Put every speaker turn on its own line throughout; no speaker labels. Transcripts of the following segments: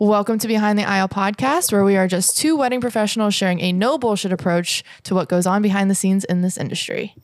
Welcome to Behind the Aisle podcast, where we are just two wedding professionals sharing a no bullshit approach to what goes on behind the scenes in this industry.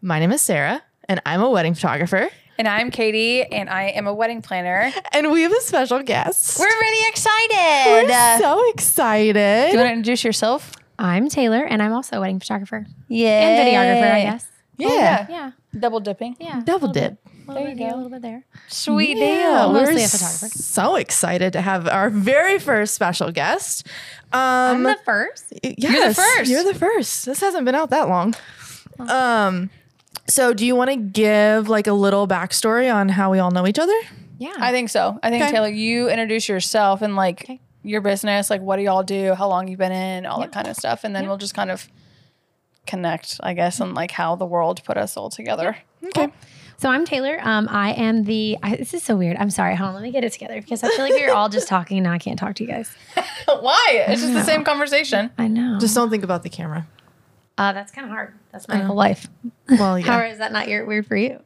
My name is Sarah, and I'm a wedding photographer,
And I'm Katie, and I am a wedding planner.
and we have a special guest.
We're really
We're
excited.
so
Do you
excited.
want to introduce yourself?
I'm Taylor, and I'm also a wedding photographer
Yeah.
and videographer, I guess.
Yeah.
Yeah,
Double dipping.
yeah.
Double
a little
dip.
bit- little
There
bit
you
here,
go.
A little bit there.
Sweet
Yeah,
deal.
Well, mostly
we're
a photographer.
So excited to have our very first special guest. Um,
I'm the first.
Y- yes,
first.
You're the first. This hasn't been out that long. Um, so do you want to give like a little backstory on how we all know each other?
Yeah.
I think so. I think
Okay.
Taylor, you introduce yourself and like
Okay.
your business, like what do y'all do, how long you've been in, all that
Yeah.
kind of stuff, and then
Yeah.
we'll just kind of connect, I guess, and like how the world put us all together.
Okay.
so I'm Taylor. Um, I am the. I, this is so weird. I'm sorry. Hold on. Let me get it together because I feel like we were all just talking, and now I can't talk to you guys.
Why? It's just the same conversation.
I know.
Just don't think about the camera.
uh, that's kind of hard. That's my whole life.
Well, yeah.
How is that not your, weird for you?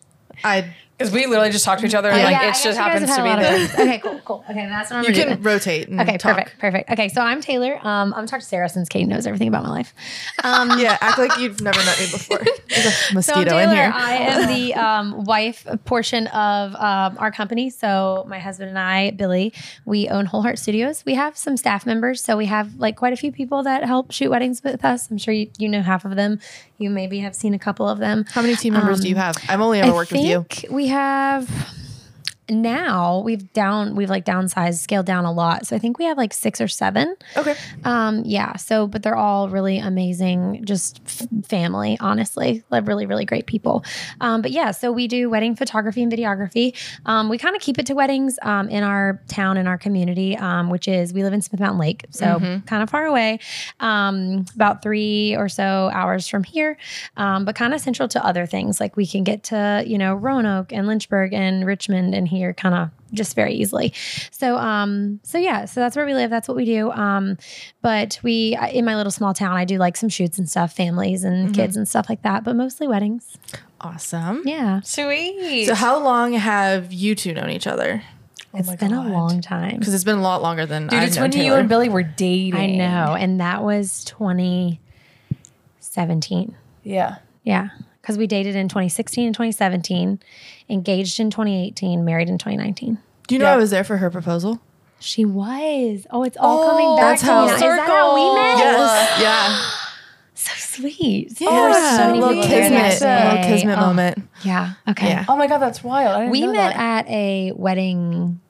I
Because we literally just talk to each other and
Yeah,
like
I
it
guess
just
you guys have
happens to
had
be
a lot of
there.
friends. Okay, cool, cool. Okay, that's what I'm
you
gonna do
can
then.
rotate and
Okay,
talk.
perfect, perfect. Okay, so I'm Taylor. Um, I'm talked to Sarah since Kate knows everything about my life. Um,
Yeah, act like you've never met me before. There's a mosquito
so I'm
in
Taylor.
here.
I am the um, wife portion of um, our company. So my husband and I, Billy, we own Whole Heart Studios. We have some staff members, so we have like quite a few people that help shoot weddings with us. I'm sure you, you know half of them. You maybe have seen a couple of them.
how many team members do you have? I've only ever worked with you.
We have now we've down we've like downsized scaled down a lot so i think we have like six or seven
Okay.
um yeah so but they're all really amazing just f- family honestly like really really great people um but yeah so we do wedding photography and videography um we kind of keep it to weddings um in our town in our community um which is we live in smith mountain lake so kind of far away um about three or so hours from here um but kind of central to other things like we can get to you know roanoke and lynchburg and richmond and here kind of just very easily so um so yeah so that's where we live that's what we do um but we I- in my little small town i do like some shoots and stuff families and kids and stuff like that but mostly weddings
Awesome.
yeah
Sweet.
So how long have you two known each other?
it's been
God.
a long time
Because it's been a lot longer than
Dude,
I've
it's
known
when
Taylor.
you and Billy were dating.
i know and that was 2017
Yeah.
yeah because we dated in 2016 and 2017 engaged in 2018 married in 2019
do you know
Yeah.
I was there for her proposal?
she was oh it's all coming back
that's
to
how-
me now. is that how we met
Yes. yeah.
so sweet
Yeah,
there were
so
many
a little
people there that
kismet, a little
day.
kismet
Oh,
moment.
yeah okay
Yeah.
Oh my god, that's wild. I didn't
we
know
met
that.
at a wedding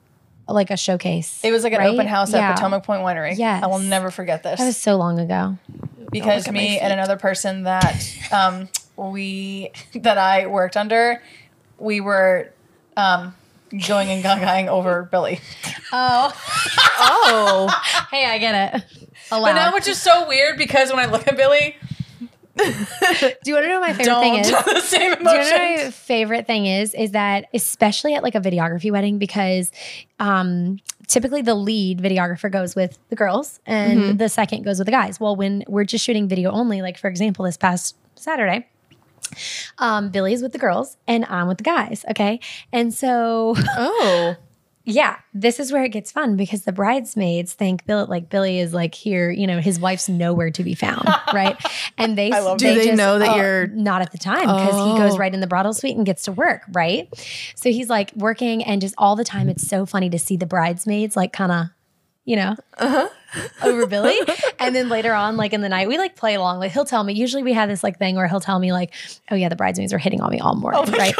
like a showcase
It was like an
right?
open house
Yeah.
at Potomac Point Winery.
Yes.
I will never forget this.
that was so long ago
because
look at my
me
feet.
and another person that um, we that I worked under, we were um, going and gagaing over Billy.
oh
Oh,
hey i get it
But now, which is so weird because when I look at Billy,
do you want to know what my favorite thing
don't
is
the same
do you know what
emotion.
my favorite thing is is that especially at like a videography wedding because um typically the lead videographer goes with the girls and
Mm-hmm.
the second goes with the guys well when we're just shooting video only like for example this past saturday um billy's with the girls and i'm with the guys okay and so
oh,
Yeah, this is where it gets fun because the bridesmaids think Bill, like Billy is like here, you know, his wife's nowhere to be found, right? And they
that.
love
Do they know that
oh,
you're-
not at the time because he goes
Oh.
right in the bridal suite and gets to work, right? So he's like working and just all the time. It's so funny to see the bridesmaids like kind of. You know, over Billy. And then later on, like in the night, we like play along. Like he'll tell me, usually we have this like thing where he'll tell me, like, oh yeah, the bridesmaids are hitting on me all morning. right.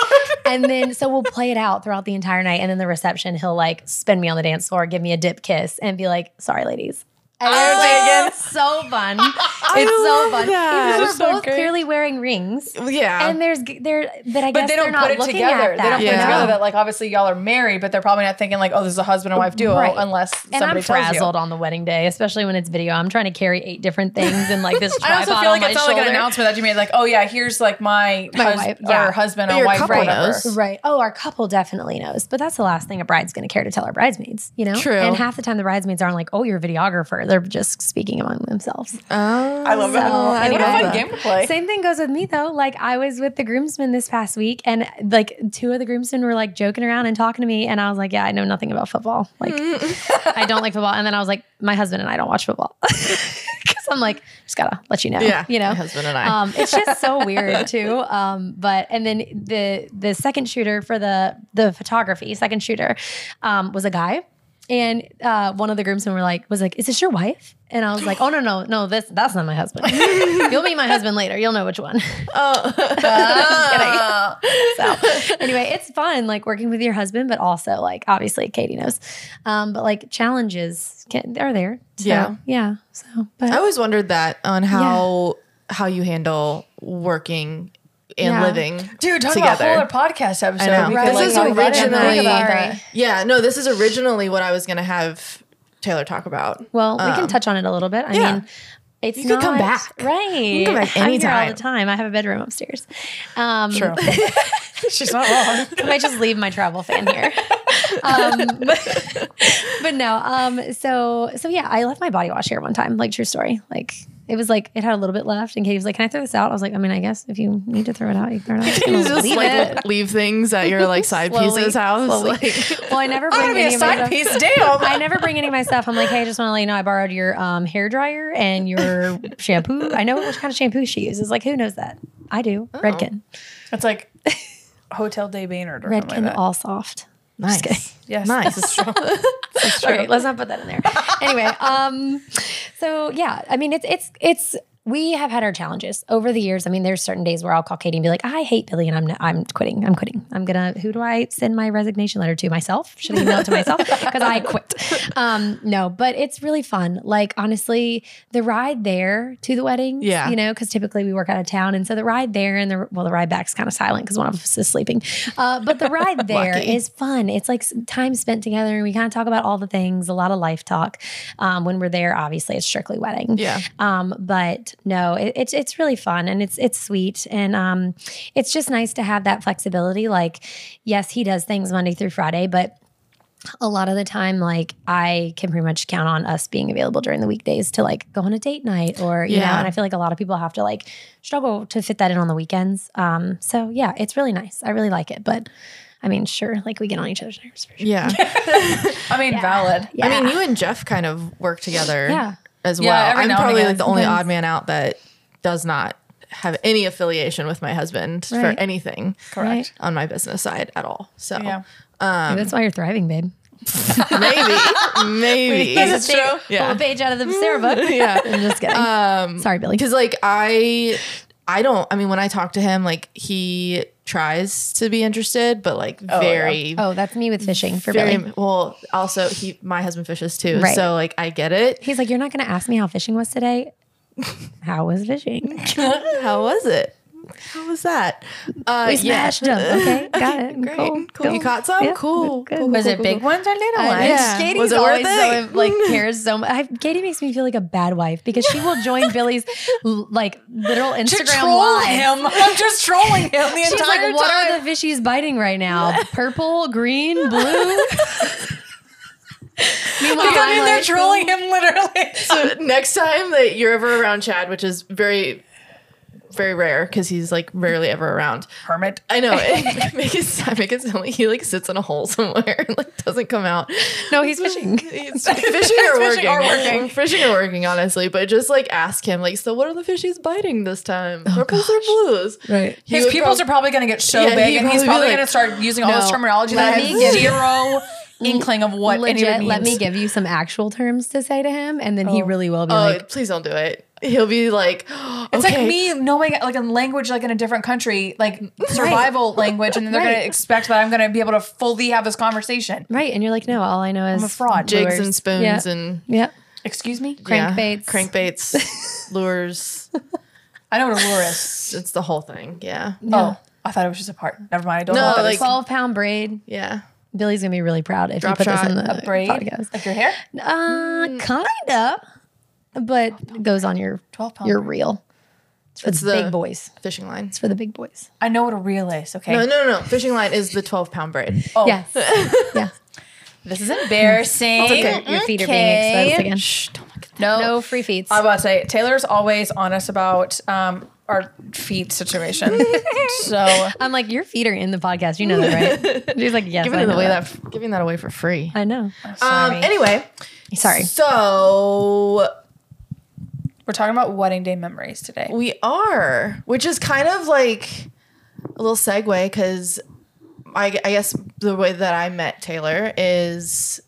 And then so we'll play it out throughout the entire night. And then the reception, he'll like spin me on the dance floor, give me a dip kiss, and be like, sorry, ladies.
Oh,
And it's like, it's so fun. It's so
love that.
fun. Even though
That's
We're
so
both
great.
clearly wearing rings.
yeah.
And there's g- there, but I guess
But they
are
don't
not
put it
looking
together.
At
They don't
that.
put it
Yeah.
together that like obviously y'all are married, but they're probably not thinking like, oh, this is a husband and wife duo
Right.
unless
And
somebody
I'm
tells you.
frazzled on the wedding day, especially when it's video. I'm trying to carry eight different things and like this
I
tripod
also feel like
on
it's
my
not like an
shoulder.
announcement that you made, like, oh yeah, here's like my,
My
hus-
wife, yeah.
or husband
But
or
your
wife
couple
or whatever.
knows.
Right. Oh, our couple definitely knows, but that's the last thing a bride's going to care to tell her bridesmaids, you know?
True.
And half the time the bridesmaids aren't like, oh, you're a videographer. They're just speaking among themselves.
oh,
I love it.
So, I
what a
love
fun
that.
game to play.
Same thing goes with me though. Like I was with the groomsmen this past week, and like two of the groomsmen were like joking around and talking to me, and I was like, "Yeah, I know nothing about football. Like
Mm.
I don't like football." And then I was like, "My husband and I don't watch football," because I'm like, just gotta let you know,
yeah,
you know.
my husband and I.
Um, it's just so weird too. Um, but and then the the second shooter for the the photography second shooter um, was a guy, and uh, one of the groomsmen were like was like, "Is this your wife?" And I was like, "Oh no no no this that's not my husband. You'll meet my husband later. You'll know which one." Oh. Uh,
Ah.
So anyway, it's fun like working with your husband, but also like obviously Katie knows, um, but like challenges can, are there. So,
Yeah.
yeah. Oh, So but
I always wondered that on how how you handle working and
Yeah.
living
Dude, talk
together.
about a whole other podcast episode.
I know.
We
Right.
could,
This is
talk about that and think
originally-
about that.
yeah, no, this is originally what I was gonna have Taylor talk about.
Well, we
Um,
can touch on it a little bit. I
yeah.
mean, it's
You can come
not-
back.
right?
You can come back
I'm here all
anytime.
the time. I have a bedroom upstairs. Um,
True. She's not wrong.
I might just leave my travel fan here. um, but, but no. Um, so so yeah, I left my body wash here one time. Like true story. Like it was like it had a little bit left, and Katie was like, "Can I throw this out?" I was like, "I mean, I guess if you need to throw it out, you can throw it out."
You just
leave
like
it.
leave things at your like side
Slowly,
pieces house.
slowly.
Like,
well, I never
I'm
bring
gonna be
any
a
of my
side
stuff.
piece. Damn.
I never bring any of my stuff. I'm like, hey, I just want to let you know I borrowed your um, hair dryer and your shampoo. I know which kind of shampoo she uses. Like, who knows that? I do. Redken.
It's like Hotel Day Baynard or something like
Redken
that.
All Soft.
nice.
Yes.
Nice.
This is true.
All right, let's not put that in there. anyway, um, so yeah, I mean, it's it's it's we have had our challenges over the years. I mean, there's certain days where I'll call Katie and be like, I hate Billy, and I'm not, I'm quitting. I'm quitting. I'm gonna. Who do I send my resignation letter to? Myself? Should I email it to myself? Because I quit. Um, no, but it's really fun. Like honestly, the ride there to the wedding.
Yeah.
you know, because typically we work out of town, and so the ride there and the well, the ride back's kind of silent because one of us is sleeping. Uh, but the ride there
Lucky.
is fun. It's like s- time spent together, and we kind of talk about all the things. A lot of life talk. Um, when we're there, obviously it's strictly wedding.
Yeah.
Um, but no, it, it's it's really fun and it's it's sweet and um, it's just nice to have that flexibility. Like, yes, he does things Monday through Friday, but a lot of the time, like I can pretty much count on us being available during the weekdays to like go on a date night or you know.
Yeah.
And I feel like a lot of people have to like struggle to fit that in on the weekends. Um, so yeah, it's really nice. I really like it, but. I mean, sure, like we get on each other's nerves for sure.
Yeah.
I mean, valid.
Yeah.
I mean, you and Jeff kind of work together
Yeah.
as well.
Yeah, every
I'm
now and
probably
again.
like the only
Sometimes.
odd man out that does not have any affiliation with my husband
Right. Oh.
for anything
Correct.
on my business side at all. So
Yeah.
Maybe
Um,
that's why you're thriving, babe.
maybe, maybe.
That's a page-
Yeah.
Pull a page out of the Sarah book.
Yeah. Um,
I'm just kidding. Sorry, Billy.
because like i i don't i mean when i talk to him like he tries to be interested but like very
Oh, that's me with fishing for
very
Billy.
well also he my husband fishes too
Right.
so like i get it
He's like, you're not going to ask me how fishing was today. how was fishing?
how was it how was that uh
We
yeah.
smashed them. Okay, got it.
great
Cool.
cool, you caught some
Yeah,
cool,
good.
cool
Was
cool,
it
cool,
big
cool.
ones or little ones?
yeah.
Katie's
Was it worth
always so
it?
like cares so much. I, Katie makes me feel like a bad wife because she will join Billy's l- like literal
To
Instagram
troll
live.
him. I'm just trolling him the
She's like,
entire
what
time.
are the fishies biting right now? Purple, green, blue. Meanwhile,
Because I'm in
I'm
there
like-
trolling him literally.
so next time that you're ever around chad which is very very rare because he's like rarely ever around
Hermit.
I know. It make it, I make it sound like he like sits in a hole somewhere and like doesn't come out.
No, he's fishing.
He's fishing or working.
Fishing or working.
Fishing or working, honestly. But just like ask him, like, so what are the fishies biting this time? Purples or blues?
Right.
He
Oh, His
would
pupils
prob-
are probably going to get so
Yeah,
big,
he'd
and
probably
he's
be
probably
like,
going to start using all this
"No,
terminology that
let
I
me
have
give-
zero inkling of what any of
Legit,
it
let me
means.
give you some actual terms to say to him, and then he really will be
Oh,
like,
please don't do it. He'll be like,
It's
"Okay."
like me knowing like a language like in a different country, like survival language, and then they're going
Right.
to expect that I'm going to be able to fully have this conversation.
right, and you're like, no, all I know is
I'm a fraud.
Jigs and
lures."
spoons
Yeah.
and
Yep.
Excuse me.
yeah,
Crankbaits.
crankbaits, lures.
I know what a lure is.
It's the whole thing. Yeah,
Oh, I thought it was just a part. Never mind. I don't
No,
know what that
like-
is.
Twelve pound braid.
yeah.
Billy's gonna be really proud if
Drop
you put this
shot,
in the
a braid,
podcast.
like your hair.
Uh, kinda, but goes on your
12 pound
your
braid.
reel. It's for
It's
the
the-
big boys.
Fishing line.
It's for the big boys.
I know what a reel is. Okay.
No, no, no, no. Fishing line is the twelve pound braid.
Oh,
Yes. yeah.
This is embarrassing.
Your feet are being exposed again.
Shh, don't look at
No,
No free feats.
I was about to say Taylor's always honest about um, our feet situation. so
I'm like, your feet are in the podcast. You know that, right? She's like, yes.
giving
I
it
know
away that. giving that away for free.
I know.
Um,
sorry.
anyway,
Sorry.
So
we're talking about wedding day memories today.
we are, which is kind of like a little segue because I, I guess the way that I met Taylor is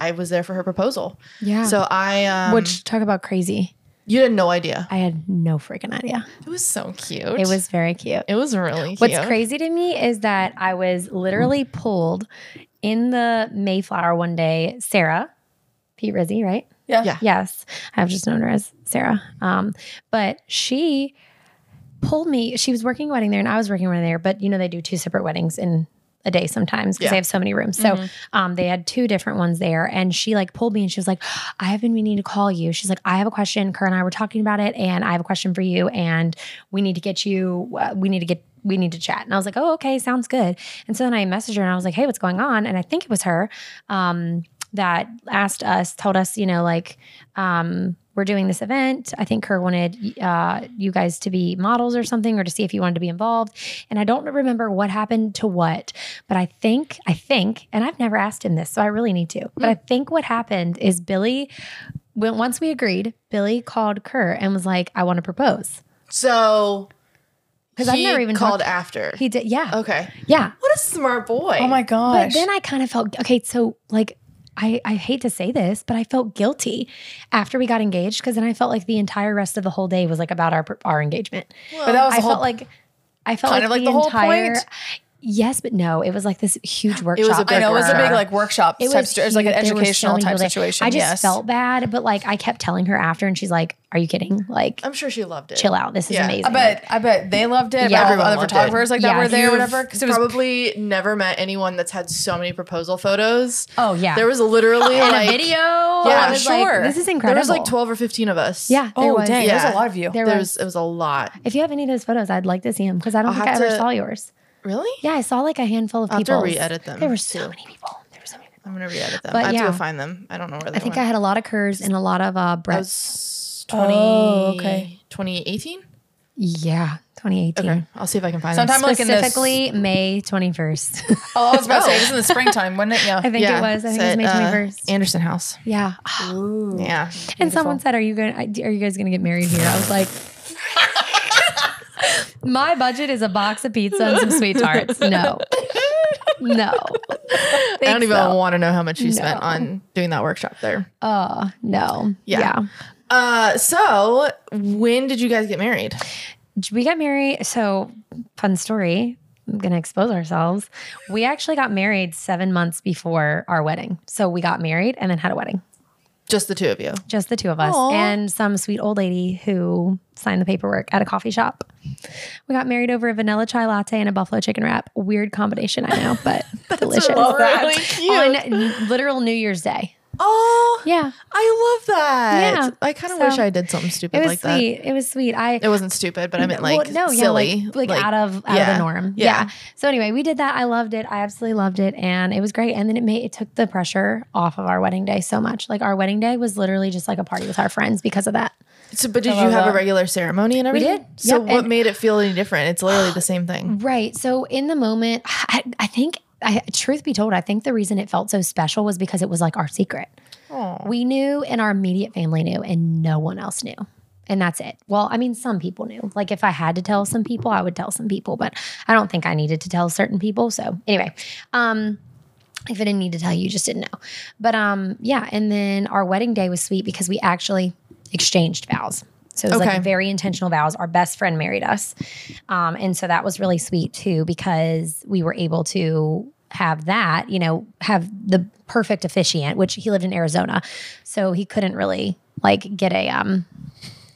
I was there for her proposal.
Yeah.
So I, um,
Which talk about crazy.
you had no idea.
I had no freaking idea.
It was so cute.
It was very cute.
It was really cute.
What's crazy to me is that I was literally pulled in the Mayflower one day. Sarah, Pete Rizzi, right?
Yeah.
Yeah.
Yes, I've just known her as Sarah. Um, but she pulled me. She was working a wedding there, and I was working one there. But you know, they do two separate weddings in a day sometimes because
Yeah. Mm-hmm.
they have so many rooms. So um, they had two different ones there, and she like pulled me and she was like, "I have been meaning to call you." She's like, "I have a question. Kerr and I were talking about it, and I have a question for you, and we need to get you. Uh, we need to get." We need to chat. And I was like, oh, okay, sounds good. And so then I messaged her and I was like, hey, what's going on? And I think it was her um, that asked us, told us, you know, like, um, we're doing this event. I think Kerr wanted uh, you guys to be models or something, or to see if you wanted to be involved. And I don't remember what happened to what, but I think, I think, and I've never asked him this, so I really need to, but I think what happened is Billy, when, once we agreed, Billy called Kerr and was like, I want to propose.
So,
'Cause I've
he
never even
called
talked-
after.
He did, yeah,
okay.
yeah.
What a smart boy.
Oh my
But
gosh.
then I kind of felt okay. So like, I I hate to say this, but I felt guilty after we got engaged because then I felt like the entire rest of the whole day was like about our our engagement.
but that was
I
the whole
felt like I felt
kind
like,
of like
the,
the whole
entire.
point.
Yes, but no. It was like this huge workshop.
was a big
I know it was a big
workshop.
like workshop
It
type
was,
situation. It was like an
huge. There were so
educational
many
type
people there.
situation.
I just
yes.
felt bad, but like I kept telling her after, and she's like, "Are you kidding? Like,
I'm sure she loved it.
chill out. This is
Um, Yeah.
amazing."
I bet I bet they loved it.
Yeah.
Yeah,
Everyone
other
loved it.
photographers like that
Yeah,
were there, or
you've
whatever. Because it was
probably never met anyone that's had so many proposal photos.
Oh, yeah.
there was literally
Oh, and
like
a video. Yeah, I was
sure.
Like, this is incredible.
There was like twelve or fifteen of us.
Yeah, there
oh
was.
dang,
Yeah.
there's a lot of you.
There
there
was.
was it was a lot.
If you have any of those photos, I'd like to see them because I don't
I'll
think I
have
ever
to-
saw yours.
Really?
Yeah, I saw like a handful of
I'll have to
people.
re-edit them,
There were so
too.
many people. There were so many. People.
I'm gonna re-edit them.
But
I have
yeah.
to go find them. I don't know where they
I think I
went.
had a lot of Kerrs and a lot of uh,
I
Brett's.
was twenty.
Oh, okay.
Twenty eighteen.
Yeah, 2018.
Okay, I'll see if I can find
Sometime
them.
like in this-
Specifically, May 21st.
Oh, I was about to say it was in the springtime, wasn't it?
I
Yeah.
think it was. I think it was May
it's at, uh, Ah,
21st.
Anderson House.
yeah.
Yeah.
And someone said, "Are you going? to Are you guys going to get married here?" I was like, "My budget is a box of pizza and some sweet tarts." No, no.
I don't even
so.
want to know how much you spent
No.
on doing that workshop there.
Uh, no.
Yeah.
yeah.
Uh, so when did you guys get married?
we got married. So, fun story. I'm going to expose ourselves. We actually got married seven months before our wedding. So, we got married and then had a wedding,
Just the two of you.
just the two of us
Aw.
and some sweet old lady who signed the paperwork at a coffee shop. We got married over a vanilla chai latte and a buffalo chicken wrap. Weird combination, I know, but delicious.
Really cute.
On literal New Year's Day.
Oh,
Yeah.
I love that.
Yeah.
I kind of
So,
wish I did something
It
stupid
was
like that.
sweet. It was sweet. I
It wasn't stupid, but I meant
Well,
like silly.
Yeah, like, like, out of out of
yeah.
the norm. Yeah.
Yeah.
So anyway, we did that. I loved it. I absolutely loved it, and it was great. And then it made it took the pressure off of our wedding day so much. Like our wedding day was literally just like a party with our friends because of that.
So, but did
I
you
love
have a
that.
regular ceremony and everything?
did.
So
Yep,
what
and-
made it feel any different? It's literally the same thing.
Right. So in the moment, I, I think. I, truth be told, I think the reason it felt so special was because it was like our secret.
Oh,
We knew, and our immediate family knew, and no one else knew. And that's it. Well, I mean, some people knew. Like, if I had to tell some people, I would tell some people, but I don't think I needed to tell certain people. So, anyway, um, if I didn't need to tell you, you just didn't know. But um, yeah, and then our wedding day was sweet because we actually exchanged vows. So it was
Okay.
like very intentional vows. Our best friend married us. Um, and so that was really sweet too because we were able to have that, you know, have the perfect officiant, which he lived in Arizona. So he couldn't really like get a um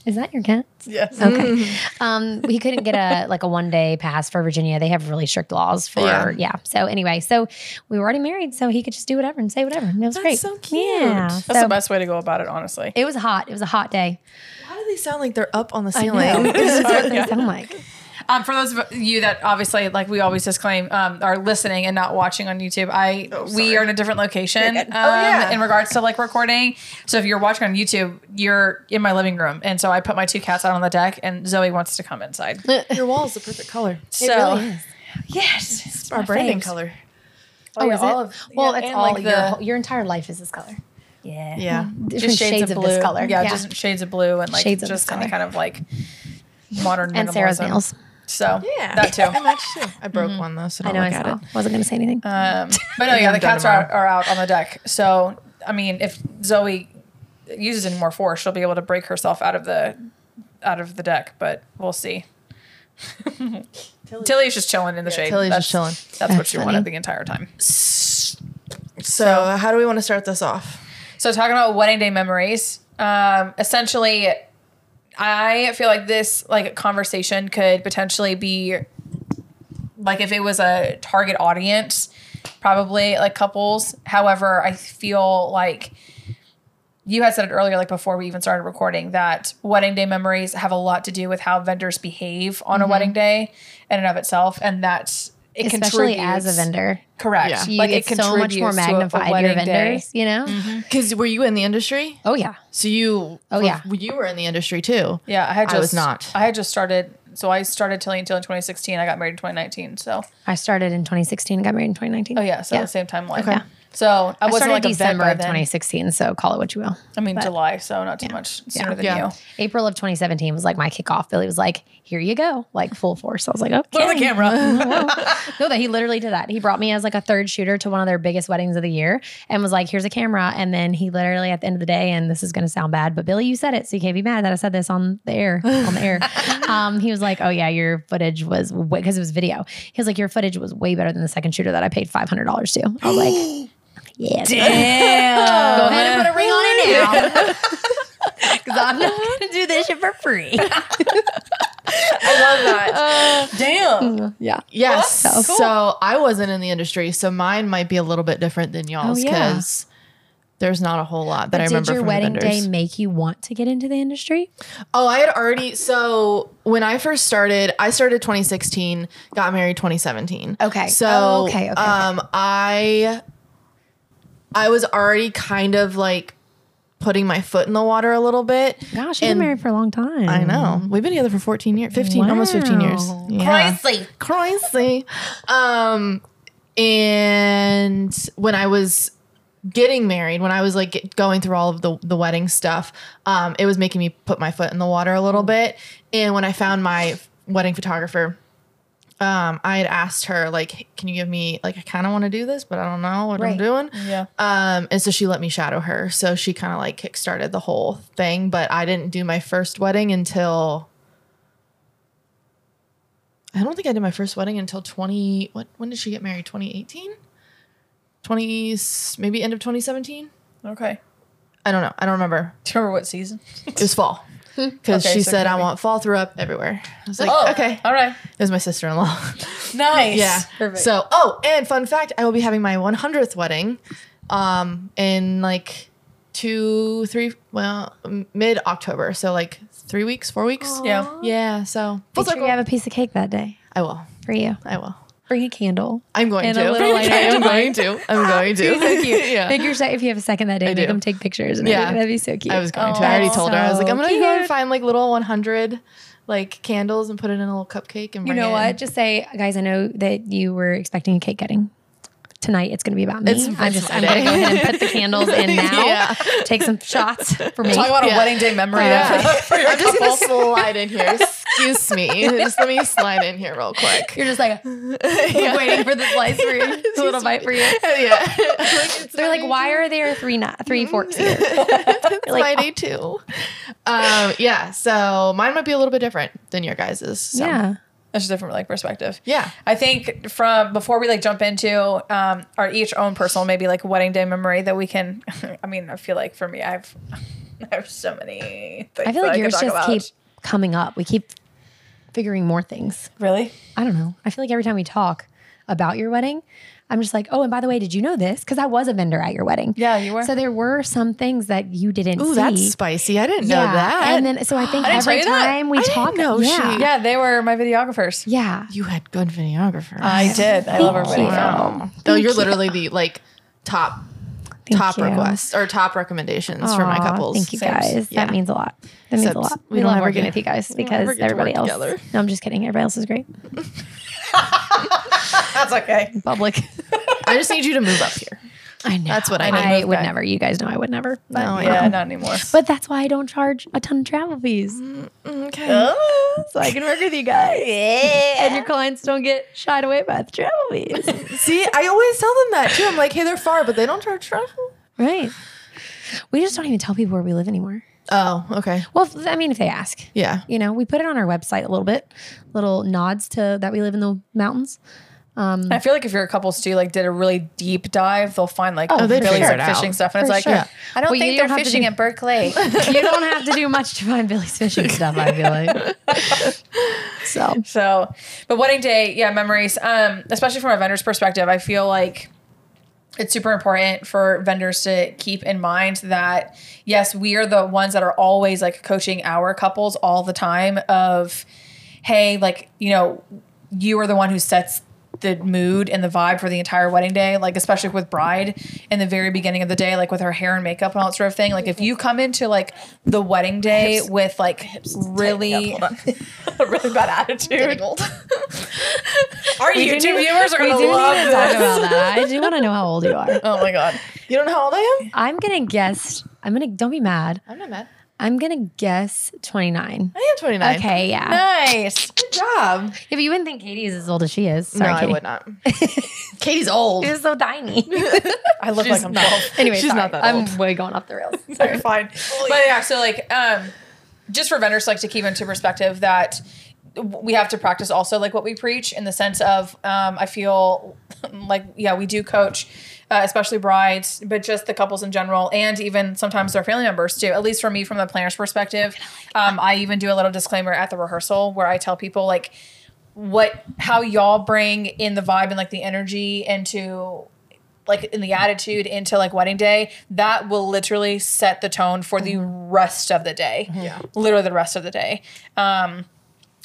is that your cat?
Yes.
Okay. um, he couldn't get a like a one day pass for Virginia. They have really strict laws for
Yeah.
yeah. So anyway, so we were already married, so he could just do whatever and say whatever. It was
That's
great.
so cute.
Yeah.
That's
so
the best way to go about it, honestly.
it was hot. It was a hot day.
why do they sound like they're up on the
I know.
ceiling?
this is what they sound like.
Um, for those of you that obviously, like we always disclaim, um, are listening and not watching on YouTube, I we are in a different location um,
yeah.
in regards to like recording. So if you're watching on YouTube, you're in my living room, and so I put my two cats out on the deck, and Zoe wants to come inside.
Your wall is the perfect color.
so
really
yes, it's
Our branding
faves.
color.
Oh, is it? well, it's
and,
all
like,
your
the-
whole- your entire life is this color.
Yeah.
Yeah.
Different shades, of,
blue.
this color.
Yeah, just shades of blue and like
Shades of
just
this
any
color.
kind of like modern
and Sarah's
minimalism.
nails.
So
Yeah.
that too.
I matched too. I broke one though, so
Mm-hmm.
don't
I know. I
look at
saw.
it.
Oh Wasn't going to say anything.
Um, but no, yeah, the
I'm done
cats are, are out on the deck. So I mean, if Zoe uses any more force, she'll be able to break herself out of the out of the deck. But we'll see. Tilly's just chilling in the shade.
Tilly's just
that's,
chilling.
That's, what
That's
she
funny.
wanted the entire time.
So, uh, how do we want to start this off?
So talking about wedding day memories, um, essentially, I feel like this like conversation could potentially be like if it was a target audience, probably like couples. However, I feel like you had said it earlier, like before we even started recording, that wedding day memories have a lot to do with how vendors behave on a
Mm-hmm.
wedding day in and of itself, and that it
Especially
contributes
as a vendor,
correct.
Yeah.
you
Like
get
it
so much more
contributes to a- a
magnified your
wedding day. Mm-hmm.
vendors. You know?
Because were you in the industry?
Oh yeah.
So you,
Mm. Oh, yeah.
you were in the industry too.
Yeah, I had
I
just
was not.
I had just started. So I started Tilly until in 2016. I got married in 2019. So
I started in 2016. Got married in 2019.
oh yeah, so
yeah.
the same timeline.
Okay. Yeah.
So I,
I
wasn't
started
like
December of
a vet by then.
2016. So call it what you will.
I mean July, so not too much sooner than
Yeah.
you.
April of 2017 was like my kickoff. Billy was like, "Here you go," like full force. I was like, "Okay."
Where's the camera?
no, that he literally did that. He brought me as like a third shooter to one of their biggest weddings of the year and was like, here's a camera. And then he literally at the end of the day, and this is going to sound bad, but Billy, you said it. So you can't be mad that I said this on the air, on the air. um, he was like, oh yeah, your footage was, because it was video. He was like, your footage was way better than the second shooter that I paid $500 to. I was like, yeah.
Damn.
Go ahead and put a ring on it now. Because I'm not going to do this shit for free.
I love that. Damn.
yeah.
Yes.
Well,
So, I wasn't in the industry, so mine might be a little bit different than y'all's
Oh, yeah.
because there's not a whole lot that I
Did
remember
your
from
wedding
the vendors.
day make you want to get into the industry?
Oh, I had already. So when I first started, I started 2016, got married 2017.
Okay.
So
Oh, okay, okay, okay.
um, I I was already kind of like putting my foot in the water a little bit.
Gosh, you've been
And-
married for a long time.
I know. We've been together for 14 years, 15, almost 15 years.
Mm-hmm. Wow.
Yeah. Crazy. Um, and when I was getting married, when I was like get- going through all of the, the wedding stuff, um, it was making me put my foot in the water a little bit. And when I found my wedding photographer, um, I had asked her like, "Can you give me like I kind of want to do this, but I don't know what
Right.
I'm doing."
Yeah.
Um, and so she let me shadow her. So she kind of like kickstarted the whole thing, but I didn't do my first wedding until I don't think I did my first wedding until 20 what when did she get married? 2018? 20 maybe end of 2017?
Okay.
I don't know. I don't remember.
Do you remember what season?
It was fall. Cuz
Okay,
she
so Oh.
said I
Carrie.
want fall through up everywhere. I was like, "Okay."
All right.
It was my sister-in-law.
Nice.
Yeah.
Perfect.
So, oh, and fun fact, I will be having my 100th wedding um in like 2 3 well, mid October. So like 3 weeks, 4 weeks.
Yeah.
Yeah, so
Make sure you have a piece of cake that day
I will.
for you.
I will.
Bring a candle.
I'm going
Oh. And a
to.
little lighter.
I'm going to. I'm going to. yeah.
Make your se- if you have a second that day,
I
make
do.
them take pictures. And
Yeah.
everything. that'd be so cute.
I was going to.
Oh,
I already
that's
told her. I was like,
so
I'm going to go and
cute.
find like little 100 like candles and put it in a little cupcake and
you
bring
know
it
what?
in.
Just say, guys, I know that you were expecting a cake cutting. Tonight it's going to be about me.
It's-
I'm
it's
just
my
I'm going to
day.
go ahead and put the candles in now.
Yeah.
Take some shots for me.
Talk about a
Yeah.
wedding day memory.
Yeah. I'm just going to slide in here. Excuse me. just let me slide in here real quick.
You're just like waiting for the slice for you, the little bite for you.
yeah.
They're like, why are there three not three forks here?
It's
Like, "Oh."
my day too. Um, yeah. So mine might be a little bit different than your guys's. So.
Yeah.
That's just different like perspective.
Yeah.
I think from before we like jump into um, our each own personal maybe like wedding day memory that we can. I mean, I feel like for me, I've I have so many. Things
I feel like
that
yours
I
just
could talk
keep
about.
coming up. We keep figuring more things.
really.
I don't know. I feel like every time we talk, about your wedding, I'm just like, oh, and by the way, did you know this? Because I was a vendor at your wedding.
Yeah, you were.
So there were some things that you didn't
Ooh,
see.
that's spicy. I didn't know that.
And then so I think
I didn't tell
every
you that.
time we
I didn't
talk,
know
yeah,
she-
yeah, they were my videographers.
yeah.
you had good videographers.
I did. I love
Thank
everybody.
you.
Wow. Though you're literally the like top
Thank
top
you.
requests or top recommendations for my
Aw,
couples.
Thank you
Same.
guys.
Yeah.
That means a lot. That means
Except
a lot.
we
We,
don't
love
work
working
in-
with you guys because
ever get to
everybody
work
else.
together.
No, I'm just kidding. Everybody else is great.
That's okay.
Public.
I just need you to move up here.
I know.
That's what I need.
I would
Okay.
never. You guys know I would never. But,
No,
Yeah, not anymore.
but that's why I don't charge a ton of travel fees.
Okay.
So I can work with you guys. And your clients don't get shied away by the travel fees.
See, I always tell them that too. I'm like, hey, they're far, but they don't charge travel.
right. We just don't even tell people where we live anymore.
Oh, okay.
Well, if- I mean, if they ask.
Yeah.
You know, we put it on our website a little bit, little nods to that we live in the mountains.
I feel like if your couples do like did a really deep dive, they'll find like
they'd
really
figure
like
it out.
fishing stuff, and
For
it's like
Oh, sure. Yeah.
I don't
Well,
think
you
they're
don't have to
fishing
do-
at Berkeley.
you don't have to do much to find Billy's fishing stuff, I feel like. So
so, but wedding day, yeah, memories. Um, especially from a vendor's perspective, I feel like it's super important for vendors to keep in mind that yes, we are the ones that are always like coaching our couples all the time of hey, like, you know, you are the one who sets the mood and the vibe for the entire wedding day, like especially with bride in the very beginning of the day, like with her hair and makeup and all that sort of thing. Like if you come into like the wedding day with like really a really bad attitude. Our
We do
YouTube
need-
viewers are
we
gonna
do need to
love
talk
this.
about that. I do want to know how old you are.
Oh my god.
You don't know how old I am?
I'm gonna guess. I'm gonna don't be mad.
I'm not mad.
I'm gonna guess 29.
I am 29.
Okay, yeah.
Nice.
Good job.
If you wouldn't think Katie is as old as she is, sorry,
no,
Katie.
I would not. Katie's old.
She's so tiny.
I look
She's
like I'm
not-
12.
anyway,
She's
sorry.
not that
I'm way going off the rails.
Sorry, fine. But yeah, so like, um, just for vendors, like to keep into perspective that we have to practice also like what we preach in the sense of um, I feel like yeah we do coach uh, especially brides but just the couples in general and even sometimes their family members too at least for me from the planner's perspective um, I even do a little disclaimer at the rehearsal where I tell people like what how y'all bring in the vibe and like the energy into like in the attitude into like wedding day that will literally set the tone for the rest of the day
Yeah.
literally the rest of the day um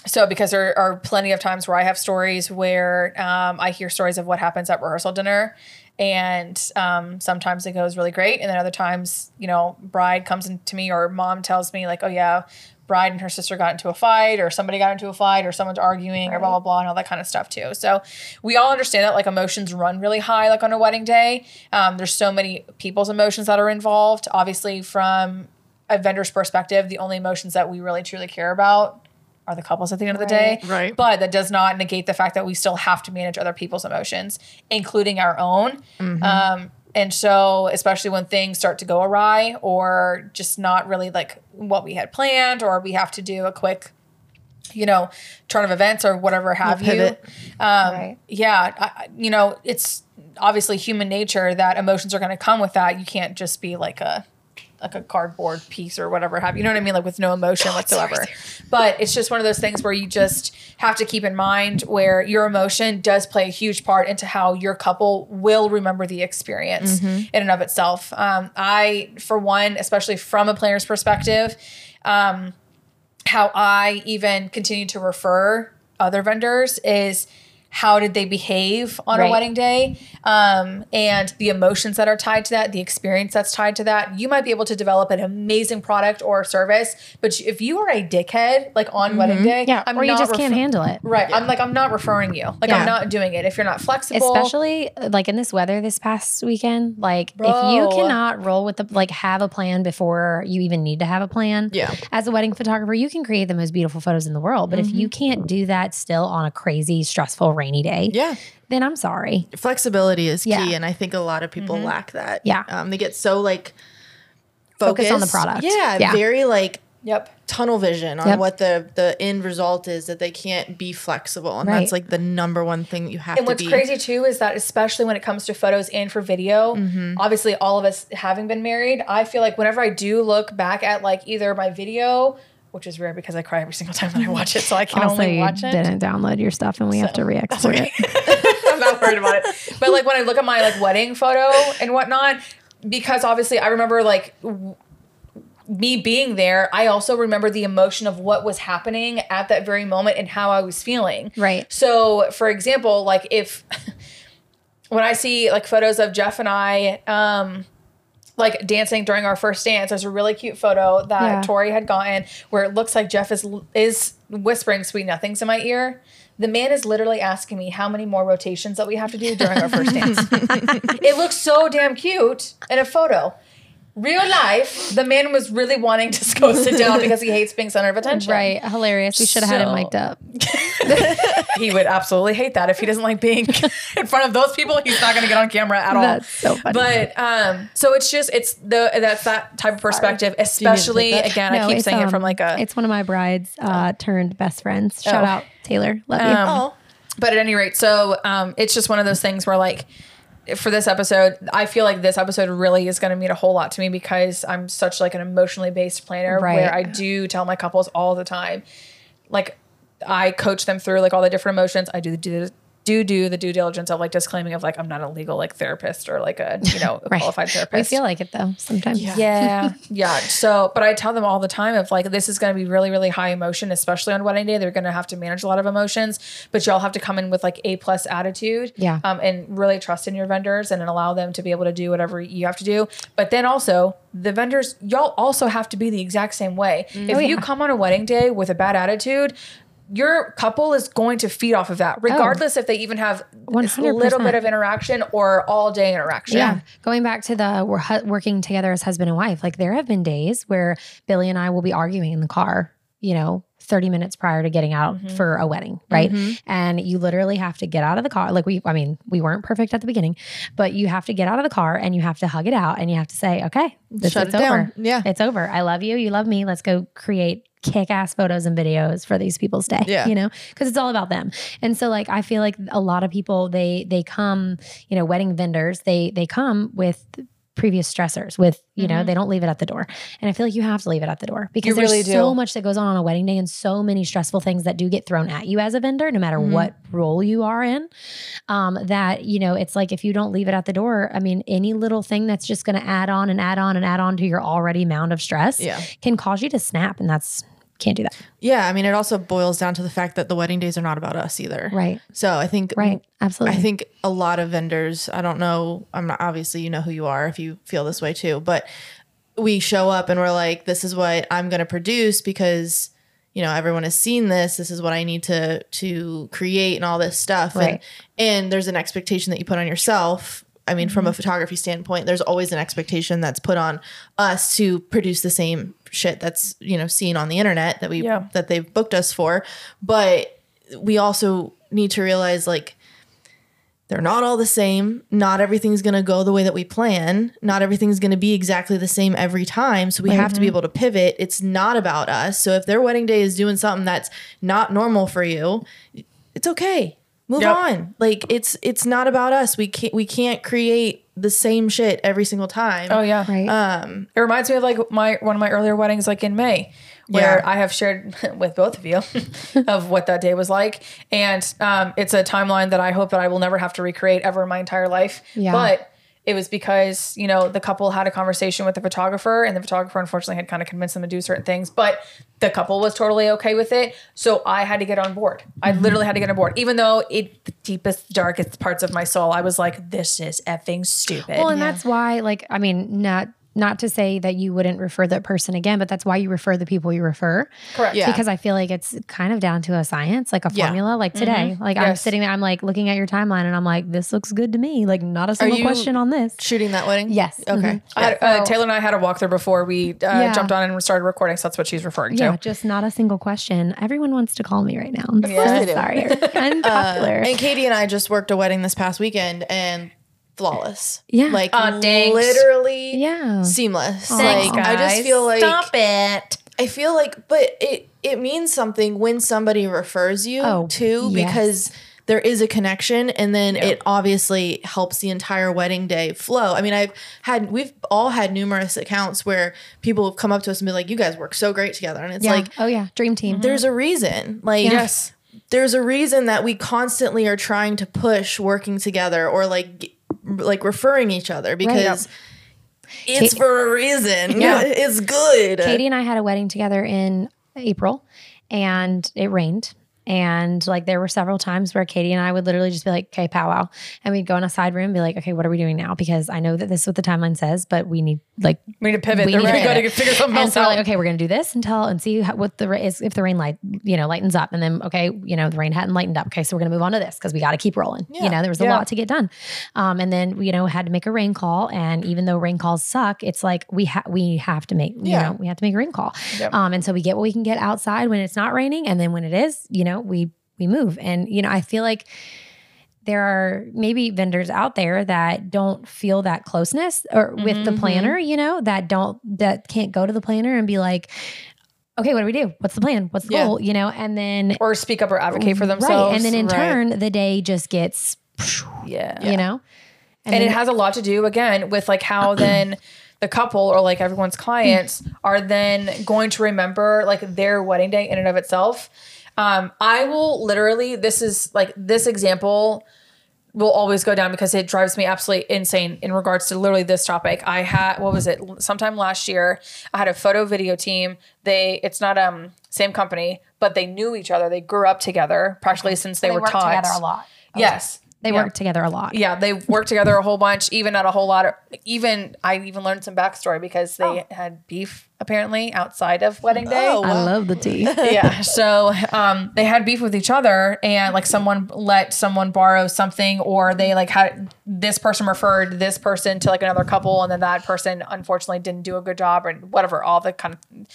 so because there are plenty of times where i have stories where um, i hear stories of what happens at rehearsal dinner and um, sometimes it goes really great and then other times you know bride comes in to me or mom tells me like oh yeah bride and her sister got into a fight or somebody got into a fight or someone's arguing or blah blah blah and all that kind of stuff too so we all understand that like emotions run really high like on a wedding day um, there's so many people's emotions that are involved obviously from a vendor's perspective the only emotions that we really truly care about are the couples at the end of the day
Right.
Right.
but that does not negate the fact that we still have to manage other people's emotions including our own
Mm-hmm.
um, and so especially when things start to go awry or just not really like what we had planned or we have to do a quick you know turn of events or whatever have you
pivot.
um,
Right.
yeah I, I- you know it's obviously human nature that emotions are going to come with that you can't just be like a like a cardboard piece or whatever have you know what i mean like with no emotion whatsoever but it's just one of those things where you just have to keep in mind where your emotion does play a huge part into how your couple will remember the experience in and of itself um, i for one especially from a planner's perspective um, how I even continue to refer other vendors is how did they behave on a
Right.
wedding day um, and the emotions that are tied to that the experience that's tied to that you might be able to develop an amazing product or service but if you are a dickhead like on wedding day
Mm-hmm. Yeah, or you
not
just can't
refer-
handle it.
right i'm like i'm not referring you like
Yeah.
i'm not doing it if you're not flexible
Especially uh, like in this weather this past weekend, like if
Bro.
you cannot roll with the like have a plan before you even need to have a plan.
Yeah.
As a wedding photographer, you can create the most beautiful photos in the world, but if you can't do that still on a crazy, stressful, rainy day,
Yeah.
then I'm sorry.
Flexibility is
Yeah.
key. And I think a lot of people lack that.
Yeah.
Um, they get so like focused
Focus on the product.
Yeah.
Yeah.
Very like
yep
tunnel vision on
Yep.
what the the end result is that they can't be flexible. And that's
Right.
like the number one thing you have
And
to
what's
be.
crazy too is that, especially when it comes to photos and for video,
Mm-hmm.
obviously all of us having been married, I feel like whenever I do look back at like either my video, which is rare because I cry every single time that I watch it, so I can
also,
only
you
watch it.
didn't download your stuff and we have to re-export it.
I'm I'm not worried about it. But like when I look at my like wedding photo and whatnot, because obviously I remember like w- me being there, I also remember the emotion of what was happening at that very moment and how I was feeling.
Right.
So, for example, like if when I see like photos of Jeff and I, um, like dancing during our first dance. There's a really cute photo that
Yeah.
Tori had gotten where it looks like Jeff is is whispering sweet nothings in my ear. The man is literally asking me how many more rotations that we have to do during our first dance. it looks so damn cute in a photo. Real life, the man was really wanting to go sit down because he hates being center of attention.
Right. Hilarious. We should have had
So-
it mic'd up.
He would absolutely hate that if he doesn't like being in front of those people. He's not going to get on camera at all.
That's so funny.
But um, so it's just it's the that's that type of perspective, especially
that?
again.
No,
I keep
it's,
saying it
um,
from like a
It's one of my brides uh, turned best friends. Shout
Oh.
out Taylor. Love you.
um,
Oh.
But at any rate, so um, it's just one of those things where like for this episode, I feel like this episode really is going to mean a whole lot to me because I'm such like an emotionally based planner
Right.
where I do tell my couples all the time, like I coach them through like all the different emotions. I do do do do the due diligence of like disclaiming of like I'm not a legal like therapist or like a you know a
Right.
qualified
I
therapist.
feel like it though sometimes.
Yeah.
Yeah. yeah. So, but I tell them all the time of like, this is going to be really, really high emotion, especially on wedding day. They're going to have to manage a lot of emotions, but y'all have to come in with like a plus attitude.
Yeah.
Um, and really trust in your vendors and allow them to be able to do whatever you have to do. But then also, the vendors, y'all also have to be the exact same way. If
Oh,
you
yeah.
come on a wedding day with a bad attitude, your couple is going to feed off of
Oh.
that, regardless if they even have this little
100%.
bit of interaction or all day interaction.
Yeah. Going back to the we're hu- working together as husband and wife, like there have been days where Billy and I will be arguing in the car, you know, 30 minutes prior to getting out
Mm-hmm.
for a wedding, right?
Mm-hmm.
And you literally have to get out of the car. Like we, I mean, we weren't perfect at the beginning, but you have to get out of the car and you have to hug it out and you have to say, okay, this,
Shut
it's
it
over.
down. Yeah.
It's over. I love you. You love me. Let's go create kick ass photos and videos for these people's day.
Yeah.
You know, because it's all about them. And so like I feel like a lot of people they they come, you know, wedding vendors, they they come with previous stressors with you know they don't leave it at the door and i feel like you have to leave it at the door because there's
really
so
do.
much that goes on on a wedding day and so many stressful things that do get thrown at you as a vendor no matter
Mhm.
what role you are in um, that you know it's like if you don't leave it at the door i mean any little thing that's just going to add on and add on and add on to your already mound of stress
Yeah.
can cause you to snap and that's can't do that
Yeah. I mean, it also boils down to the fact that the wedding days are not about us either.
right
So I think
right absolutely
Mm-hmm. I think a lot of vendors, I don't know, I'm not obviously you know who you are if you feel this way too, but we show up and we're like, this is what I'm gonna produce because you know everyone has seen this this is what i need to to create and all this stuff
Right.
and and there's an expectation that you put on yourself i mean from a
Mm-hmm.
photography standpoint there's always an expectation that's put on us to produce the same shit that's you know seen on the internet that we
Yeah.
that they've booked us for but we also need to realize like they're not all the same. Not everything's going to go the way that we plan. Not everything's going to be exactly the same every time. So we have to be able to pivot. It's not about us. So if their wedding day is doing something that's not normal for you, it's okay. Move
Yep.
on. Like it's it's not about us. We can't we can't create the same shit every single time.
Oh, yeah.
right
uh,
It reminds me of like my one of my earlier weddings, like in May, where
Yeah.
I have shared with both of you of what that day was like, and um, it's a timeline that I hope that I will never have to recreate ever in my entire life.
Yeah.
But it was because you know the couple had a conversation with the photographer, and the photographer unfortunately had kind of convinced them to do certain things, but the couple was totally okay with it. So I had to get on board. I literally had to get on board, even though it the deepest, darkest parts of my soul, I was like, this is effing stupid.
Well, and that's why, like, I mean, not not to say that you wouldn't refer that person again, but that's why you refer the people you refer.
Correct.
Yeah.
Because I feel like it's kind of down to a science, like a
Yeah. Mm-hmm.
formula. Like today, like I'm
Yes.
sitting there, I'm like looking at your timeline, and I'm like, this looks good to me. Like, not a single
you-
question on this.
Shooting that wedding?
Yes.
Okay.
Mhm.
I had, uh, Taylor and I had a walkthrough before we uh,
Yeah.
jumped on and started recording, so that's what she's referring
Yeah,
to.
just not a single question. Everyone wants to call me right now. I'm
course they
so
do. Uh,
sorry. Unpopular.
And Katie and I just worked a wedding this past weekend and flawless.
Yeah.
Like
Aw, thanks.
literally
yeah.
seamless.
Thanks,
like Oh I just feel like
it.
I feel like, but it it means something when somebody refers you
Oh,
to
yes.
because there is a connection, and then it obviously helps the entire wedding day flow. I mean, I've had we've all had numerous accounts where people have come up to us and been like, "You guys work so great together," and it's
Yeah.
Mm-hmm.
like
oh yeah, dream team.
there's a reason. Like
Yes.
there's a reason that we constantly are trying to push working together or like g- like referring each other because it's
Ka-
for a reason.
Yeah.
it's good.
Katie and I had a wedding together in April and it rained. And like there were several times where Katie and I would literally just be like, okay, powwow. And we'd go in a side room and be like, okay, what are we doing now? Because I know that this is what the timeline says, but we need like
We need to pivot.
We
They're
need to
ready to
pivot.
figure something
and
else
so we're
out.
like, okay, we're gonna do this until and see how, what the ra- is if the rain light, you know, lightens up, and then okay, you know, the rain hadn't lightened up. Okay, so we're gonna move on to this because we got to keep rolling.
Yeah.
You know, there was a
Yeah.
lot to get done, um, and then you know had to make a rain call. And even though rain calls suck, it's like we have we have to make
Yeah.
you know we have to make a rain call.
Yep.
Um, and so we get what we can get outside when it's not raining, and then when it is, you know, we we move. And you know, I feel like there are maybe vendors out there that don't feel that closeness or with the
Mhm.
planner, you know, that don't that can't go to the planner and be like, okay, what do we do? What's the plan? What's the
Yeah.
goal? You know, and then
or speak up or advocate for
right,
themselves.
and then in
right.
turn the day just gets,
yeah.
you know,
And,
then-
it has a lot to do again with like how then the couple or like everyone's clients are then going to remember like their wedding day in and of itself. Um, I will literally this is like this example will always go down because it drives me absolutely insane in regards to literally this topic. I had what was it? Sometime last year, I had a photo video team. They it's not um same company, but they knew each other. They grew up together practically since they, were
work
taught.
together a lot.
Yes.
They
Yeah.
work together a lot.
Yeah, they worked together a whole bunch. Even at a whole lot of even I even learned some backstory because they had beef apparently outside of wedding day.
Oh,
I
wow.
love the tea.
Yeah, so um, they had beef with each other, and like someone let someone borrow something, or they like had this person referred this person to like another couple, and then that person unfortunately didn't do a good job, or whatever. All the kind of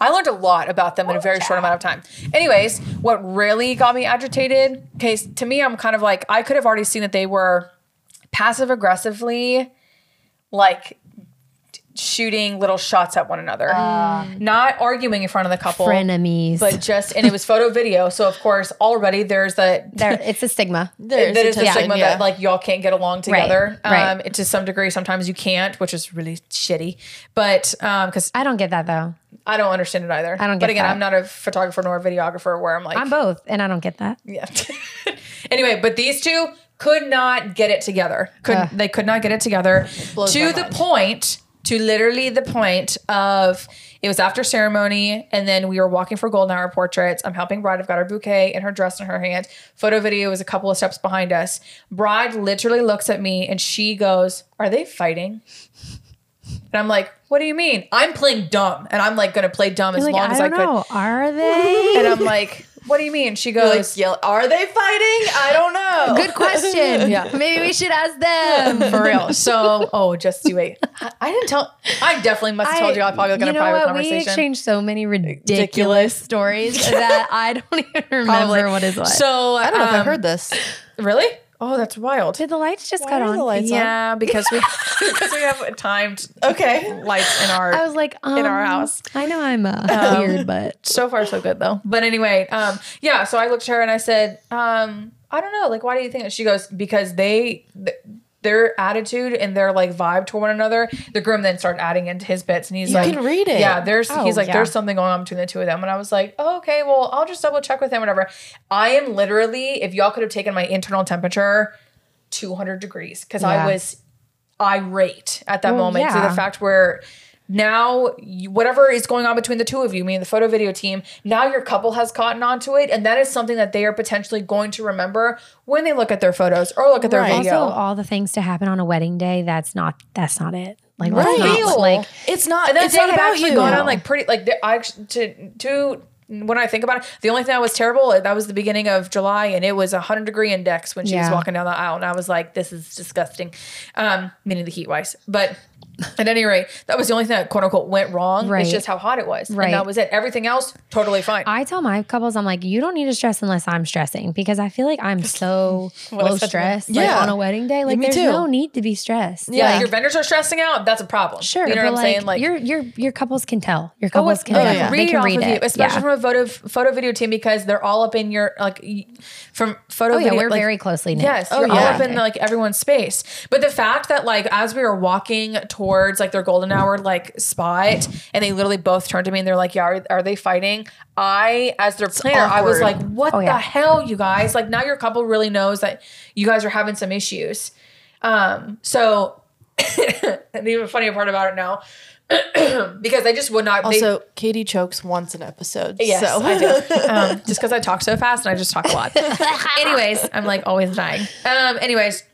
I learned a lot about them in a very short amount of time. Anyways, what really got me agitated, okay, to me, I'm kind of like, I could have already seen that they were passive aggressively like shooting little shots at one another, not arguing in front of the couple.
Frenemies.
But just and it was photo video, so of course already there's the
There- it's a stigma.
There's
that is the
attention,
stigma
yeah.
that like y'all can't get along together.
right.
Um, to some degree, sometimes you can't, which is really shitty. But um, because
I don't get that though.
I don't understand it either.
I don't
But
get
again,
that.
I'm not a photographer nor a videographer where I'm like,
I'm both, and I don't get that.
yeah. anyway, but these two could not get it together. Could
Ugh.
they could not get it together
blows my
to the
mind.
point to literally the point of it was after ceremony and then we were walking for golden hour portraits. I'm helping Bride. I've got her bouquet and her dress in her hand. Photo video is a couple of steps behind us. Bride literally looks at me and she goes, "Are they fighting?" And I'm like, "What do you mean? I'm playing dumb." And I'm like going to play dumb as
Like,
long
I
as I
don't
could.
know. Are they?
And I'm like, "What do you mean?" She goes, "Oh,
Like, yell, are they fighting? I don't know.
Good question.
Yeah.
Maybe we should ask them.
For real. So, oh, just you wait. I, I didn't tell. I definitely must have told you. I probably got in
you
a
know
private
what? We
conversation.
exchanged so many ridiculous,
Ridiculous.
stories that I don't even remember
Probably.
what is what.
So
I don't know if I
um,
heard this.
Really? Oh, that's wild.
Did the lights just
Why
cut
are
on?
the lights- It's
Yeah, because we because we have timed
Okay.
lights in our.
I was like, um,
our house. Um,
I know I'm uh, weird, but
so far, so good though. But anyway, um, yeah. So I looked at her and I said, um, I don't know. Like, why do you think? that? She goes because they. Th- their attitude and their like vibe toward one another. The groom then started adding into his bits, and he's
You
like,
can read it.
Yeah, there's
Oh,
he's like,
yeah.
there's something going on between the two of them. And I was like, oh, okay, well, I'll just double check with him, whatever. I am literally, if y'all could have taken my internal temperature, 200 degrees, because
Yeah.
I was irate at that
Well,
moment to
yeah.
the fact where now you, whatever is going on between the two of you, me and the photo video team, now your couple has gotten onto it, and that is something that they are potentially going to remember when they look at their photos or look at their
Right.
video.
also all the things to happen on a wedding day. That's not. That's not it. Like,
Right.
let's not,
Real.
like
It's not.
And then
It's not about you.
Going on like pretty like the- I actually to to when I think about it, the only thing that was terrible that was the beginning of July, and it was a hundred degree index when she was
Yeah.
walking down the aisle, and I was like, "This is disgusting," um, meaning the heat wise. But at any rate, that was the only thing that quote unquote went wrong.
Right.
It's just how hot it was,
Right.
and that was it. Everything else totally fine.
I tell my couples, I'm like, you don't need to stress unless I'm stressing because I feel like I'm so
I
low
said to
stress.
Yeah.
Like on a wedding day, like
me
there's
too.
no need to be stressed.
yeah,
Like,
if your vendors are stressing out. That's a problem.
Sure,
you know
but
what I'm
like,
saying? Like
your your your couples can tell. Your
Oh,
couples
it's-
can
oh,
tell.
yeah.
They can
off
read
of
it,
you, especially
yeah.
from a photo photo video team because they're all up in your like y- from photo.
Oh yeah,
video,
we're
like,
very closely knit.
Yes,
Oh,
you're all
yeah.
up in like everyone's space. But the fact that like as we were walking towards like their golden hour like spot, and they literally both turned to me and they're like, "Yeah, are, are they fighting?" I, as their planner, I was
awkward.
like, "What
Oh,
the
yeah.
hell, you guys? Like now your couple really knows that you guys are having some issues." Um, so and the even funnier part about it now, because they just would not. they-
Also, Katie chokes once an episode.
Yes,
so.
I do. Um, just because I talk so fast and I just talk a lot. anyways, I'm like always dying. Um, anyways,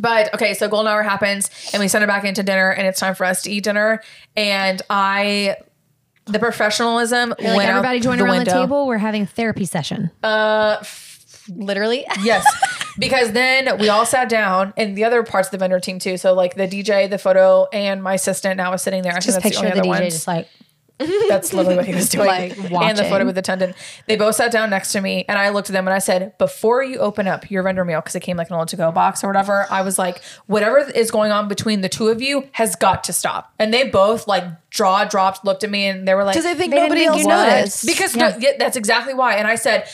but okay, so golden hour happens and we send her back into dinner and it's time for us to eat dinner. And I, the professionalism
You're like
went out
everybody join
the
around
window. Uh,
the table. We're having a therapy session. literally.
Yes. Because then we all sat down and the other parts of the vendor team too. So like the DJ, the photo, and my assistant now was sitting there. I
Just
think that's
picture
the only
the, DJ
other ones.
just like
That's literally what he was doing.
Like,
and the photo
watching.
with the attendant. They both sat down next to me, and I looked at them and I said, "Before you open up your vendor meal, because it came like an old to go box or whatever, I was like, whatever is going on between the two of you has got to stop." And they both like jaw dropped, looked at me, and they were like,
Because I think
They didn't
nobody
think
else
you noticed.
noticed.
because
Yeah.
no, yeah, that's exactly why. And I said,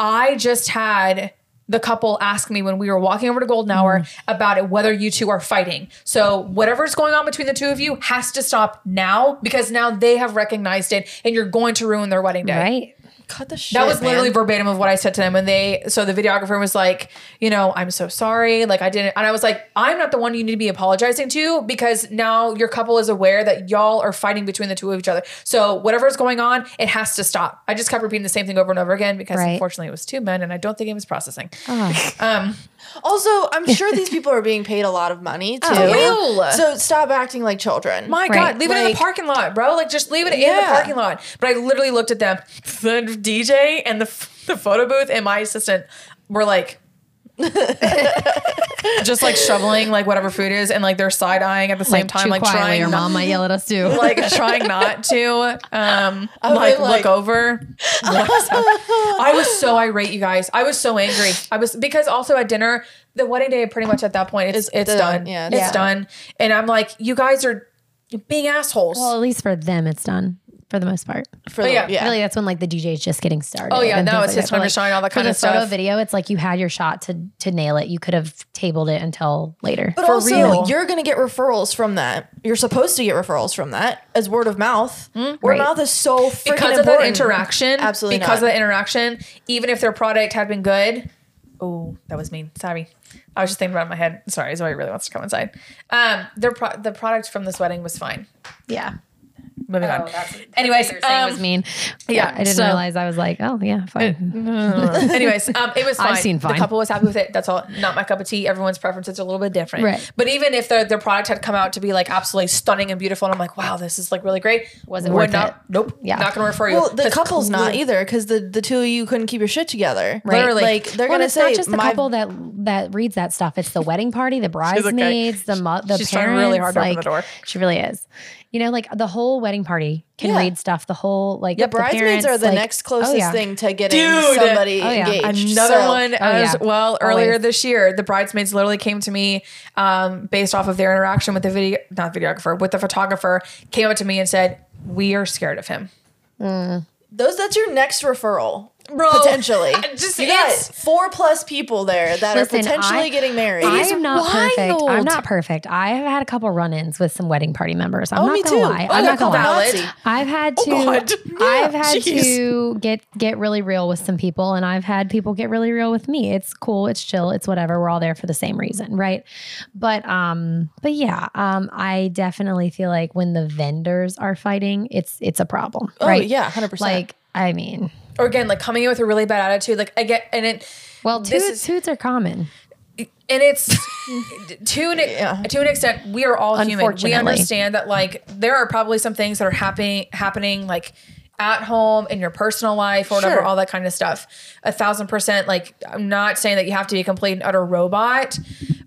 I just had the couple ask me when we were walking over to Golden Hour
Mm.
about it whether you two are fighting. So whatever's going on between the two of you has to stop now because now they have recognized it and you're going to ruin their wedding day.
right.
cut the shit.
That was literally
man.
verbatim of what I said to them. And they, so the videographer was like, you know, I'm so sorry. Like I didn't, and I was like, I'm not the one you need to be apologizing to because now your couple is aware that y'all are fighting between the two of each other. So whatever's going on, it has to stop. I just kept repeating the same thing over and over again because
Right.
unfortunately it was two men and I don't think it was processing.
Oh,
Also, I'm sure these people are being paid a lot of money too.
Oh, yeah.
So stop acting like children.
My
Right.
God, leave it in the
Like-
parking lot, bro. Like just leave it in the
Yeah.
parking lot. But I literally looked at them, the DJ and the, the photo booth and my assistant were like, just like shoveling like whatever food is and like they're side eyeing at the same time,
too
like
quietly,
trying
Your
not,
mom might yell at us too.
like trying not to um
would
like,
like-
look over. What's up? I was so irate, you guys. I was so angry. I was because also at dinner, the wedding day pretty much at that point it's it's,
It's done.
done.
Yeah,
it's
it's
done. And I'm like, you guys are being assholes.
well, at least for them, it's done for the most part.
For
Oh,
the-
yeah.
yeah.
Really, that's when like the DJ is just getting started.
Oh, yeah,
and
now
things
it's his
that. But,
time to shine, all that kind
for
of
the Photo
stuff.
video, it's like you had your shot to to nail it. You could have tabled it until later.
But
For
also,
real.
you're going to get referrals from that. You're supposed to get referrals from that as word of mouth. Word
Hmm? Right.
of mouth is so freaking
because of that
important.
interaction,
Absolutely
because
not.
of that interaction, even if their product had been good. Oh, that was mean. Sorry, I was just thinking about it in my head. Sorry, Zoe really wants to come inside. Um, their pro- the product from this wedding was fine.
yeah.
Moving
Oh.
on. Anyways,
was
um,
mean.
yeah,
Yeah, I didn't
so-
realize. I was like, oh yeah, fine.
anyways, um, it was fine.
I've seen
The
fine.
couple was happy with it. That's all. Not my cup of tea. Everyone's preferences are a little bit different.
Right.
But even if their their product had come out to be like absolutely stunning and beautiful, and I'm like, wow, this is like really great.
Was it
we're
worth
not,
it?
Nope.
Yeah.
Not gonna refer you.
Well, the
That's
couple's not
clear.
either because the, the two of you couldn't keep your shit together.
Right.
Literally.
Like, they're going
Well, and
to
it's
say,
not just the
my-
couple that that reads that stuff. It's the wedding party, the
okay.
bridesmaids, the mo- the
She's trying
parents.
really hard to open
like,
the door.
She really is. You know, like the whole wedding party can
Yeah.
read stuff. The whole like
the bridesmaids
parents,
are the
like-
next closest
oh, yeah.
thing to getting
Dude.
somebody
Oh, yeah.
engaged.
Another
So,
one as
oh, yeah.
well. Earlier
Always.
this year, the bridesmaids literally came to me um, based off of their interaction with the video, not videographer, with the photographer, came up to me and said, "We are scared of him."
Those that's your next referral.
Bro,
potentially.
I just-
you got
it's-
four plus people there that
Listen,
are potentially
I-
getting married.
I am not perfect.
wild.
I'm not perfect. I have had a couple run-ins with some wedding party members. I'm
oh,
not
me
gonna
too.
lie.
Oh,
I'm
they're
not gonna
called
lie.
valid.
Nazi.
I've had to
Oh, God. Yeah,
I've had
jeez.
to get get really real with some people and I've had people get really real with me. It's cool, it's chill, it's whatever. We're all there for the same reason, right? But um but yeah, um I definitely feel like when the vendors are fighting, it's it's a problem,
Oh
right?
yeah, hundred percent.
Like I mean,
Or again, like coming in with a really bad attitude. Like I get, and it,
well,
This
toots,
is-
toots are common.
and it's to an to an extent we are all human. We
Unfortunately.
understand that like there are probably some things that are happening happening like at home in your personal life or whatever,
Sure.
all that kind of stuff. A thousand percent. Like I'm not saying that you have to be a complete and utter robot,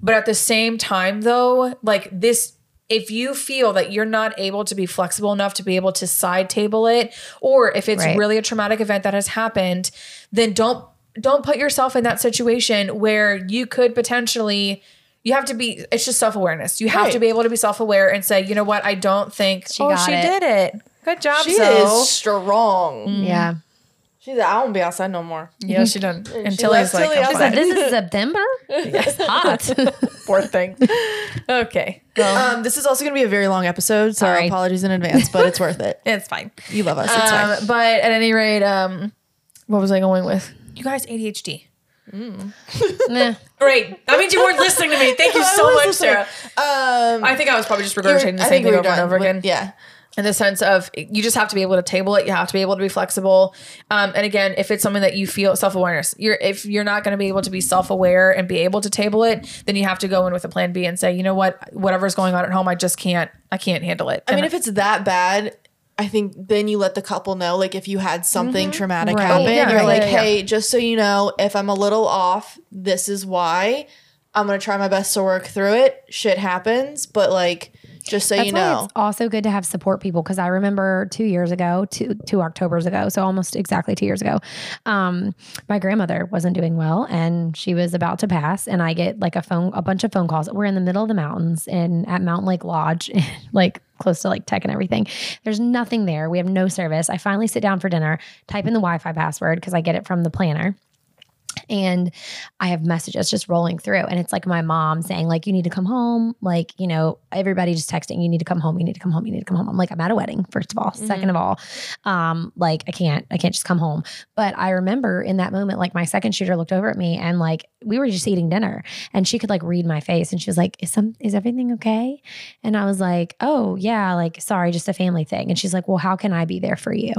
but at the same time though, like this. If you feel that you're not able to be flexible enough to be able to side table it, or if it's
Right.
really a traumatic event that has happened, then don't don't put yourself in that situation where you could potentially you have to be it's just self-awareness. You have
Right.
to be able to be self-aware and say, "You know what? I don't think she oh,
got
she
it."
did it. Good job,
she
Zoe."
is strong.
Mm-hmm.
Yeah.
She's like, I won't be outside no more.
Yeah, she done. And
left
Tilly's like,
Tilly
"I'm
outside.
fine."
This is September? It's hot.
fourth thing. Okay. Well,
Um, this is also going to be a very long episode, so
Sorry.
apologies in advance, but it's worth it.
it's fine.
You love us. It's fine.
Um, but at any rate, um, what was I going with? You guys, ADHD.
Meh.
Great. That means you weren't listening to me. Thank you
I
so
was
much,
listening.
Sarah.
Um,
I think I was probably just
you were-
regurgitating the
I
same
think we were
thing over and
done
over
with-
again.
Yeah.
in the sense of you just have to be able to table it you have to be able to be flexible um, and again if it's something that you feel self-awareness you're if you're not going to be able to be self-aware and be able to table it then you have to go in with a plan b and say you know what whatever's going on at home i just can't i can't handle it
I mean, if
And
it's that bad, I think then you let the couple know, like if you had something traumatic
Right.
happen,
Yeah,
you're
Mm-hmm. right,
like,
yeah, yeah.
hey, just so you know, if I'm a little off, this is why. I'm gonna try my best to work through it. Shit happens, but like, just so
That's
you
why
know,
it's also good to have support people because I remember two years ago, two two Octobers ago, so almost exactly two years ago, um, my grandmother wasn't doing well and she was about to pass, and I get like a phone, a bunch of phone calls. We're in the middle of the mountains and at Mountain Lake Lodge, like close to like tech and everything. There's nothing there. We have no service. I finally sit down for dinner, type in the Wi-Fi password because I get it from the planner and i have messages just rolling through and it's like my mom saying like you need to come home like you know everybody just texting you need to come home you need to come home you need to come home i'm like i'm at a wedding first of all second of all um like i can't i can't just come home but i remember in that moment like my second shooter looked over at me and like we were just eating dinner and she could like read my face and she was like is some is everything okay and i was like oh yeah like sorry just a family thing and she's like well how can i be there for you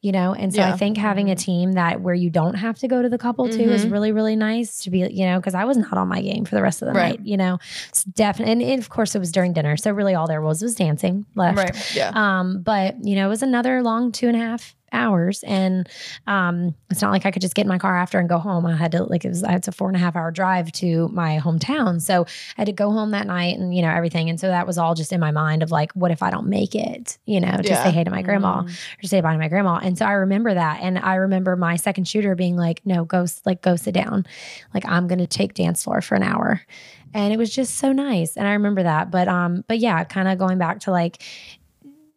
you know and so i
Yeah.
think having a team that where you don't have to go to the couple too is
Mhm.
really really nice to be you know because i was not on my game for the rest of the
Right.
night you know it's definitely and, and of course it was during dinner so really all there was was dancing left
right
yeah.
um, but you know, it was another long two and a half hours, and um, it's not like I could just get in my car after and go home. I had to like it was it's a four and a half hour drive to my hometown, so I had to go home that night, and you know everything. And so that was all just in my mind of like, what if I don't make it? You know, to
Yeah. Mm-hmm.
say hey to my grandma or say bye to my grandma. And so I remember that, and I remember my second shooter being like, no, go s- like go sit down, like I'm gonna take dance floor for an hour. And it was just so nice. And I remember that. But um, but yeah, kind of going back to like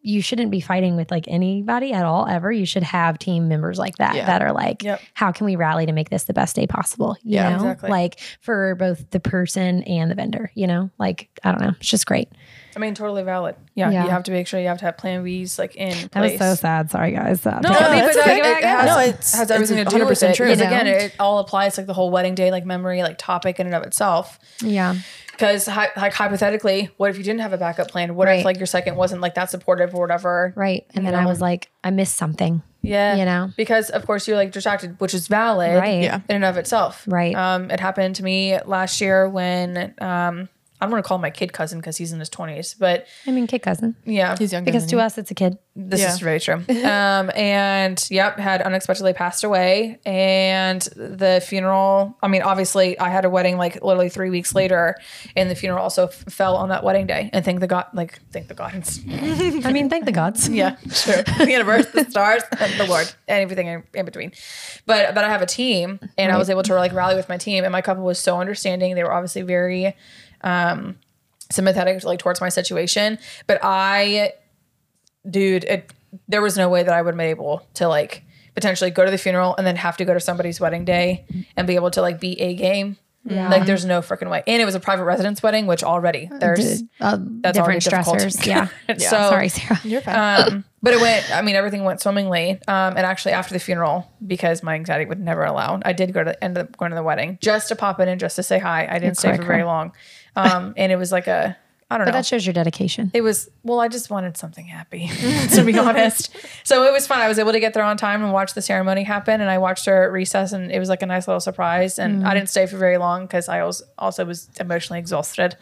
you shouldn't be fighting with like anybody at all ever. You should have team members like that
Yeah.
that are like,
Yep.
how can we rally to make this the best day possible? You
Yeah,
know,
exactly.
like for both the person and the vendor. You know, like I don't know, it's just great.
i mean totally valid yeah,
Yeah.
you have to make sure you have to have plan b's like in
That
place
was so sad. Sorry guys. That-
No,
No,
I mean,
that's
but
okay.
like,
It has-
no,
no,
it
it's-
has everything
it's
to do with it.
100% true.
Because
You know?
again, it all applies like the whole wedding day, like memory, like topic in and of itself.
yeah.
Because hi- like hypothetically, what if you didn't have a backup plan? What if
Right.
like your second wasn't like that supportive or whatever?
Right. And then I
Yeah.
was like, I missed something.
Yeah,
You know?
because of course you're like distracted, which is valid,
Right.
Yeah.
In and of itself,
Right.
Um, it happened to me last year when um, I'm gonna call my kid cousin because he's in his 20s, but
I mean, kid cousin.
yeah,
He's younger
Because
than
to
you.
us, it's a kid.
this is very true. Um, and yep, had unexpectedly passed away, and the funeral. I mean, obviously, I had a wedding like literally three weeks later, and the funeral also f- fell on that wedding day. And thank the God, like thank the gods.
I mean, thank the gods.
Yeah, sure. the universe, the stars, and the Lord, and everything in, in between. But but I have a team, and I was able to like rally with my team, and my couple was so understanding. They were obviously very um, sympathetic like towards my situation. But I, dude, it, there was no way that I would have been able to like potentially go to the funeral and then have to go to somebody's wedding day and be able to like be a game.
Yeah.
Like there's no freaking way. And it was a private residence wedding, which already there's
Uh,
that's already
different
difficult.
stressors. Yeah.
Yeah.
So
So-
sorry, Sarah.
You're fine.
um, but it went. I mean, everything went swimmingly. Um, and actually, after the funeral, because my anxiety would never allow, I did go to end up going to the wedding just to pop in and just to say hi. I didn't stay for
quicker.
very long, um, and it was like a I don't
But
know.
that shows your dedication.
it was well. I just wanted something happy, to be honest. So it was fun. I was able to get there on time and watch the ceremony happen. And I watched her at recess, and it was like a nice little surprise. And I didn't stay for very long because I was also was emotionally exhausted.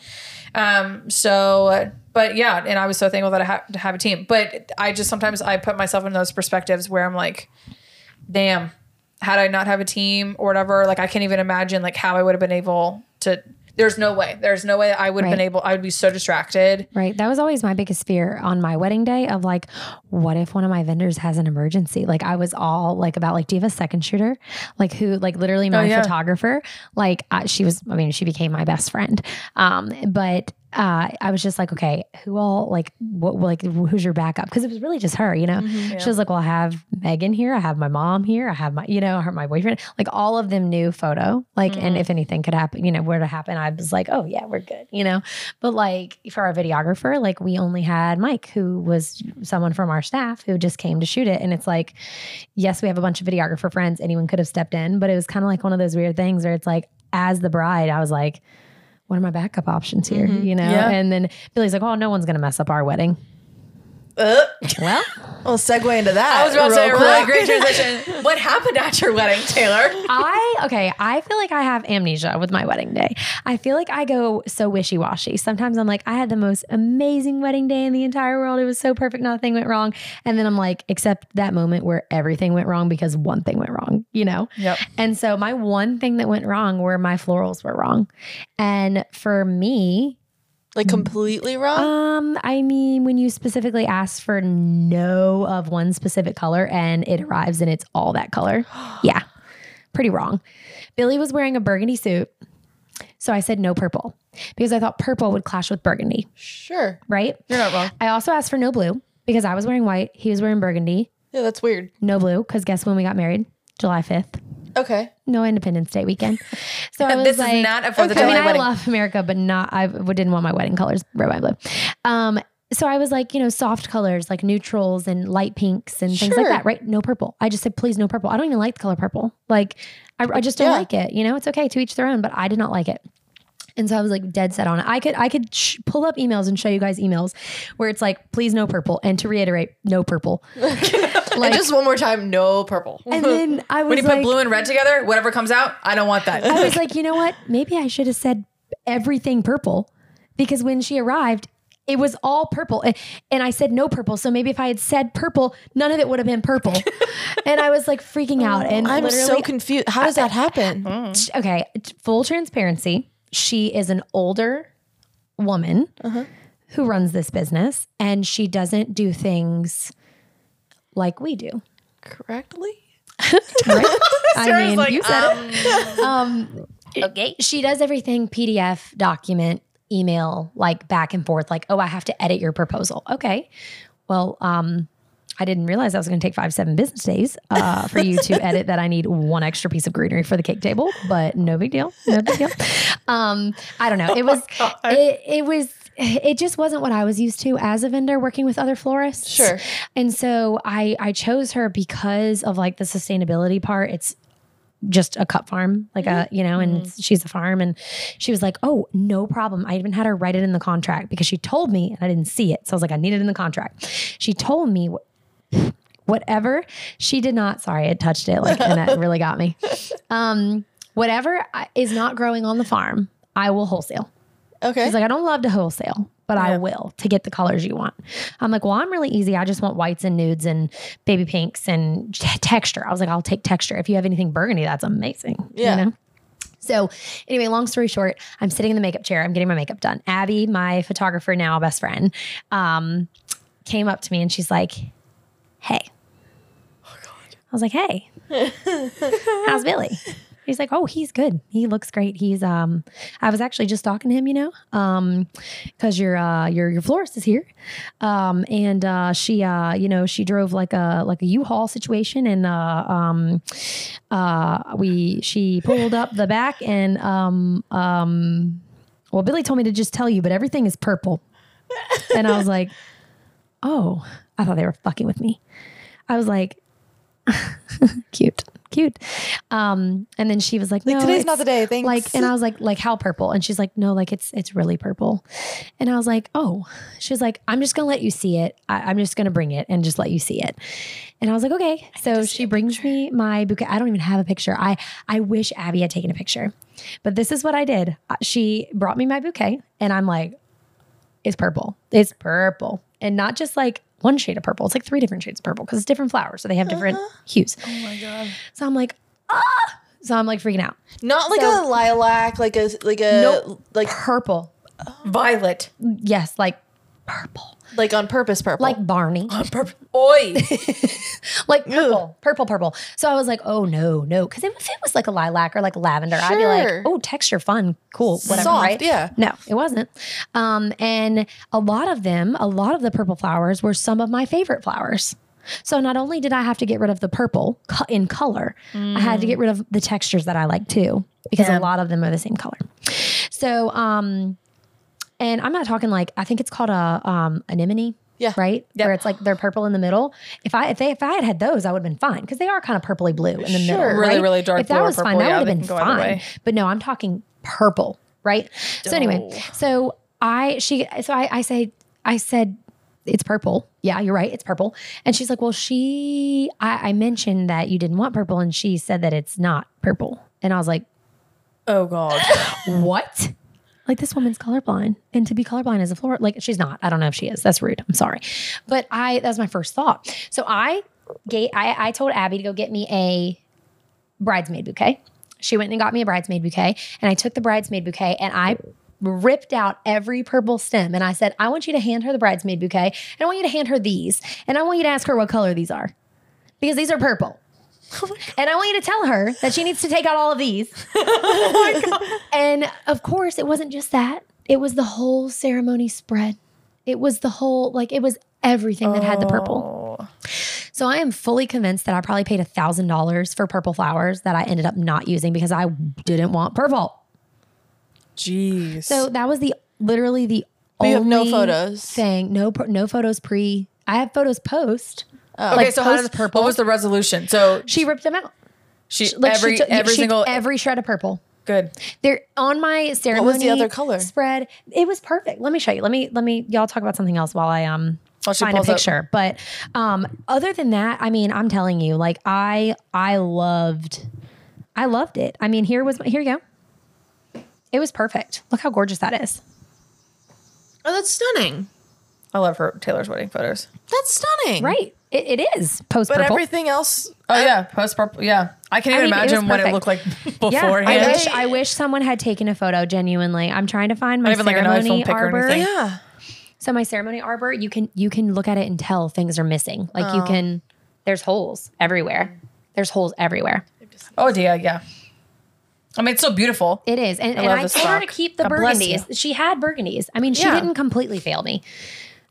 Um, so, but yeah, and I was so thankful that I had to have a team. But I just sometimes I put myself in those perspectives where I'm like, damn, had I not have a team or whatever, like I can't even imagine like how I would have been able to. There's no way. There's no way I would have
Right.
been able. I would be so distracted.
Right. That was always my biggest fear on my wedding day of like, what if one of my vendors has an emergency? Like I was all like about like, do you have a second shooter? Like who, like literally my
yeah.
uh, photographer, like I, she was, I mean, she became my best friend. Um, but uh, I was just like, okay, who all like what like who's your backup? Because it was really just her, you know. She was like, well, I have Megan here, I have my mom here, I have my you know her my boyfriend, like all of them knew photo, like, and if anything could happen, you know, were to happen, I was like, oh yeah, we're good, you know. But like for our videographer, like we only had Mike, who was someone from our staff who just came to shoot it, and it's like, yes, we have a bunch of videographer friends, anyone could have stepped in, but it was kind of like one of those weird things where it's like, as the bride, I was like what are my backup options here? You know?
Yeah.
And then Billy's like, oh, no one's going to mess up our wedding.
Uh,
Well,
we'll segue into that.
I was about to say a
real
really
quick.
great transition. what happened at your wedding, Taylor?
I, okay, I feel like I have amnesia with my wedding day. I feel like I go so wishy washy. Sometimes I'm like, I had the most amazing wedding day in the entire world. It was so perfect. Nothing went wrong. And then I'm like, except that moment where everything went wrong because one thing went wrong, you know?
Yep.
And so my one thing that went wrong were my florals were wrong. And for me,
Like completely wrong.
Um, I mean, when you specifically ask for no of one specific color and it arrives and it's all that color, yeah, pretty wrong. Billy was wearing a burgundy suit, so I said no purple because I thought purple would clash with burgundy,
sure.
right?
You're not wrong.
I also asked for no blue because I was wearing white, he was wearing burgundy,
Yeah, that's weird.
no blue because guess when we got married? July 5th.
Okay.
No Independence Day weekend. So I was
This
like,
is not a Fourth of
I
July
mean,
wedding.
I love America, but not I w- didn't want my wedding colors red, white, blue. Um, so I was like, you know, soft colors like neutrals and light pinks and things like
Sure.
that, right? No purple. I just said, please, no purple. I don't even like the color purple. Like, I, I just don't
Yeah.
like it. You know, it's okay to each their own, but I did not like it. And so I was like dead set on it. I could I could sh- pull up emails and show you guys emails where it's like, please no purple, and to reiterate, no purple.
and just one more time, no purple.
And then I was
When you
like,
put blue and red together, whatever comes out, I don't want that.
I was like, you know what? Maybe I should have said everything purple because when she arrived, it was all purple. A- And I said no purple. So maybe if I had said purple, none of it would have been purple. and I was like freaking out. And
Oh, I'm so
literally,
confused. How does that happen?
okay, t- full transparency. She is an older woman
Uh-huh.
who runs this business and she doesn't do things like we do.
Correctly?
Right? I mean, you said it. Um, okay. She does everything PDF, document, email, like back and forth. Like, oh, I have to edit your proposal. Okay. Well, um, I didn't realize that was going to take five, seven business days uh, for you to edit that. I need one extra piece of greenery for the cake table, but no big deal. No big deal. Um, I don't know. It was, it, it was, it just wasn't what I was used to as a vendor working with other florists.
Sure.
And so I I chose her because of like the sustainability part. It's just a cut farm, like a you know, and she's a farm, and she was like, "Oh, no problem." I even had her write it in the contract because she told me, and I didn't see it, so I was like, "I need it in the contract." She told me wh- whatever she did not. Sorry, it touched it like, and it really got me. Um, whatever I- is not growing on the farm, I will wholesale.
Okay.
She's like, I don't love to wholesale, but I will to get the colors you want. I'm like, well, I'm really easy. I just want whites and nudes and baby pinks and t- texture. I was like, I'll take texture. If you have anything burgundy, that's amazing.
Yeah.
You know? So, anyway, long story short, I'm sitting in the makeup chair. I'm getting my makeup done. Abby, my photographer now, best friend, um, came up to me and she's like, "Hey." I was like, "Hey, how's Billy?" He's like, "Oh, he's good. He looks great. He's um, I was actually just talking to him, you know, um, because your uh your your florist is here, um, and uh, she uh, you know, she drove like a like a U-Haul situation, and uh, um, uh, we she pulled up the back, and um, um, well, Billy told me to just tell you, but everything is purple, and I was like, oh, I thought they were fucking with me. I was like, cute, cute. Um, and then she was like,
like
no,
today's
it's-
not the day. Thanks.
like, and I was like, like how purple? And she's like, no, like it's it's really purple. And I was like, oh. She was like, I'm just gonna let you see it. I, I'm just gonna bring it and just let you see it. And I was like, okay. So she brings me my bouquet. I don't even have a picture. I I wish Abby had taken a picture, but this is what I did. Uh, She brought me my bouquet, and I'm like, it's purple. It's purple, and not just like one shade of purple. It's like three different shades of purple because it's different flowers, so they have different hues. Oh my god. So I'm like, ah. So I'm like freaking out.
not like
so-
a lilac, like a like a
Nope.
like
Purple.
Violet.
yes, like purple,
Like on purpose, purple.
like Barney,
Oi.
like purple, purple, purple. So I was like, oh no, no, because if it was like a lilac or like lavender, I'd be like,
Sure.
oh, texture, fun, cool, whatever,
Soft,
right?
yeah.
No, it wasn't. Um, and a lot of them, a lot of the purple flowers were some of my favorite flowers. So not only did I have to get rid of the purple co- in color, I had to get
Mm.
rid of the textures that I like too, because a lot of them are the same color. So, um, and I'm not talking like I think it's called a um, anemone.
Yeah.
Right. Where it's like they're purple in the middle. If I if they if I had had those, I would have been fine because they are kind of purpley blue in the middle.
Sure.
Right?
Really, really dark
If that
blue or
was fine,
purple,
that
yeah,
would
they
have
can
been
go either
fine.
way.
But no, I'm talking purple. Right. So anyway, so I she so I I say I said it's purple. Yeah, you're right. It's purple. And she's like, well, she I, I mentioned that you didn't want purple, and she said that it's not purple. And I was like,
Oh God.
what? Like this woman's colorblind, and to be colorblind is a floor. Like she's not. I don't know if she is. That's rude. I'm sorry, but I that was my first thought. So I gave. I, I told Abby to go get me a bridesmaid bouquet. She went and got me a bridesmaid bouquet, and I took the bridesmaid bouquet and I ripped out every purple stem, and I said, I want you to hand her the bridesmaid bouquet, and I want you to hand her these, and I want you to ask her what color these are, because these are purple. And I want you to tell her that she needs to take out all of these. And of course, it wasn't just that. It was the whole ceremony spread. It was the whole, like, it was everything that had the purple. So I am fully convinced that I probably paid $1,000 for purple flowers that I ended up not using because I didn't want purple.
Jeez.
So that was the literally the
But you have no
only
photos.
thing. No, pr- no photos pre. I have photos post.
Oh. okay,
like
so how did,
post purple.
what was the resolution? So
She ripped them out.
she,
Like
every
she took,
every
she-
single
every shred of purple.
good.
They're on my ceremony.
other color?
spread? It was perfect. Let me show you. Let me let me y'all talk about something else while I um
While Oh, she
find a
pulls up.
picture. But um, other than that, I mean, I'm telling you, like I I loved, I loved it. I mean, here was my, here you go. It was perfect. Look how gorgeous that is.
Oh, that's stunning.
I love her Taylor's wedding photos.
That's stunning.
Right. It, it is post
but
purple.
everything else,
Oh yeah, post purple. Yeah, I can't
I
even
mean, it was
imagine what it
perfect.
looked like
Yeah,
beforehand.
I wish I wish someone had taken a photo. Genuinely, I'm trying to find my
even, like, an
ceremony
iPhone pic or
arbor.
anything.
yeah.
So my ceremony arbor, you can you can look at it and tell things are missing. Like
Oh.
you can there's holes everywhere. There's holes everywhere.
oh dear, yeah. I mean, it's so beautiful.
It is. And, I, and
love
I
this
told her to
rock.
keep the
God bless
burgundies. She had burgundies. I mean, she
Yeah.
didn't completely fail me.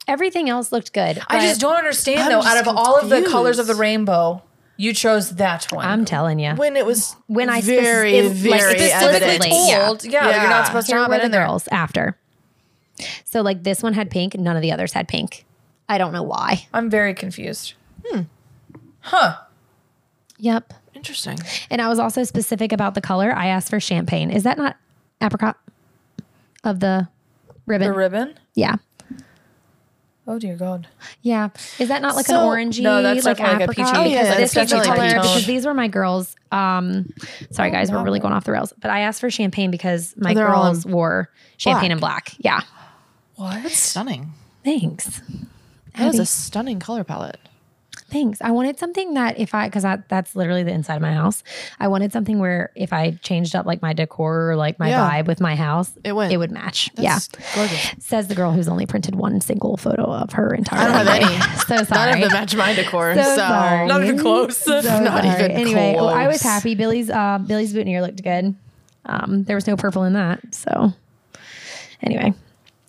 Everything else looked good.
I
but
just don't understand
I'm
though.
just
Out of all of the colors of the
confused.
rainbow, you chose that one.
I'm telling you.
When it was
When I spec-
very
it- like,
very
specifically
evident.
told-
Yeah.
old. Yeah, like, you're not
Yeah.
supposed to
Here
have
were
it
the
in there.
girls after. So like this one had pink, none of the others had pink. I don't know why.
I'm very confused. Hmm. Huh.
Yep.
Interesting.
And I was also specific about the color. I asked for champagne. Is that not apricot of the ribbon?
The ribbon.
yeah.
Oh dear God.
Yeah. Is that not like
So-
an orangey?
No, that's
like,
definitely like a
apricot?
Oh,
peachy-
yeah,
because
that's
this was the
definitely
color.
peach.
Because these were my girls. Um, sorry guys, we're really going off the rails. But I asked for champagne because my
They're all in
girls wore champagne and black. Yeah.
What?
Stunning.
Thanks.
That is
Abby.
a stunning color palette.
Thanks. I wanted something that if I, because that's literally the inside of my house. I wanted something where if I changed up like my decor or like my
Yeah.
vibe with my house,
It went.
it would match. yeah.
That's Gorgeous.
Says the girl who's only printed one single photo of her entire. I
don't have
so sorry.
None of them match my decor. So,
sorry.
Not even close.
So
Not
sorry.
even
anyway, well, I was
close.
happy. Billy's uh, Billy's boutonniere looked good. Um, there was no purple in that. So anyway,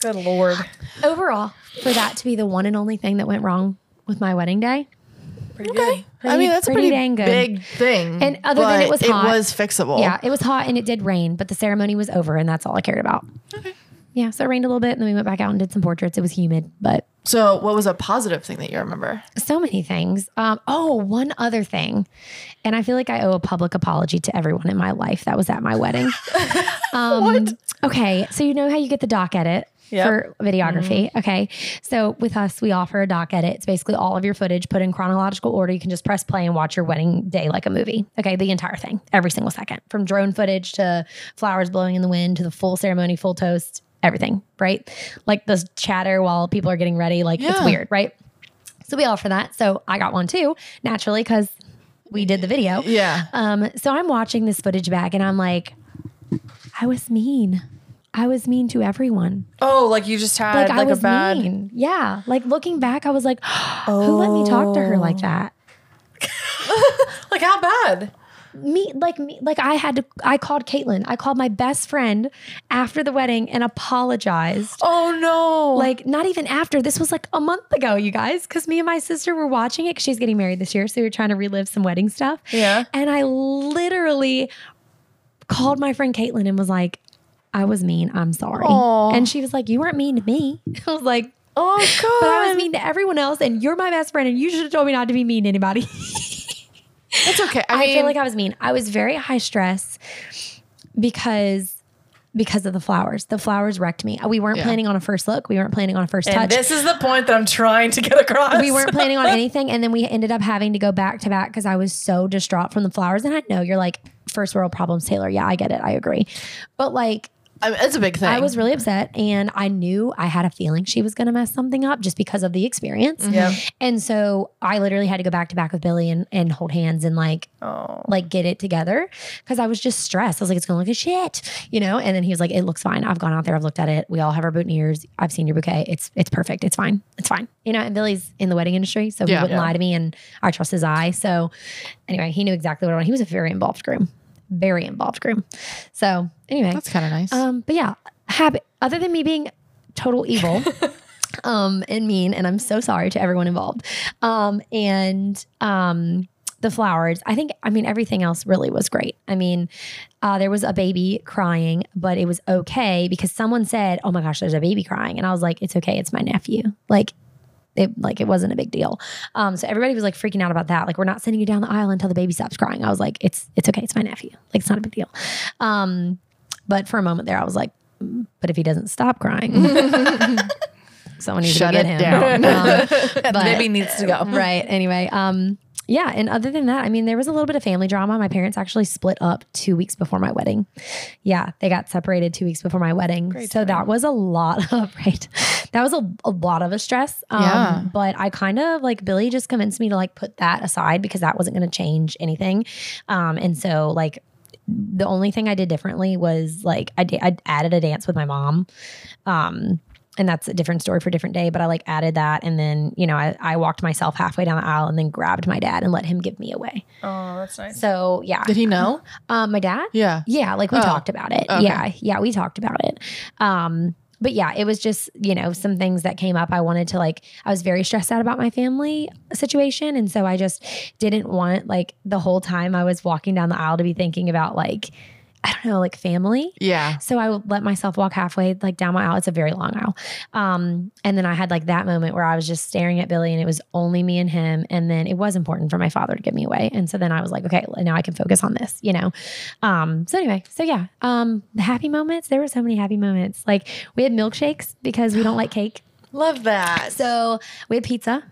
Good Lord.
overall, for that to be the one and only thing that went wrong with my wedding day,
Okay. I
Pretty-
mean, that's
pretty
a pretty
dang good.
Big thing.
And other than it
but
was hot.
It was fixable.
yeah, it was hot and it did rain, but the ceremony was over, and that's all I cared about. Yeah, so it rained a little bit, and then we went back out and did some portraits. It was humid, but
So what was a positive thing that you remember?
so many things. Um, oh, one other thing, and I feel like I owe a public apology to everyone in my life that was at my wedding. Um, Okay, so you know how you get the doc edit
Yep.
for videography. Okay, so with us, we offer a doc edit. It's basically all of your footage put in chronological order. You can just press play and watch your wedding day like a movie. Okay, the entire thing, every single second, from drone footage to flowers blowing in the wind to the full ceremony, full toast, everything. Right, like this chatter while people are getting ready. Like it's
Yeah.
weird, right? So we offer that. So I got one too, naturally, because we did the video.
Yeah.
Um, so I'm watching this footage back and I'm like, I was mean. I was mean to everyone.
Oh, like you just had
Like,
like,
I was
a bad.
mean. Yeah. Like looking back, I was like, who let me talk to her like that?
Like how bad?
me like me like I had to I called Caitlin. I called my best friend after the wedding and apologized.
Oh no!
Like not even after. This was like a month ago, you guys, because me and my sister were watching it. 'cause She's getting married this year, so we were trying to relive some wedding stuff.
Yeah.
And I literally called my friend Caitlin and was like, "I was mean. I'm sorry."
Aw.
And she was like, "You weren't mean to me." I was like.
oh god!
But I was mean to everyone else, and you're my best friend, and you should have told me not to be mean to anybody.
It's okay. I,
I,
mean,
feel like I was mean. I was very high stress because because of the flowers. The flowers wrecked me. We weren't
Yeah.
planning on a first look. We weren't planning on a first
and
touch.
this is the point that I'm trying to get across.
we weren't planning on anything, and then we ended up having to go back to back because I was so distraught from the flowers. And I know you're like first world problems, Taylor. Yeah, I get it. I agree. But like,
I mean, it's a big thing.
I was really upset, and I knew I had a feeling she was going to mess something up just because of the experience.
Yeah.
And so I literally had to go back to back with Billy and and hold hands and like
Oh.
like get it together because I was just stressed. I was like, it's gonna look like shit, you know. And then he was like, it looks fine. I've gone out there, I've looked at it. We all have our boutonnieres. I've seen your bouquet. It's it's perfect. It's fine. It's fine. You know. And Billy's in the wedding industry, so he
Yeah.
wouldn't
Yeah.
lie to me, and I trust his eye. So anyway, he knew exactly what I wanted. He was a very involved groom, very involved groom. So anyway,
That's kind of nice.
um, but yeah, habit. Other than me being total evil, um, and mean, and I'm so sorry to everyone involved. Um, and um, the flowers. I think. I mean, everything else really was great. I mean, uh, there was a baby crying, but it was okay because someone said, "Oh my gosh, there's a baby crying," and I was like, "It's okay. It's my nephew." Like. It, like it wasn't a big deal, um, so everybody was like freaking out about that. Like we're not sending you down the aisle until the baby stops crying. I was like, it's it's okay, it's my nephew. Like it's not a big deal. Um, but for a moment there, I was like, "Mm, but if he doesn't stop crying, someone needs
Shut
to go get
it
him.
down.
Um,
the
but-
baby needs to go.
right. Anyway, um, yeah. And other than that, I mean, there was a little bit of family drama. My parents actually split up two weeks before my wedding. Yeah, they got separated two weeks before my wedding. so that was a lot of right. That was a, a lot of a stress. Um,
Yeah.
But I kind of like Billy just convinced me to like put that aside because that wasn't going to change anything. Um, and so like. The only thing I did differently was like I, da- I added a dance with my mom um and that's a different story for a different day but i like added that and then you know I, I walked myself halfway down the aisle and then grabbed my dad and let him give me away
Oh, that's nice.
so yeah
Did he know?
um my dad
Yeah.
yeah like we
Oh,
talked about it
okay.
yeah yeah we talked about it um but yeah it was just you know some things that came up i wanted to like i was very stressed out about my family situation and so i just didn't want like the whole time i was walking down the aisle to be thinking about like i don't know like family
Yeah.
so I would let myself walk halfway, like down my aisle. It's a very long aisle. Um, and then I had like that moment where I was just staring at Billy and it was only me and him. And then it was important for my father to give me away. And so then I was like, okay, now I can focus on this, you know? Um, so anyway, so yeah, um, the happy moments, there were so many happy moments. Like we had milkshakes because we don't like cake.
Love that.
So we had pizza.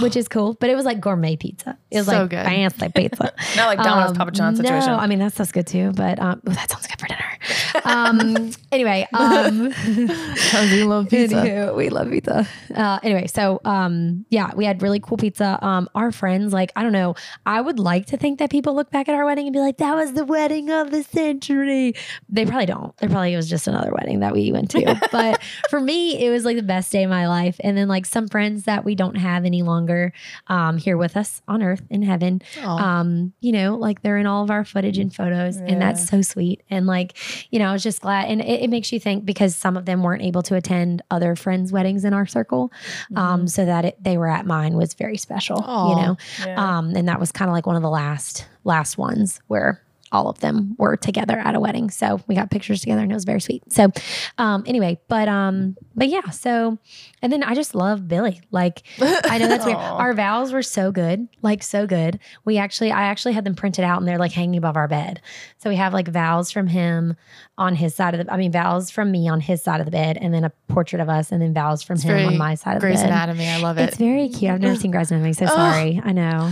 Which is cool, but it was like gourmet pizza. It was
Oh. So
like
good.
fancy pizza.
Not like Domino's
Um,
Papa John's situation.
No, I mean that sounds good too, but um, ooh, that sounds good for dinner. Um, anyway, um,
Because you love pizza.
anywho, we love pizza. Uh, anyway, so um, yeah, we had really cool pizza. Um, our friends, like I don't know, I would like to think that people look back at our wedding and be like, "That was the wedding of the century." They probably don't. They probably it was just another wedding that we went to. but for me, it was like the best day of my life. And then like some friends that we don't have any longer um, here with us on Earth in heaven
Aw.
um, you know, like they're in all of our footage and photos, and that's so sweet. And like, you know, I was just glad, and it, it makes you think because some of them weren't able to attend other friends' weddings in our circle, um, so that it, they were at mine was very special,
Aw.
you know.
Yeah.
Um, and that was kind of like one of the last last ones where all of them were together at a wedding. So we got pictures together and it was very sweet. So um anyway, but um but yeah, so and then I just love Billy. Like I know that's weird.
Aw.
Our vows were so good, like so good. We actually I actually had them printed out and they're like hanging above our bed. So we have like vows from him on his side of the I mean vows from me on his side of the bed and then a portrait of us and then vows from
It's
him on
very
my side of
Grey's
the bed.
Anatomy. I love
It's
it.
very cute. I've never seen Grey's Anatomy. So
Ugh.
sorry. I know.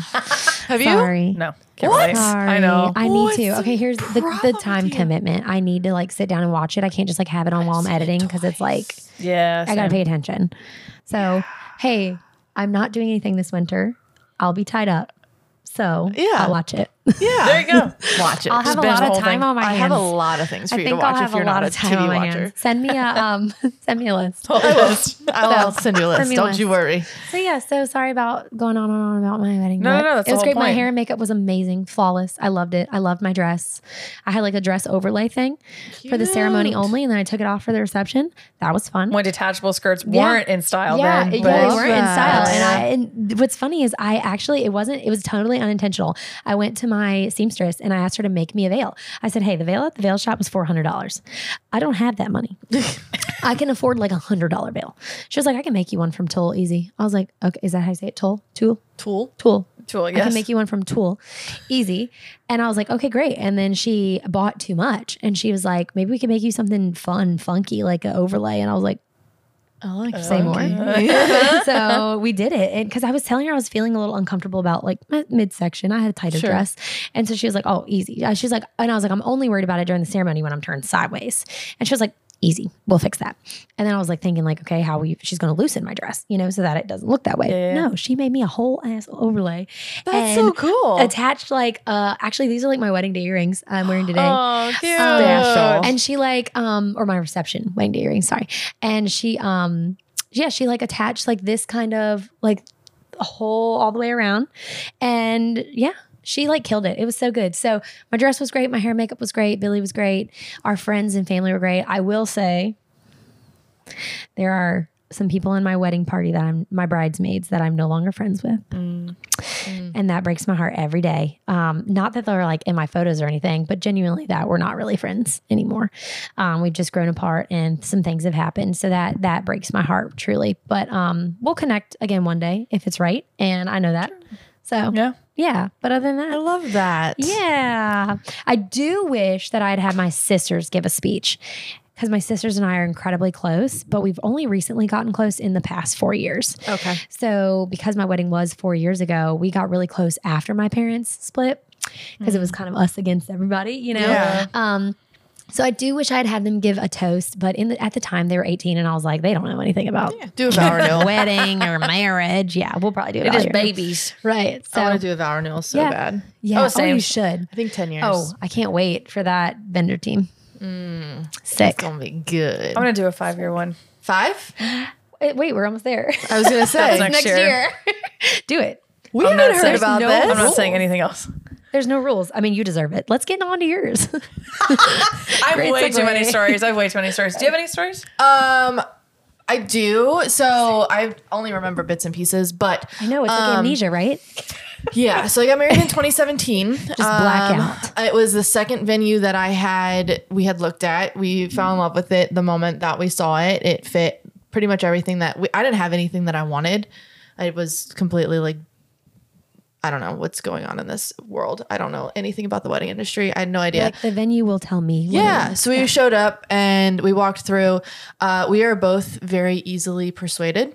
Have you?
Sorry.
no. Can't
What?
relate.
Sorry.
I know.
I need
What's
to.
the
Okay, here's the, the
problem
time
with you?
commitment. I need to like sit down and watch it. I can't just like have it on while I'm editing because it's like
Yeah.
I gotta
same.
pay attention. So, hey, I'm not doing anything this winter. I'll be tied up. So
Yeah.
I'll watch it.
Yeah.
There you go.
Watch it.
I'll have
Just
a
binge
lot
the
of
whole
time
thing.
on my
I
hands.
have a lot of things for
I
you to
think I'll
watch if
have a
you're not
lot
a
of time
TV
on my
watcher.
hands. Send me a um, send me a list.
I will. I will
So,
Oh, send you a
send
list.
me a
Don't
list.
you worry.
So yeah, so sorry about going on and on about my wedding.
No, no,
but
no, that's
it
the
was
whole
great. My
point.
hair and makeup was amazing, flawless. I loved it. I loved my dress. I had like a dress overlay thing for the ceremony
Cute.
only, and then I took it off for the reception. That was fun.
When detachable skirts
Yeah.
weren't in style
yeah,
then.
it-
but-
yeah, they
Love
weren't in style.
that.
And I and what's funny is I actually it wasn't it was totally unintentional. I went to my seamstress and I asked her to make me a veil. I said, "Hey, the veil at the veil shop was four hundred dollars. I don't have that money. I can afford like a hundred dollar veil." She was like, "I can make you one from Tool Easy." I was like, "Okay, is that how you say it? Tool, Tool,
Tool.
Tool."
Tool,
I
yes.
can make you one from Tool, easy. And I was like, okay, great. And then she bought too much, and she was like, maybe we can make you something fun, funky, like an overlay. And I was like,
I Oh, like
say more. Uh, so we did it. And because I was telling her I was feeling a little uncomfortable about like my midsection. I had a tighter
Sure.
dress. And so she was like, oh, easy. Uh, She's like, and I was like, I'm only worried about it during the ceremony when I'm turned sideways. And she was like, easy, we'll fix that. And then I was like thinking like, okay, how we, she's going to loosen my dress, you know, so that it doesn't look that way. No, she made me a whole ass overlay.
That's so
and
cool.
Attached like, uh, actually these are like my wedding day earrings I'm wearing today.
Oh, cute.
Special.
And she like um or my reception wedding day earrings, sorry. And she um yeah, she like attached like this kind of like a hole all the way around. And yeah, she like killed it. It was so good. So my dress was great, my hair and makeup was great, Billy was great, our friends and family were great. I will say there are some people in my wedding party that I'm my bridesmaids that I'm no longer friends with.
Mm.
Mm. And that breaks my heart every day. Um, not that they're like in my photos or anything, but genuinely that we're not really friends anymore. Um, we've just grown apart and some things have happened. So that that breaks my heart truly. But um, we'll connect again one day if it's right. And I know that. So
Yeah.
yeah. But other than
I
that,
love that.
yeah. I do wish that I'd had my sisters give a speech because my sisters and I are incredibly close, but we've only recently gotten close in the past four years.
Okay.
So, because my wedding was four years ago, we got really close after my parents split because it was kind of us against everybody, you know?
Yeah.
Um, so I do wish I'd had them give a toast, but in the, at the time they were 18 and I was like, they don't know anything about
Do a vow renewal.
uh, wedding or marriage. Yeah, we'll probably do it.
It is babies.
Right.
I
So
want to do a vow renewal so
Yeah.
bad.
yeah,
Oh,
oh,
same.
you should.
I think ten years.
Oh, I can't wait for that vendor team.
it's
Sick.
gonna be good.
I'm going to do a five year one.
Five?
Wait, Eh, wait, we're almost there.
I was gonna say
Next year.
do it.
we
I'm
haven't
not
heard
saying-
about
no-
this.
I'm not saying anything else.
There's no rules. I mean, you deserve it. Let's get on to yours.
I have
Great
way too many
segue.
stories. I have way too many stories. Do you have any stories?
Um, I do. So I only remember bits and pieces, but
I know it's like
Um,
amnesia, right?
yeah. So I got married in 2017. Just
blackout.
It was the second venue that I had we had looked at. We fell in love with it the moment that we saw it. It fit pretty much everything that we. I didn't have anything that I wanted. I was completely like I don't know what's going on in this world. I don't know anything about the wedding industry. I had no idea.
Like the venue will tell me. when
Yeah. So we showed up and we walked through. Uh, we are both very easily persuaded.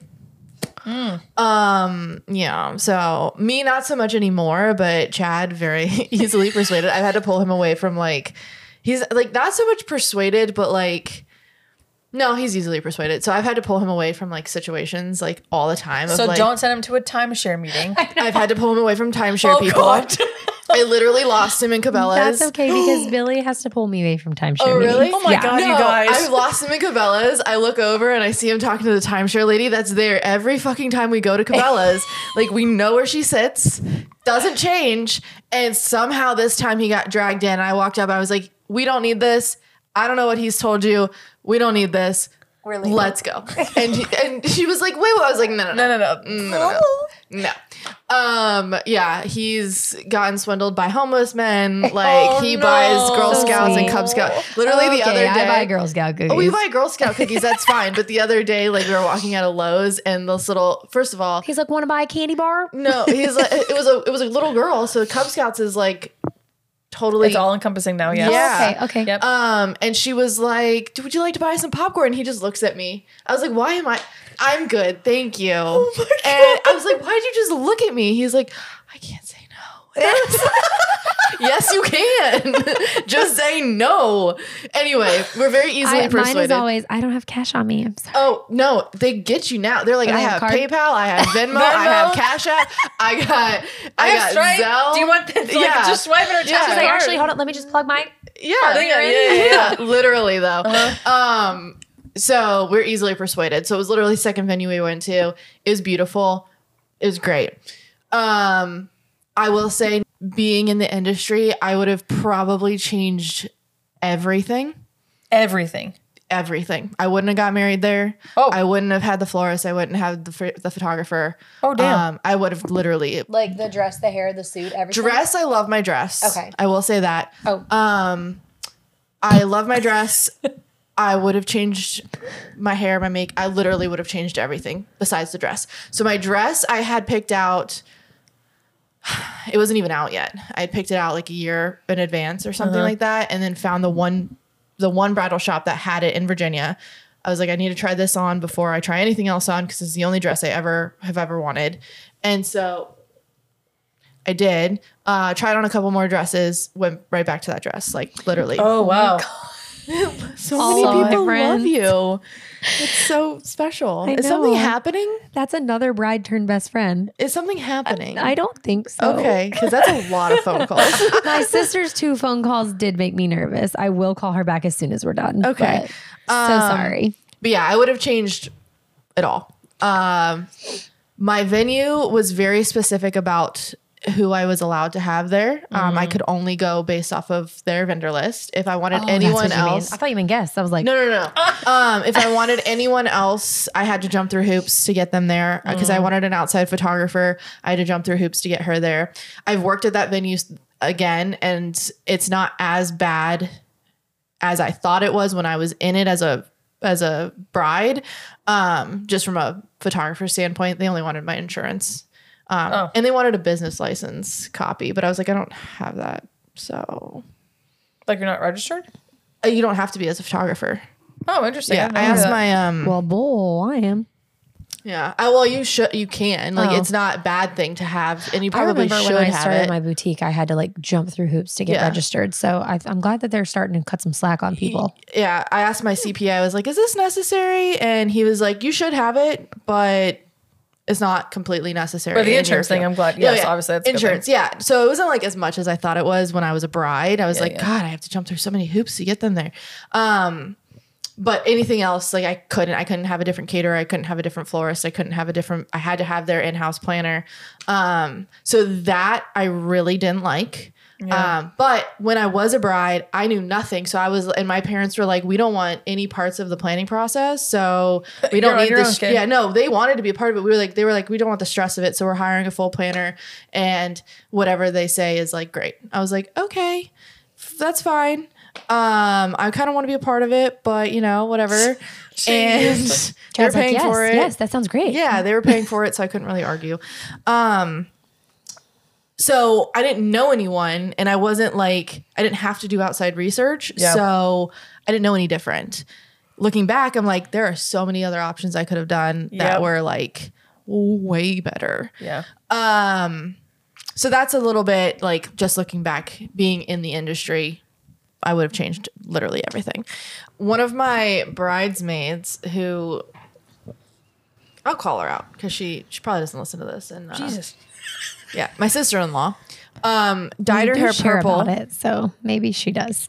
Hmm.
Um, yeah. So me, not so much anymore, but Chad, very easily persuaded. I've had to pull him away from like, he's like not so much persuaded, but like, no, he's easily persuaded. So I've had to pull him away from like situations like all the time. Of,
So
like,
don't send him to a timeshare meeting.
I've had to pull him away from timeshare
Oh,
people.
God.
I literally lost him in Cabela's.
That's okay because Billy has to pull me away from timeshare.
Oh,
meetings.
really?
Oh my
Yeah.
God, you guys.
I lost him in Cabela's. I look over and I see him talking to the timeshare lady that's there every fucking time we go to Cabela's. like, we know where she sits, doesn't change. And somehow this time he got dragged in. I walked up. I was like, we don't need this. I don't know what he's told you. We don't need this. Let's go. And, and she was like, wait, what? I was like, no, no, no.
No, no, no.
no, No. Um, yeah, he's gotten swindled by homeless men. Like
Oh,
he
no.
buys Girl
So
Scouts and
sweet.
Cub Scouts. Literally the
Oh, Okay,
other day.
I buy Girl Scout cookies.
Oh, we buy Girl Scout cookies. That's fine. But the other day, like we were walking out of Lowe's, and this little. First of all,
He's like, want to buy a candy bar?
no, he's like it was a it was a little girl. So Cub Scouts is like totally
It's all encompassing now, yes.
Yeah.
Okay. Okay.
Yep.
um, and she was like, "Would you like to buy some popcorn?" And he just looks at me. I was like, "Why am I? I'm good, thank you."
Oh
And I was like, "Why would you just look at me?" He's like, "I can't say no." yes, you can. Just say no. Anyway, we're very easily
I, mine
persuaded.
is always I don't have cash on me. I'm sorry.
Oh no, they get you now. They're like,
Oh,
I
they
have
have card?
PayPal, I have Venmo, I
Venmo.
have Cash App, I got, I,
I have
got
Stripe.
Zelle.
Do you want this? Like,
Yeah.
Just swipe it or
Yeah.
tap
She's
it.
like, actually, hold on. Let me just plug my.
Yeah,
Oh, they
yeah,
are
yeah,
in.
yeah, yeah. literally though. Um, so we're easily persuaded. So it was literally the second venue we went to. It was beautiful. It was great. Um, I will say, being in the industry, I would have probably changed everything.
everything.
Everything. I wouldn't have got married there.
Oh.
I wouldn't have had the florist. I wouldn't have the ph- the photographer.
Oh, damn.
Um, I would have literally
Like the dress, the hair, the suit, everything.
dress. I love my dress.
Okay.
I will say that.
Oh,
Um, I love my dress. I would have changed my hair, my make. I literally would have changed everything besides the dress. So my dress, I had picked out. It wasn't even out yet. I had picked it out like a year in advance or something like that, and then found the one, the one bridal shop that had it in Virginia. I was like, I need to try this on before I try anything else on because it's the only dress I ever have ever wanted. And so I did. Uh, tried on a couple more dresses. Went right back to that dress, like literally.
Oh, wow.
So
All
many people
different.
love you. It's so special.
I
Is something
know.
happening?
that's another bride turned best friend.
Is something happening?
I don't think so.
okay, because that's a lot of phone calls.
My sister's two phone calls did make me nervous. I will call her back as soon as we're done.
Okay.
but- so
Um,
sorry.
But yeah, I would have changed it all. Um, my venue was very specific about who I was allowed to have there. Um, I could only go based off of their vendor list. If I wanted
Mm. Oh, that's
anyone
what you mean.
else,
I thought you meant guess. I was like,
No, no, no. um, if I wanted anyone else, I had to jump through hoops to get them there because I wanted an outside photographer. I had to jump through hoops to get her there. I've worked at that venue s- again, and it's not as bad as I thought it was when I was in it as a as a bride. Um, just from a photographer standpoint, they only wanted my insurance. Um,
Oh.
and they wanted a business license copy, but I was like, I don't have that. So
Like you're not registered?
Uh, you don't have to be as a photographer.
Oh, interesting.
Yeah,
didn't
I
know
asked
that.
my um
well, bull, I am.
Yeah. I, well, you should. You can. Like,
Oh.
it's not a bad thing to have, and you
I
probably
remember
should
when I
have
started
it.
my boutique, I had to like jump through hoops to get
Yeah.
registered. So I, I'm glad that they're starting to cut some slack on people.
yeah. I asked my CPA. I was like, "Is this necessary?" And he was like, "You should have it, but." It's not completely necessary.
But the
in your
insurance thing,
field."
I'm glad- yes, obviously that's a good thing.
insurance. Yeah, so it wasn't like as much as I thought it was when I was a bride. I was like,
yeah.
God, I have to jump through so many hoops to get them there. Um, but anything else, like I couldn't. I couldn't have a different caterer. I couldn't have a different florist. I couldn't have a different. I had to have their in-house planner. Um, so that I really didn't like. Um, but when I was a bride, I knew nothing. So I was, and my parents were like, "We don't want any parts of the planning process. So we
You're
don't
on
need
your own,
this."
kid.
Yeah, no, they wanted to be a part of it. We were like, they were like, "We don't want the stress of it. So we're hiring a full planner, and whatever they say is like great." I was like, "Okay, f- that's fine." Um, I kind of want to be a part of it, but you know, whatever. and they're
Chad's like,
paying
yes,
for it.
yes, that sounds great.
Yeah, they were paying for it, so I couldn't really argue. Um, so I didn't know anyone, and I wasn't like I didn't have to do outside research,
Yeah.
so I didn't know any different. Looking back, I'm like, there are so many other options I could have done that
Yep.
were like way better.
Yeah.
Um, so that's a little bit like just looking back, being in the industry, I would have changed literally everything. One of my bridesmaids who I'll call her out because she she probably doesn't listen to this. And uh,
Jesus.
yeah, my sister in law um, dyed
You
her
do
hair
share
purple.
about it, so maybe she does.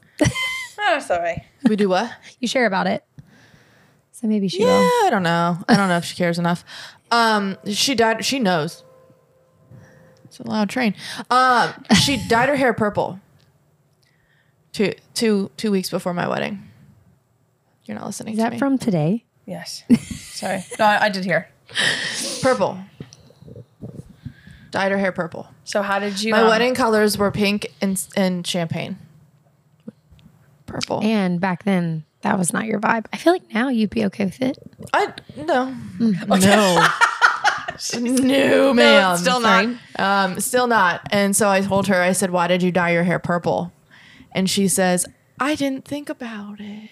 Oh, sorry.
We do what?
You share about it, so maybe she
Yeah,
will.
I don't know. I don't know if she cares enough. Um, she dyed. She knows. It's a loud train. Um, she dyed her hair purple. Two two two weeks before my wedding. You're not listening
Is
to
that
me.
from today?
Yes. sorry. No, I, I did hear.
purple. Dyed her hair purple.
So how did you?
My
um,
wedding colors were pink and and champagne. Purple.
And back then, that was not your vibe. I feel like now you'd be okay with it.
I no. No. no, ma'am.
No, still not.
Um, still not. And so I told her, I said, Why did you dye your hair purple? And she says, I didn't think about it.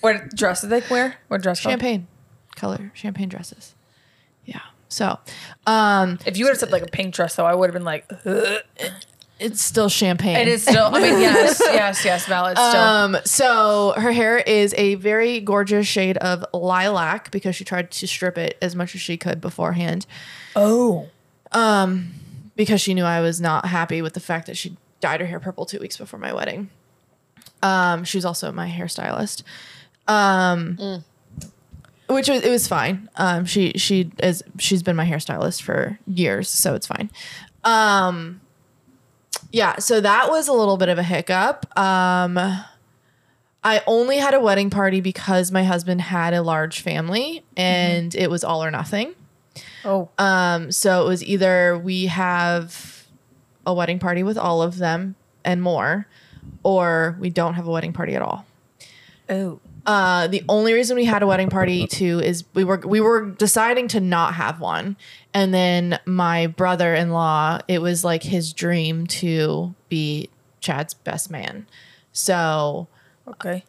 What dress did they wear? What dress? code? Oh.
Champagne color, champagne dresses. Yeah. So, um,
If you would have said like a pink dress, though, I would have been like, Ugh.
it's still champagne.
it is still. I mean, yes, yes, yes, valid. Still,
Um, so her hair is a very gorgeous shade of lilac because she tried to strip it as much as she could beforehand
oh,
because she knew I was not happy with the fact that she dyed her hair purple two weeks before my wedding. Um, she was also my hairstylist, um, which was it was fine. Um, she she is she's been my hairstylist for years, so it's fine. Um, yeah, so that was a little bit of a hiccup. Um, I only had a wedding party because my husband had a large family and it was all or nothing.
oh,
Um, so it was either we have a wedding party with all of them and more, or we don't have a wedding party at all.
oh,
Uh, the only reason we had a wedding party too is we were we were deciding to not have one, and then my brother in law it was like his dream to be Chad's best man, so
okay.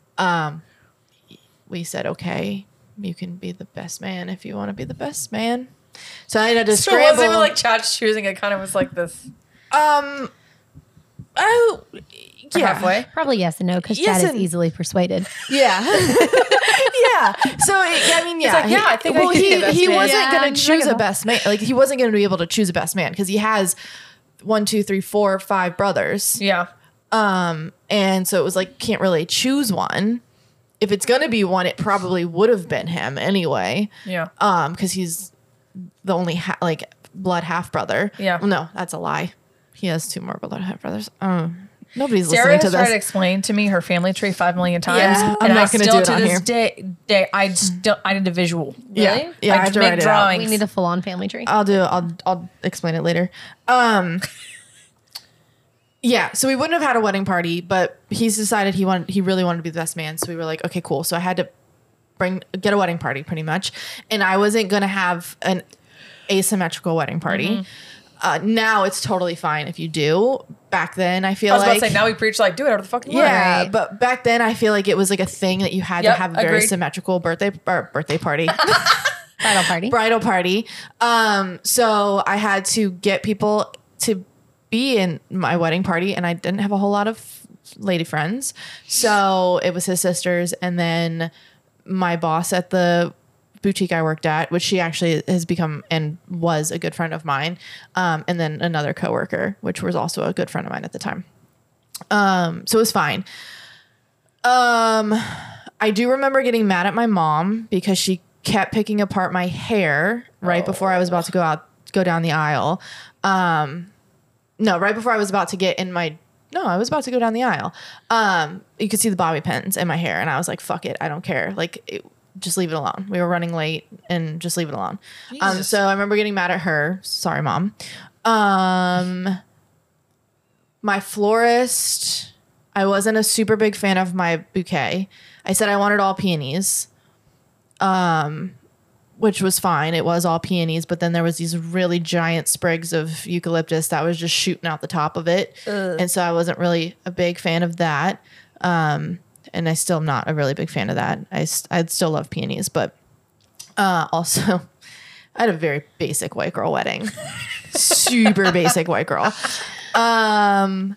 we said okay, you can be the best man if you want to be the best man. So I had to
So it
scramble.
wasn't even like Chad's choosing. It kind of was like this
Um. Oh, yeah.
halfway.
Probably yes and no because
Yes
Chad
and-
is easily persuaded.
Yeah. yeah. So it, I mean, yeah.
like, yeah, I think I
well,
could be
he,
the best
he
man.
wasn't
Yeah,
going
I'm
to choose a
agreeable.
best man. Like he wasn't going to be able to choose a best man because he has one, two, three, four, five brothers,
Yeah.
and so it was like can't really choose one. If it's going to be one, it probably would have been him anyway.
Yeah.
um because he's the only ha- like blood half brother
Yeah.
well, no that's a lie he has two more blood half brothers um nobody's
Sarah
listening to
has tried to
this
explain to me her family tree five million times,
Yeah.
and
I'm
I
not gonna
still
do it
to
on
this
here.
day, day I still I need a visual.
yeah yeah i
I
have to
make
write it out
drawings.
We need a full on family tree.
i'll do i'll i'll explain it later um yeah so we wouldn't have had a wedding party but he's decided he wanted he really wanted to be the best man so we were like okay cool so i had to bring get a wedding party pretty much and i wasn't gonna have an asymmetrical wedding party
Mm-hmm.
uh, now it's totally fine if you do back then i feel
I was
like
about to say now we preach like do whatever the fuck you
yeah
want.
but back then i feel like it was like a thing that you had
Yep,
to have a very
agreed.
symmetrical birthday or birthday party
Bridal party.
bridal party. Um, so I had to get people to be in my wedding party, and I didn't have a whole lot of lady friends. So it was his sisters, and then my boss at the boutique I worked at, which she actually has become and was a good friend of mine, um, and then another coworker, which was also a good friend of mine at the time. Um, so it was fine. Um, I do remember getting mad at my mom because she kept picking apart my hair right before I was about to go out, go down the aisle. Um, no, right before I was about to get in my, no, I was about to go down the aisle. Um, you could see the bobby pins in my hair, and I was like, "Fuck it, I don't care." Like, it, just leave it alone. We were running late, and just leave it alone. Um, so I remember getting mad at her. Sorry, mom. Um, my florist. I wasn't a super big fan of my bouquet. I said I wanted all peonies, um, which was fine. It was all peonies, but then there was these really giant sprigs of eucalyptus that was just shooting out the top of it, and so I wasn't really a big fan of that. Um, and I still am not a really big fan of that. I s- I'd still love peonies, but uh, also. I had a very basic white girl wedding. Super basic white girl. Um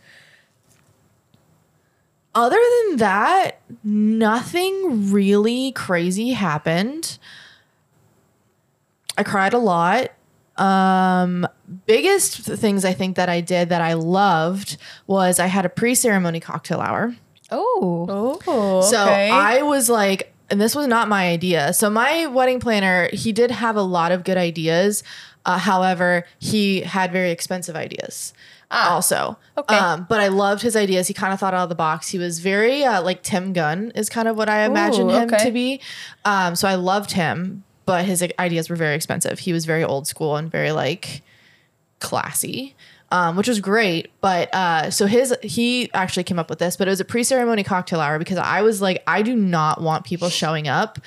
other than that, nothing really crazy happened. I cried a lot. Um biggest things I think that I did that I loved was I had a pre-ceremony cocktail hour.
Oh,
Oh,
So
okay.
I was like, and this was not my idea. So my wedding planner, he did have a lot of good ideas. Uh, however, he had very expensive ideas. also,
Ah, okay.
um, but I loved his ideas. He kind of thought out of the box. He was very uh, like Tim Gunn is kind of what I imagined him
okay.
to be. Um, so I loved him, but his like, ideas were very expensive. He was very old school and very like classy, um, which was great. But uh, so his he actually came up with this, but it was a pre-ceremony cocktail hour because I was like, I do not want people showing up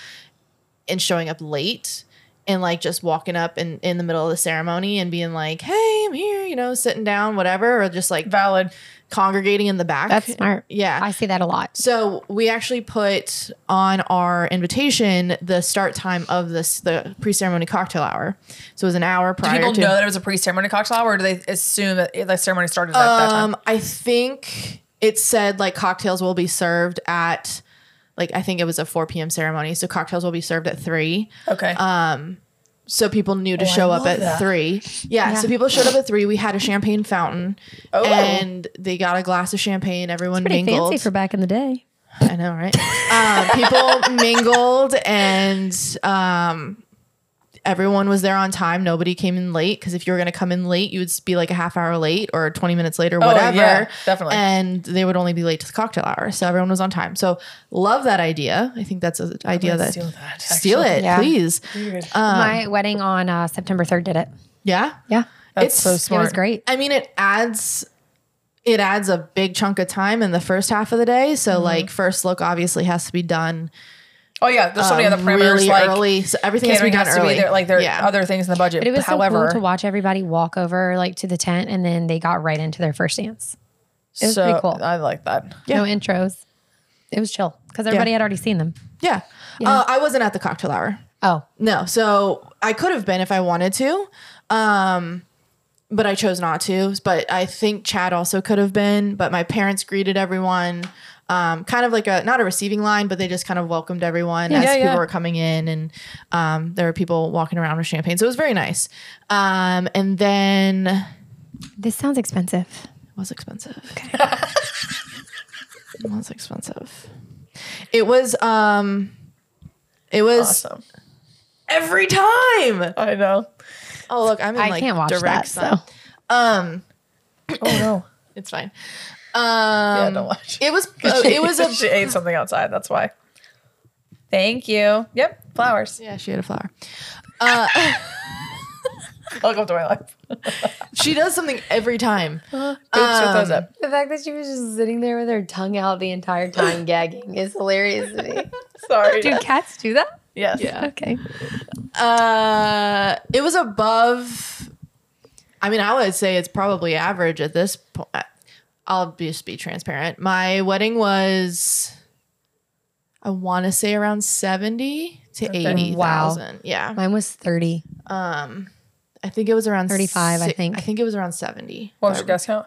and showing up late and like just walking up in, in the middle of the ceremony and being like, hey, I'm here, you know, sitting down, whatever, or just like
Valid.
congregating in the back.
That's smart.
yeah.
I see that a lot.
So we actually put on our invitation the start time of this the pre ceremony cocktail hour. So it was an hour
Do
prior.
people
to,
know that it was a pre-ceremony cocktail hour, or do they assume that the ceremony started at that time?
Um, I think it said like cocktails will be served at like I think it was a 4 p.m. ceremony. So cocktails will be served at three.
Okay.
uh, So people knew to
Oh, I
show up
love
at
that.
three. Yeah,
Yeah.
So people showed up at three. We had a champagne fountain,
Oh.
and they got a glass of champagne. Everyone
Pretty
mingled.
fancy for back in the day.
I know, right? um, people mingled and um, everyone was there on time. Nobody came in late because if you were going to come in late, you would be like a half hour late or 20 minutes late or whatever.
Oh, yeah, definitely.
And they would only be late to the cocktail hour. So everyone was on time. So love that idea. I think that's an idea that.
steal that,
Steal
actually.
it, Uh,
Yeah.
please.
My wedding on uh, September 3rd did it.
Yeah.
Yeah.
That's so
It
smart.
was great.
I mean, it adds it adds a big chunk of time in the first half of the day. So
Mm-hmm.
like first look obviously has to be done
Oh yeah, there's so many
um,
other parameters
really
like
early. So everything has to be
catering
done
has to
early.
be there. Like there are
yeah.
other things in the budget.
But it was so
However,
cool to watch everybody walk over like to the tent and then they got right into their first dance. It was
so
pretty cool.
I like that.
No intros. It was chill because everybody had already seen them.
yeah. Uh, I wasn't at the cocktail hour.
Oh,
No, so I could have been if I wanted to, um, but I chose not to. But I think Chad also could have been. But my parents greeted everyone, um, kind of like a not a receiving line, but they just kind of welcomed everyone as
Yeah,
people
yeah.
were coming in, and um, there were people walking around with champagne. So it was very nice. Um, and then it
this sounds expensive.
was expensive. it was expensive. It was. Um, it was
Awesome.
every time.
I know.
Oh look, I'm in
I
like
can't watch
direct
that.
sun.
So
Oh no.
It's fine. Um,
yeah, don't watch.
It was
Oh,
uh, it was
she
a
ate something outside. That's why. Thank you. Yep. Flowers.
yeah. She had a flower.
Welcome to my life.
She does something every time. Um,
Oops, shut those up.
The fact that she was just sitting there with her tongue out the entire time gagging is hilarious to me.
Sorry.
do cats do that?
yes.
Okay.
Uh, it was above. I mean, I would say it's probably average at this point. I'll just be transparent. My wedding was, I want to say around seventy to eighty thousand. Yeah,
Mine was 30.
I think it was around
35, I think.
I think it was around seventy.
What was your guess count?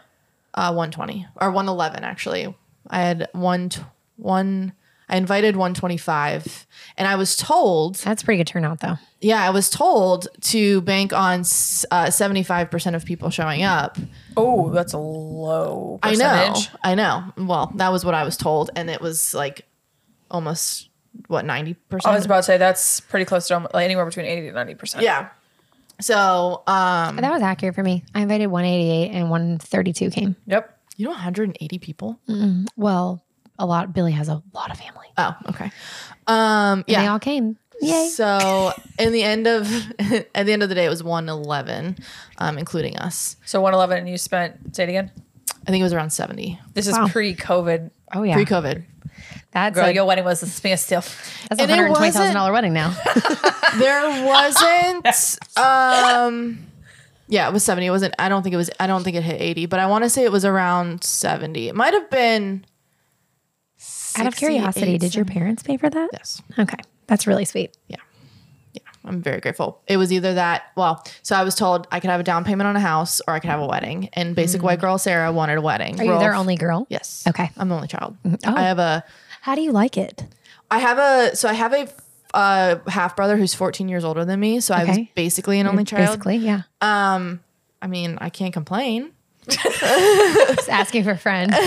uh, 120 or 111 actually i had one t- one i invited 125 and i was told
That's a pretty good turnout though.
yeah i was told to bank on s- uh, 75% of people showing up
Oh, that's a low
i know
percentage.
i know well that was what i was told and it was like almost what 90%
I was about to say that's pretty close to almo- like anywhere between eighty to ninety percent.
yeah so um
That was accurate for me. I invited 188 and 132 came.
Yep.
you know 180 people
Well, a lot. Billy has a lot of family.
oh okay um
And
yeah
They all came. Yay.
So in the end of at the end of the day, it was one eleven, um, including us.
So one eleven, and you spent. Say it again.
I think it was around seventy
This is
Wow.
pre-COVID.
oh yeah.
pre-COVID.
That's
Girl,
like,
your wedding was a standstill.
that's a
and it
hundred twenty thousand dollar
wasn't-
wedding now.
There wasn't. um, yeah, it was seventy. It wasn't. I don't think it was. I don't think it hit eighty, but I want to say it was around seventy. It might have been.
Out of curiosity, did your parents pay for that?
yes?
Okay, that's really sweet.
I'm very grateful. It was either that, well, so I was told I could have a down payment on a house or I could have a wedding. And basic white girl Sarah wanted a wedding.
Mm. Are you their only girl?
Yes.
Okay.
I'm the only child.
Oh.
I have a
How do you like it?
I have a so I have a uh, half brother who's 14 years older than me. So I was
Okay.
basically an only child.
Basically, yeah.
I mean, I can't complain.
Just asking for a friend.
Um,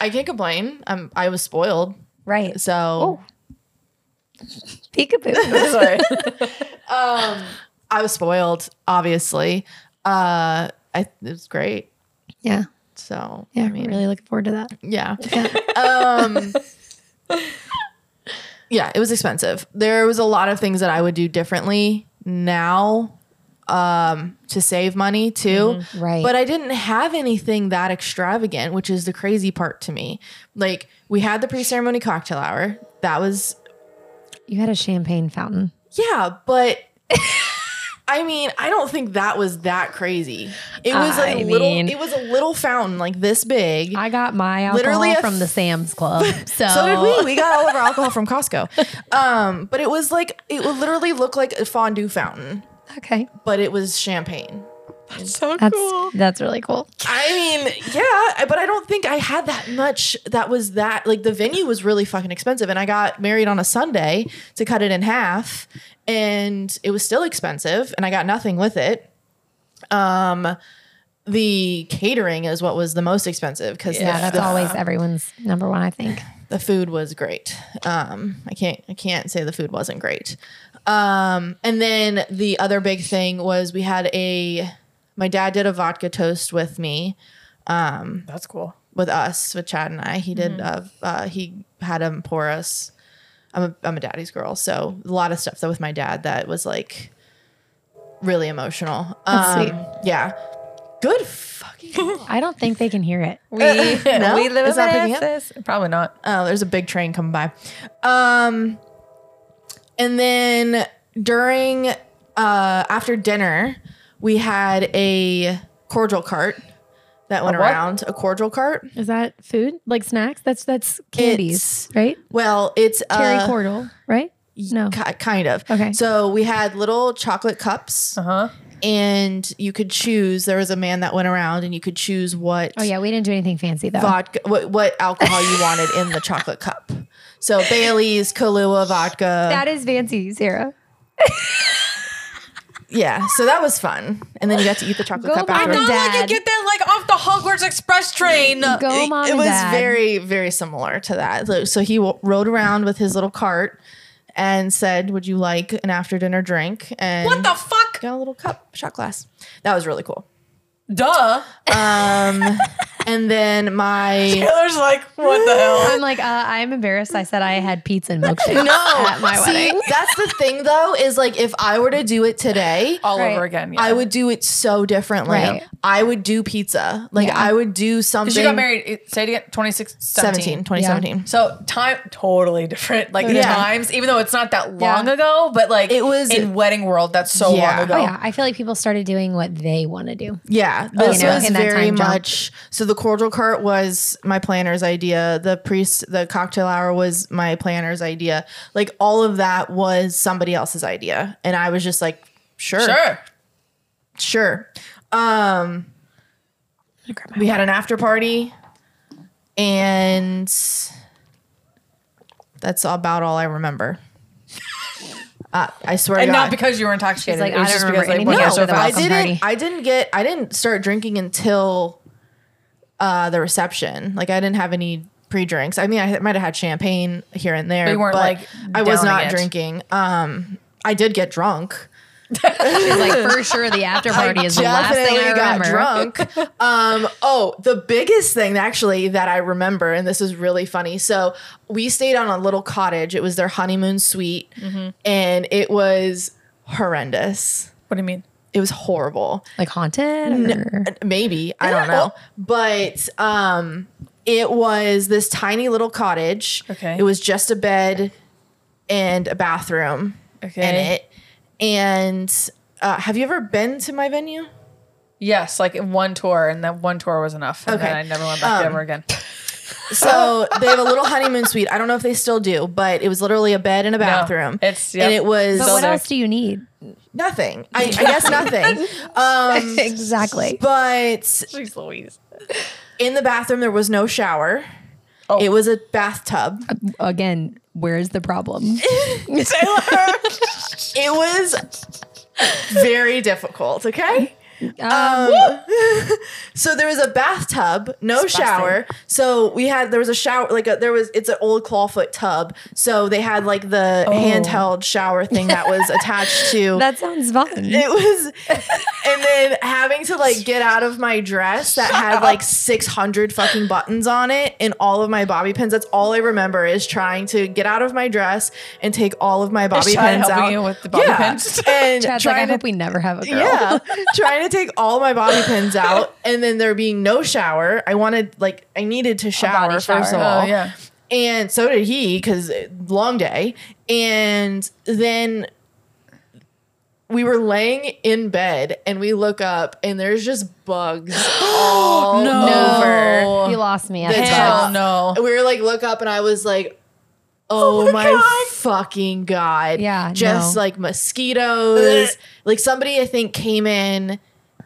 I can't complain. Um, I was spoiled.
right.
So
Oh. Peekaboo.
Sorry.
I was spoiled, obviously. Uh, I, it was great.
yeah.
So
Yeah.
I mean,
really looking forward to that.
yeah. um, yeah, it was expensive. There was a lot of things that I would do differently now um, to save money too.
Mm-hmm. Right.
But I didn't have anything that extravagant, which is the crazy part to me. Like we had the pre-ceremony cocktail hour. That was
You had a champagne fountain.
Yeah, but I mean, I don't think that was that crazy. It was like
I
a little
mean-
it was a little fountain like this big.
I got my alcohol
Literally a
from the Sam's Club. So,
so did we. We got all of our alcohol from Costco. Um, but it was like it would literally look like a fondue fountain,
Okay,
but it was champagne.
So
that's that's really cool.
I mean, yeah, I- but I don't think I had that much that was that like the venue was really fucking expensive and I got married on a Sunday to cut it in half and it was still expensive and I got nothing with it. Um the catering is what was the most expensive cuz
Yeah,
the,
that's always everyone's number one. I think.
the food was great. Um, I can't I can't say the food wasn't great. Um, and then the other big thing was we had a my dad did a vodka toast with me
that's cool.
with us with Chad and I. He did uh, uh he had him pour us. I'm a I'm a daddy's girl, so a lot of stuff that with my dad that was like really emotional. Um,
That's sweet.
Yeah. Good fucking.
I don't think they can hear it.
We
No?
we live
It's
in
not picking up?
Memphis. Probably not.
Oh, there's a big train coming by. Um, and then during uh after dinner, we had a cordial cart that went
what?
around. A cordial cart.
Is that food? Like snacks? That's that's candies, right?
Well, it's
Terry
uh,
Cordell, right? No.
Ki- kind of.
Okay. Oh.
So we had little chocolate cups,
Uh huh.
and you could choose. There was a man that went around, and you could choose what
Oh yeah, we didn't do anything fancy though.
vodka, what, what alcohol you wanted in the chocolate cup. So Bailey's, Kahlua vodka.
That is fancy, Sarah.
yeah. So that was fun, and then you got to eat the chocolate
Go
cup.
buy
afterwards.
them.
Not like you
Dad.
get that like off the Hogwarts Express train.
Go, mom.
it
and
was
Dad.
very very similar to that so, so he w- rode around with his little cart and said would you like an after dinner drink and
What the fuck?
got a little cup shot glass that was really cool
Duh.
Um,
and then my
Taylor's like, what the hell?
I'm like, uh, I'm embarrassed. I said I had pizza and milkshake at my
See,
wedding.
that's the thing though, is like if I were to do it today,
All
Right.
over again.
I would do it so differently.
Oh, Right.
I would do pizza. Like
Yeah.
I would do
Because
something.
you got married. it- Say it again. 26, 17.
17, 2017.
So time totally different. Like the
Yeah.
times, even though it's not that
Yeah.
long ago, but like
It was-
in wedding world. That's so
Yeah.
long ago.
Oh yeah, I feel like people started doing what they want to do.
Yeah, this
know,
was
in that
very
time jump.
much. So the cordial cart was my planner's idea. The priest, the cocktail hour was my planner's idea. Like all of that was somebody else's idea, and I was just like, sure,
Sure.
sure. Um, we had an after party, and that's about all I remember. uh, I swear
And
to
not
God.
because you were intoxicated.
like,
it was
I don't
just
remember
because like
anything
one got
else
so
with the
fast.
I
welcome
didn't.
party.
I didn't get. I didn't start drinking until uh, the reception. Like I didn't have any pre-drinks. I mean, I might have had champagne here and there.
But you weren't, like,
I was
downing
not
it.
drinking. Um, I did get drunk.
She's like, for sure, the after party is the last thing I
Definitely got
remember.
drunk. um, oh, the biggest thing actually that I remember, and this is really funny. So we stayed on a little cottage. It was their honeymoon suite,
Mm-hmm.
and it was horrendous.
What do you mean?
It was horrible.
Like haunted. Or?
maybe i don't know but um it was this tiny little cottage
Okay.
it was just a bed and a bathroom in
Okay.
it and uh, have you ever been to my venue
Yes, like one tour, and that one tour was enough. And
Okay.
then I never went back there ever again.
so they have a little honeymoon suite i don't know if they still do but it was literally a bed and a bathroom
it's- yep.
and it was
But
So
what
there.
else do you need?
nothing I, I guess nothing um
Exactly.
but
Jeez Louise.
in the bathroom there was no shower
Oh.
it was a bathtub
Again, where's the problem?
It was very difficult, okay?
Um,
So there was a bathtub, no shower. So we had there was a shower like a, there was it's an old clawfoot tub. So they had like the
Oh.
handheld shower thing that was attached to
Oh, that sounds fun.
it was and then having to like get out of my dress that had like 600 fucking buttons on it and all of my bobby pins that's all i remember is trying to get out of my dress and take all of my bobby
Chad
pins
helping
out
you with the bobby
yeah.
pins?
and
Chad's like, I
trying
hope
to
we never have a girl.
yeah trying to take all my bobby pins out and then there being no shower i wanted like i needed to shower,
body
first of
shower.
all
Oh yeah.
and so did he because long day. And then we were laying in bed, and we look up, and there's just bugs all
No.
over.
You lost me.
the
at
top.
Hell no.
We were like, look up, and I was like, oh, my, fucking God.
Yeah,
Just
no.
like mosquitoes. like somebody, I think, came in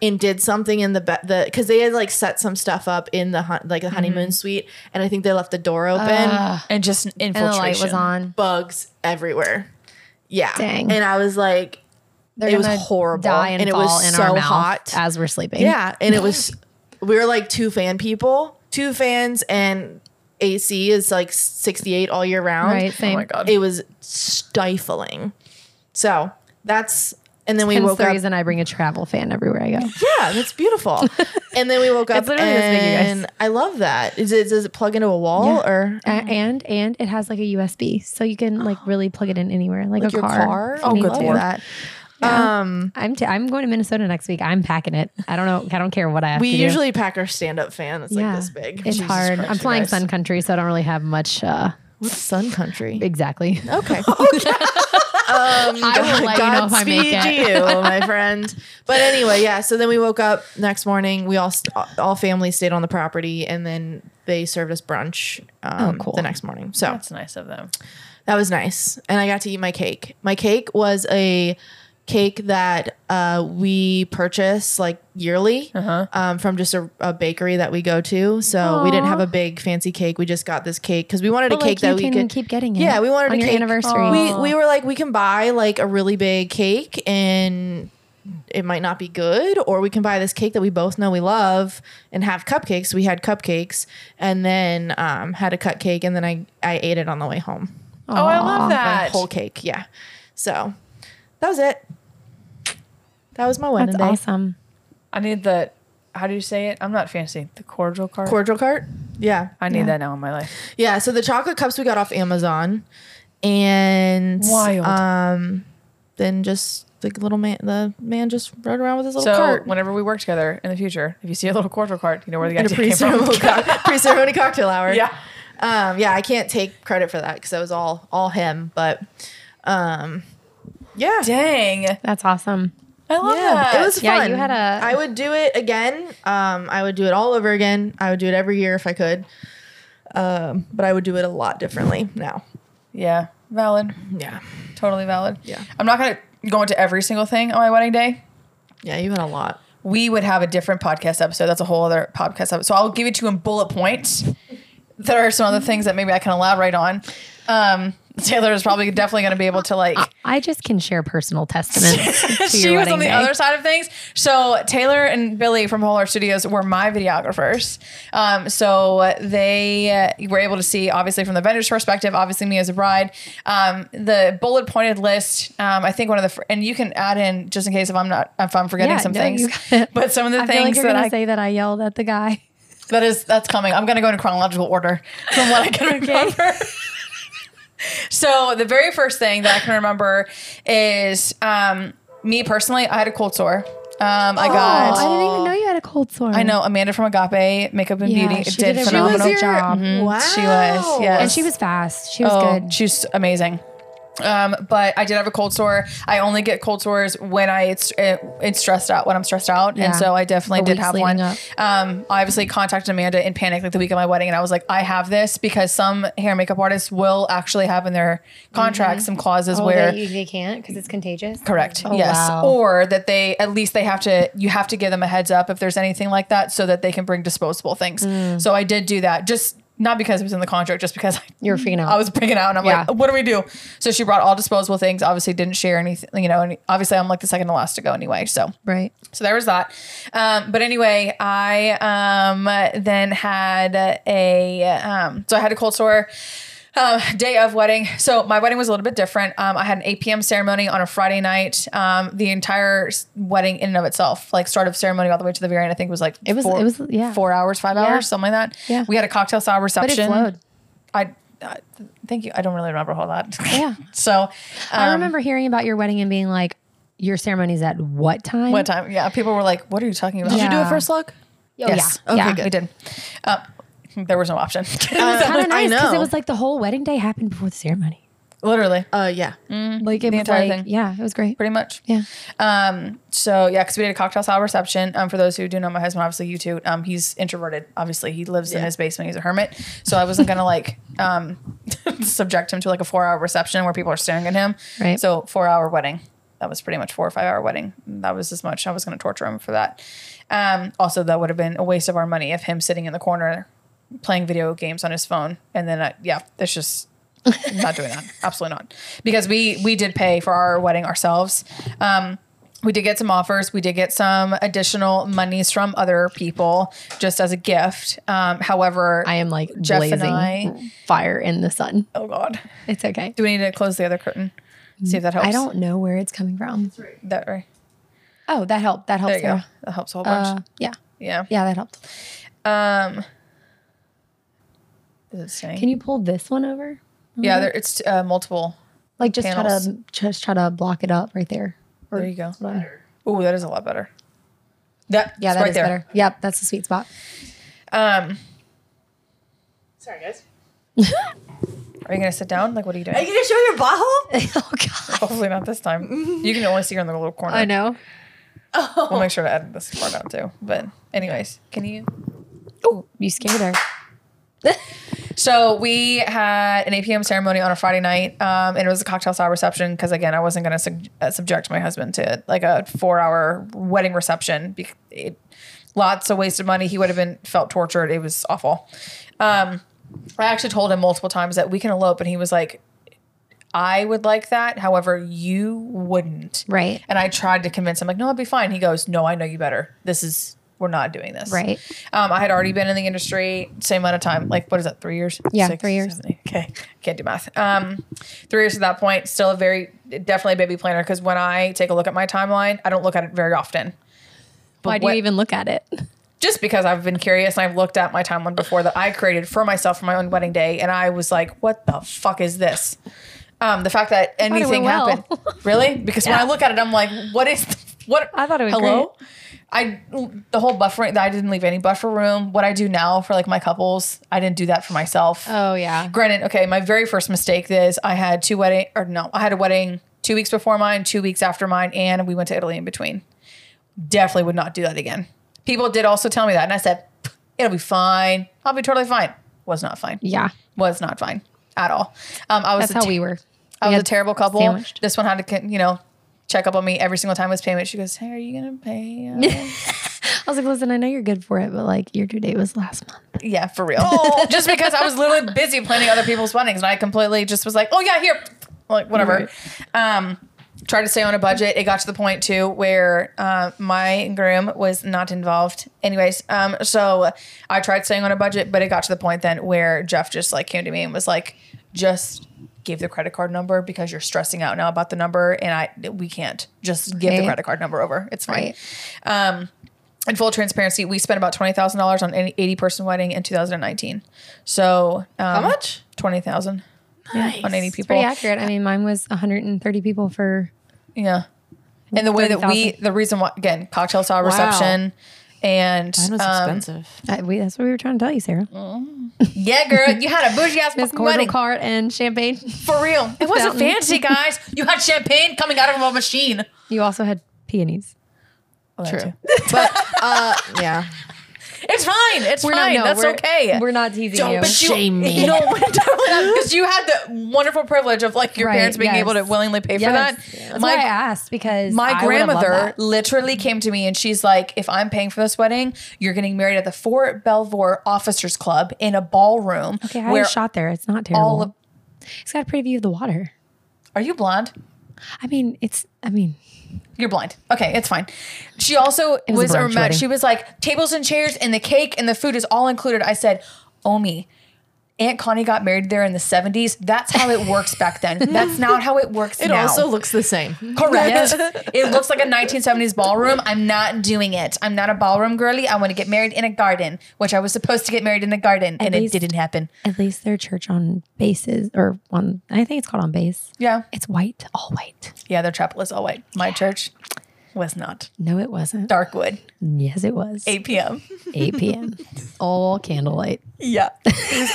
and did something in the be- the because they had like set some stuff up in the hun- like the honeymoon suite and i think they left the door open
Ugh.
And just infiltration.
and the light was on.
bugs everywhere yeah
Dang.
and i was like
They're
It was
gonna
horrible,
Die and,
and it
fall
was
in
so
our mouth
hot.
as we're sleeping.
yeah and it was we were like two fan people two fans and ac is like 68 all year round
Right. Same.
Oh my god.
it was stifling. So that's and then we
Hence
woke
the
up.
reason I bring a travel fan everywhere I go.
Yeah, that's beautiful. and then we woke up.
literally this big, you guys.
and I love that. Is it does it plug into a wall
Yeah.
or
A- and and it has like a USB, so you can like really plug it in anywhere, like, a
your
car.
car?
if you
Oh,
need
good
to.
for that. Um,
I'm t- I'm going to Minnesota next week. I'm packing it. I don't know. I don't care what I have
we
to do.
usually pack our stand-up fan that's
yeah.
like this big.
It's
Jesus
hard.
Christ,
I'm
you
flying
guys.
sun country, so I don't really have much. uh
What's sun country?
Exactly.
Okay. okay. um,
I will let you know if I make
Godspeed
it.
you, my friend. But anyway, yeah. So then we woke up next morning. We all st- all family stayed on the property, and then they served us brunch. Um,
Oh, cool.
The next morning, so
That's nice of them.
that was nice, and I got to eat my cake. My cake was a cake that uh, we purchase like yearly
Uh-huh.
um, from just a, a bakery that we go to. So we didn't have a big fancy cake. We just got this cake because we wanted a
But,
cake
like, you
that we
can
could
keep getting it.
Yeah, we wanted a
on your
cake.
anniversary.
we we were like we can buy like a really big cake and it might not be good or we can buy this cake that we both know we love and have cupcakes we had cupcakes and then um, had a cut cake and then i i ate it on the way home
Oh, I love
my
that.
whole cake yeah so that was it that was my wedding
That's
day
awesome.
I need the how do you say it? I'm not fancy. The cordial card.
cordial cart yeah
I need that now in my life.
yeah so the chocolate cups we got off amazon and
Wild.
um then just the little man the man just rode around with his little
So
cart
whenever we work together in the future, if you see a little cordial card, you know where the
in a
idea came from.
pre-ceremony, co- pre-ceremony cocktail hour.
Yeah.
Um, yeah, I can't take credit for that because that was all all him. But um, yeah,
Dang.
That's awesome.
I love
yeah,
that.
it was
Yeah,
fun.
you had a-
I would do it again. Um, I would do it all over again. I would do it every year if I could. Um, but I would do it a lot differently now.
Yeah. Valid.
Yeah,
Totally valid.
Yeah.
I'm not gonna go into every single thing on my wedding day.
yeah, you had a lot.
we would have a different podcast episode. That's a whole other podcast episode. So I'll give it to you in bullet points. There are some other things that maybe I can elaborate on. Um, Taylor is probably definitely going to be able to like.
I just can share personal testaments. to your
she was
wedding
on the
day.
other side of things. So Taylor and Billy from Whole Art Studios were my videographers. Um, so they uh, were able to see, obviously, from the vendor's perspective, obviously me as a bride, um, the bullet pointed list. Um, I think one of the fir- and you can add in just in case if I'm not if I'm forgetting
Yeah,
some
no,
things.
you got it.
But some of the
I feel like
things
you're
that
gonna
I
say that I yelled at the guy.
That is that's coming. I'm gonna go in chronological order from what I can remember. so the very first thing that I can remember is um, me personally. I had a cold sore. Um, I
Oh,
got.
I didn't even know you had a cold sore.
I know Amanda from Agape Makeup and
Yeah,
Beauty
she
did,
did a really
phenomenal.
good job.
Wow,
She was, yes.
And she was fast. She was
Oh,
good.
She's amazing. Um, but I did have a cold sore. I only get cold sores when I it's, it, it's stressed out when I'm stressed out,
Yeah.
and so I definitely
The
did
weeks
have one.
leading up.
Um, I obviously contacted Amanda in panic like the week of my wedding, and I was like, I have this because some hair and makeup artists will actually have in their contracts some clauses where
Mm-hmm. Oh, they can't because it's contagious.
Correct. yes.
wow.
Or that they at least they have to you have to give them a heads up if there's anything like that so that they can bring disposable things.
Mm.
So I did do that just not because it was in the contract, just because I,
You were freaking out.
I was freaking out, and I'm
Yeah.
like, "What do we do?" So she brought all disposable things. Obviously, didn't share anything, you know. And obviously, I'm like the second to last to go anyway. So
Right.
so there was that. Um, but anyway, I um, then had a um, so I had a cold sore. Um, day of wedding. So my wedding was a little bit different. Um, I had an 8 p.m. ceremony on a Friday night. Um, the entire s- wedding in and of itself, like start of ceremony all the way to the very end, I think was like it
was- it was- yeah.
four hours, five hours, something like that.
Yeah.
We had a cocktail style
But it
reception.
flowed.
I, I thank you. I don't really remember a whole lot.
Yeah.
so um,
I remember hearing about your wedding and being like, your ceremony's at what time?
one time, yeah, people were like, "What are you talking about?"
Yeah.
Did you do a first look?
Oh,
Yes.
Yeah. yeah.
We did. Uh, There was no option.
It was kind of nice because
know.
it was like the whole wedding day happened before the ceremony.
Literally,
Uh, yeah.
Mm-hmm.
Like it
The
was
entire
like,
thing.
yeah, it was great.
pretty much.
Yeah.
Um, so yeah, because we did a cocktail style reception. Um, for those who do know my husband, obviously you too. Um, he's introverted. Obviously, he lives in his basement. He's a hermit. So I wasn't gonna like um subject him to like a four hour reception where people are staring at him.
Right.
So four hour wedding. That was pretty much four or five hour wedding. That was as much. I was gonna torture him for that. Um, also that would have been a waste of our money if him sitting in the corner playing video games on his phone and then uh, yeah, that's just I'm not doing that. Absolutely not. Because we we did pay for our wedding ourselves. Um, we did get some offers. We did get some additional monies from other people just as a gift. Um, however,
I am like
Jeff and
blazing
I-
fire in the sun.
oh god,
It's okay.
do we need to close the other curtain? See if that helps.
I don't know where it's coming from.
That right.
Oh, that helped. That helped.
There you go.
Sarah.
That helps a whole
Uh,
bunch.
yeah.
yeah.
Yeah, that helped.
Um. Is it staying?
Can you pull this one over?
yeah, there, it's uh, multiple.
Like just
Panels.
try to just try to block it up right there. Or-
There you go.
hold on.
Oh, that is a lot better. That
Yeah, that is
it's right there.
better. Yep, that's the sweet spot.
Um,
Sorry, guys.
are you gonna sit down? Like, what are you doing?
Are you gonna show your butthole?
oh god.
Hopefully not this time. You can only see her in the little corner.
I know.
We'll make sure to edit this part out too. But anyways, can you?
Oh, you scared her.
So we had an 8 p.m. ceremony on a Friday night, um, and it was a cocktail style reception because again, I wasn't going to sub- uh, subject my husband to like a four-hour wedding reception. Bec- it, lots of wasted money. He would have been felt tortured. It was awful. Um, I actually told him multiple times that we can elope, and he was like, "I would like that. However, you wouldn't."
Right.
And I tried to convince him, like, no, I'll be fine. He goes, no, I know you better. This is, we're not doing this.
Right.
Um, I had already been in the industry, same amount of time. Like, what is that, three years?
Yeah, three years.
seven, eight. okay. Can't do math. Um, three years at that point, still a very, definitely a baby planner. Cause when I take a look at my timeline, I don't look at it very often. But
Why do
what-
you even look at it?
just because I've been curious and I've looked at my timeline before that I created for myself for my own wedding day, and I was like, "What the fuck is this?" Um, the fact that
it went
anything
well.
happened, really? Because when I look at it, I'm like, "What is what?"
I thought it was
hello. I the whole buffering. I didn't leave any buffer room. What I do now for like my couples, I didn't do that for myself.
Oh yeah.
Granted, okay, my very first mistake is I had two wedding or no, I had a wedding two weeks before mine, two weeks after mine, and we went to Italy in between. Definitely would not do that again. People did also tell me that, and I said, "It'll be fine. I'll be totally fine." Was not fine.
Yeah.
Was not fine at all. Um, I was
That's
a
how
te-
we were.
I
We
was a
had
terrible couple.
sandwiched.
This one had to, con- you know, check up on me every single time it was payment. She goes, "Hey, are you gonna pay?" uh,
I was like, listen, I know you're good for it, but like your due date was last month.
Yeah, for real. Just because I was literally busy planning other people's weddings and I completely just was like, oh yeah, here, like whatever. Um, tried to stay on a budget. It got to the point too where uh, my groom was not involved. Anyways, um, so I tried staying on a budget, but it got to the point then where Jeff just like came to me and was like, just give the credit card number because you're stressing out now about the number and I we can't just give the
Right.
credit card number over. It's fine. Um, in full transparency, we spent about twenty thousand dollars on an eighty-person wedding in 2019. So um, how
much?
Twenty thousand
Nice.
on eighty people.
Pretty accurate. I mean, mine was 130 people for
Yeah. And the way that we,
30,000.
the reason why, again, cocktail style reception, and
Mine was
um,
expensive.
I, we, that's what we were trying to tell you, Sarah.
yeah, girl, you had a bougie ass
Miss
fucking
Cordal
wedding
cart and champagne.
for real. It wasn't
Fountain.
fancy, guys. You had champagne coming out of a machine.
You also had peonies.
True.
Uh, yeah.
It's fine. It's fine.
no,
That's
we're-
okay.
We're not teasing you.
Don't shame me.
No, because you had the wonderful privilege of like your
Right,
parents being
yes.
able to willingly pay
Yes.
for that.
That's
My
why I asked because I
My
would have loved
grandmother
that.
literally came to me and she's like, if I'm paying for this wedding, you're getting married at the Fort Belvoir Officers Club in a ballroom.
Okay, I was shot there. It's not terrible.
all of
it's got a pretty view of the water.
Are you blonde?
I mean, it's. I mean,
You're blind. Okay, it's fine. She also
was a
was,
brunch
or met,
wedding.
she was like, tables and chairs and the cake and the food is all included. I said, Omi, Aunt Connie got married there in the 70s. That's how it works back then. That's not how it works
It
now.
also looks the same.
Correct. it looks like a 1970s ballroom. I'm not doing it. I'm not a ballroom girly. I want to get married in a garden, which I was supposed to get married in a garden, and
least-
it didn't happen.
at least their church on bases or on. I think it's called on base.
Yeah,
It's white, all white.
yeah. Their chapel is all white. My church, was not.
No, it wasn't.
Darkwood,
Yes, it was.
8 p.m.
8 p.m. All candlelight.
Yeah.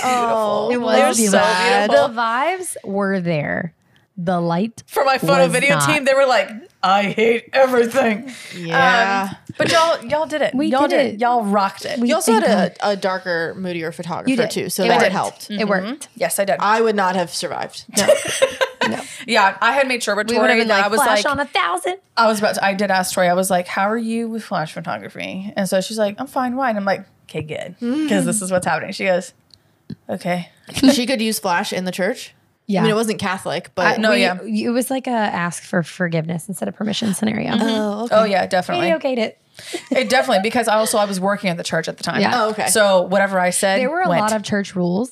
Oh,
It was They're so
The
bad.
beautiful.
beautiful.
vibes were there. The light.
For my photo
Was
video
not.
team, they were like, I hate everything.
Yeah.
Um, but y'all y'all did it.
We
y'all
did it.
Y'all rocked it.
you also had
thank
a, a darker, moodier
You
photographer
did.
too, so
It
that
worked.
helped.
It worked.
yes, I did.
Uh,
I would not have survived.
yeah, I had made sure with
We
Tori
would have been
that
like,
I was
flash
like,
on a thousand.
I was about to, I did ask Tori, I was like, how are you with flash photography? And so she's like, I'm fine, why? And I'm like, okay, good.
Mm.
Because this is what's happening. She goes, okay.
she could use flash in the church.
Yeah.
I mean, it wasn't Catholic,
Uh,
but
no, yeah.
It was like a ask for forgiveness instead of permission scenario.
Oh, okay.
Oh, yeah, definitely.
They okayed it.
It definitely, because I also, I was working at the church at the time.
Yeah.
Oh, okay.
So whatever I said,
There were a
went.
lot of church rules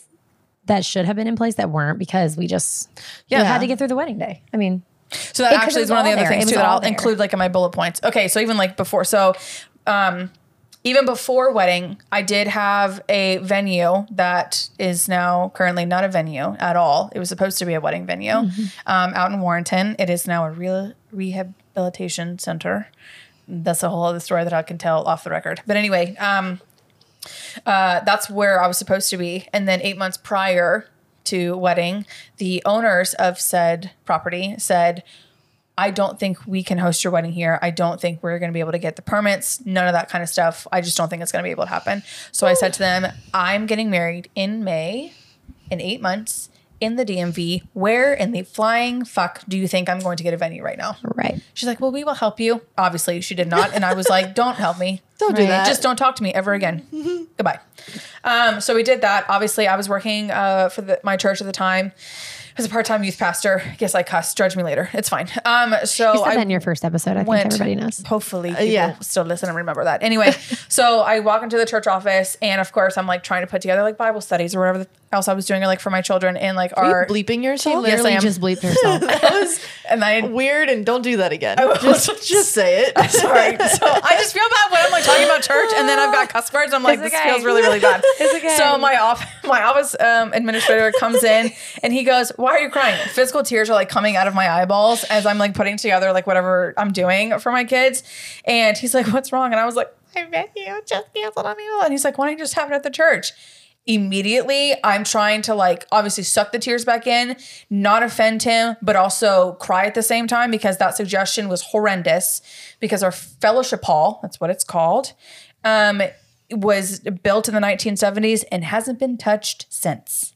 that should have been in place that weren't because we just yeah.
Yeah.
had to get through the wedding day. I mean,
So that
It- 'cause it
actually
was
is one of the
all
other
there. It
things
was
too that
all
I'll
there.
include like in my bullet points. Okay, so even like before, so um, even before wedding, I did have a venue that is now currently not a venue at all. It was supposed to be a wedding venue
Mm-hmm.
um, out in Warrenton. It is now a real rehabilitation center. That's a whole other story that I can tell off the record. But anyway, um, uh, that's where I was supposed to be. And then eight months prior to wedding, the owners of said property said, I don't think we can host your wedding here. I don't think we're going to be able to get the permits, none of that kind of stuff. I just don't think it's going to be able to happen. So I said to them, I'm getting married in May in eight months in the DMV. Where in the flying fuck do you think I'm going to get a venue right now?
right.
She's like, Well, we will help you. Obviously, she did not. And I was like, Don't help me.
don't do that.
Just don't talk to me ever again. Goodbye. Um, so we did that. Obviously, I was working uh, for the, my church at the time as a part-time youth pastor. Guess I cussed. Judge me later. It's fine. Um, so
You said
I
that in your first episode. I think
went-
everybody knows.
Hopefully, people
Uh, yeah.
still listen and remember that. Anyway, so I walk into the church office, and of course, I'm like trying to put together like Bible studies or whatever else I was doing, or like for my children, and like
Are
our
you bleeping yourself?
Yes, I am.
just bleeped herself.
that was
and I.
weird, and don't do that again. Just, just say it.
Sorry. So I just feel bad when I'm like talking about church, and then I've got cuss words. I'm like,
It's
this
okay.
feels really, really bad.
It's okay.
So my off my office um, administrator comes in and he goes, "Why are you crying?" Physical tears are like coming out of my eyeballs as I'm like putting together like whatever I'm doing for my kids, and he's like, "What's wrong?" And I was like, "I met you, just canceled on you," and he's like, "Why don't you just have it at the church?" Immediately, I'm trying to like obviously suck the tears back in, not offend him, but also cry at the same time because that suggestion was horrendous. Because our fellowship hall, that's what it's called, um, was built in the 1970s and hasn't been touched since.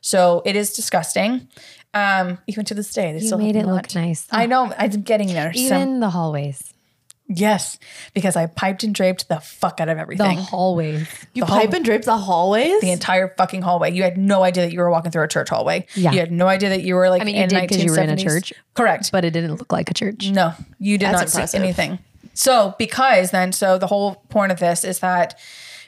So it is disgusting. Um, even to this day, they
You
still
made
have
it
not-
look nice. Oh.
I know. I'm getting there. so,
Even the hallways.
yes, because I piped and draped the fuck out of
The
everything.
hallways.
You pipe and drape the hallways.
the entire fucking hallway. You had no idea that you were walking through a church hallway.
Yeah.
You had no idea that you were like
I mean, you
in
did 'cause
1970s.
you were in a church.
Correct.
But it didn't look like a church.
Mm,
No, you did
That's
not see
impressive.
anything. So because then, so the whole point of this is that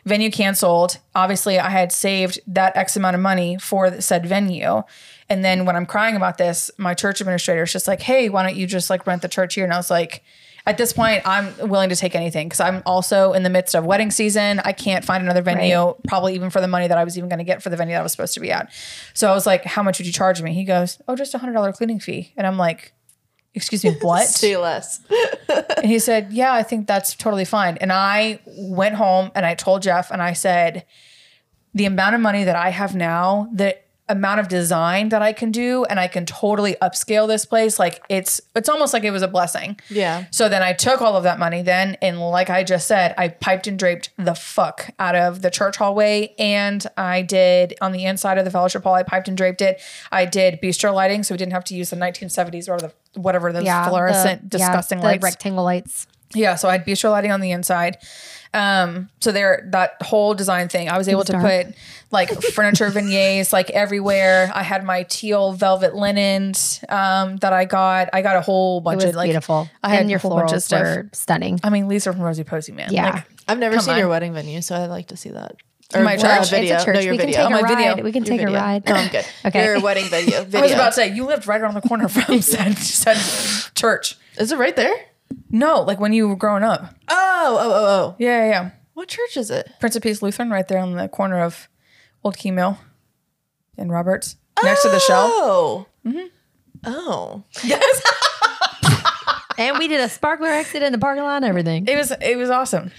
venue canceled. Obviously, I had saved that X amount of money for the said venue. And then when I'm crying about this, my church administrator is just like, "Hey, why don't you just like rent the church here?" And I was like, at this point, I'm willing to take anything because I'm also in the midst of wedding season. I can't find another venue, probably even for the money that I was even going to get for the venue that I was supposed to be at. So I was like, "How much would you charge me?" He goes, "Oh, just a hundred dollar cleaning fee." And I'm like, "Excuse me, what?"
Say less.
And he said, Yeah, I think that's totally fine. And I went home and I told Jeff and I said, The amount of money that I have now, the amount of design that I can do, and I can totally upscale this place. Like it's it's almost like it was a blessing.
Yeah.
So then I took all of that money then, and like I just said, I piped and draped the fuck out of the church hallway, and I did on the inside of the fellowship hall. I piped and draped it. I did bistro lighting, so we didn't have to use the 1970s or the whatever those fluorescent
the- yeah,
disgusting
the
lights.
rectangle lights.
Yeah, so I had bistro lighting on the inside. Um, so there that whole design thing, I was able to put like furniture vignettes like everywhere. I had my teal velvet linens um that I got. I got a whole
It
bunch
was
of like
beautiful.
I had
and your
a whole bunch of
florals
stuff.
were stunning.
I mean Lisa from Rosie Posey Man.
Yeah.
Like,
I've never
Come
seen
on.
your wedding venue, so I'd like to see that. uh,
My church? It's a
It's a church.
No, your
we can
video.
take
my
a ride.
video.
We can
Your
take
video.
a ride.
No, I'm good.
Okay.
Your wedding video. video.
I was about to say you lived right around the corner from said, said church.
Is it right there?
No, like when you were growing up.
Oh, oh, oh, oh.
Yeah, yeah, yeah.
What church is it?
Prince of Peace Lutheran right there on the corner of Old Key Mill and Roberts.
Oh,
Mm-hmm.
Next to the shell.
Oh. Oh.
Yes.
and we did a sparkler exit in the parking lot and everything.
It was it was awesome.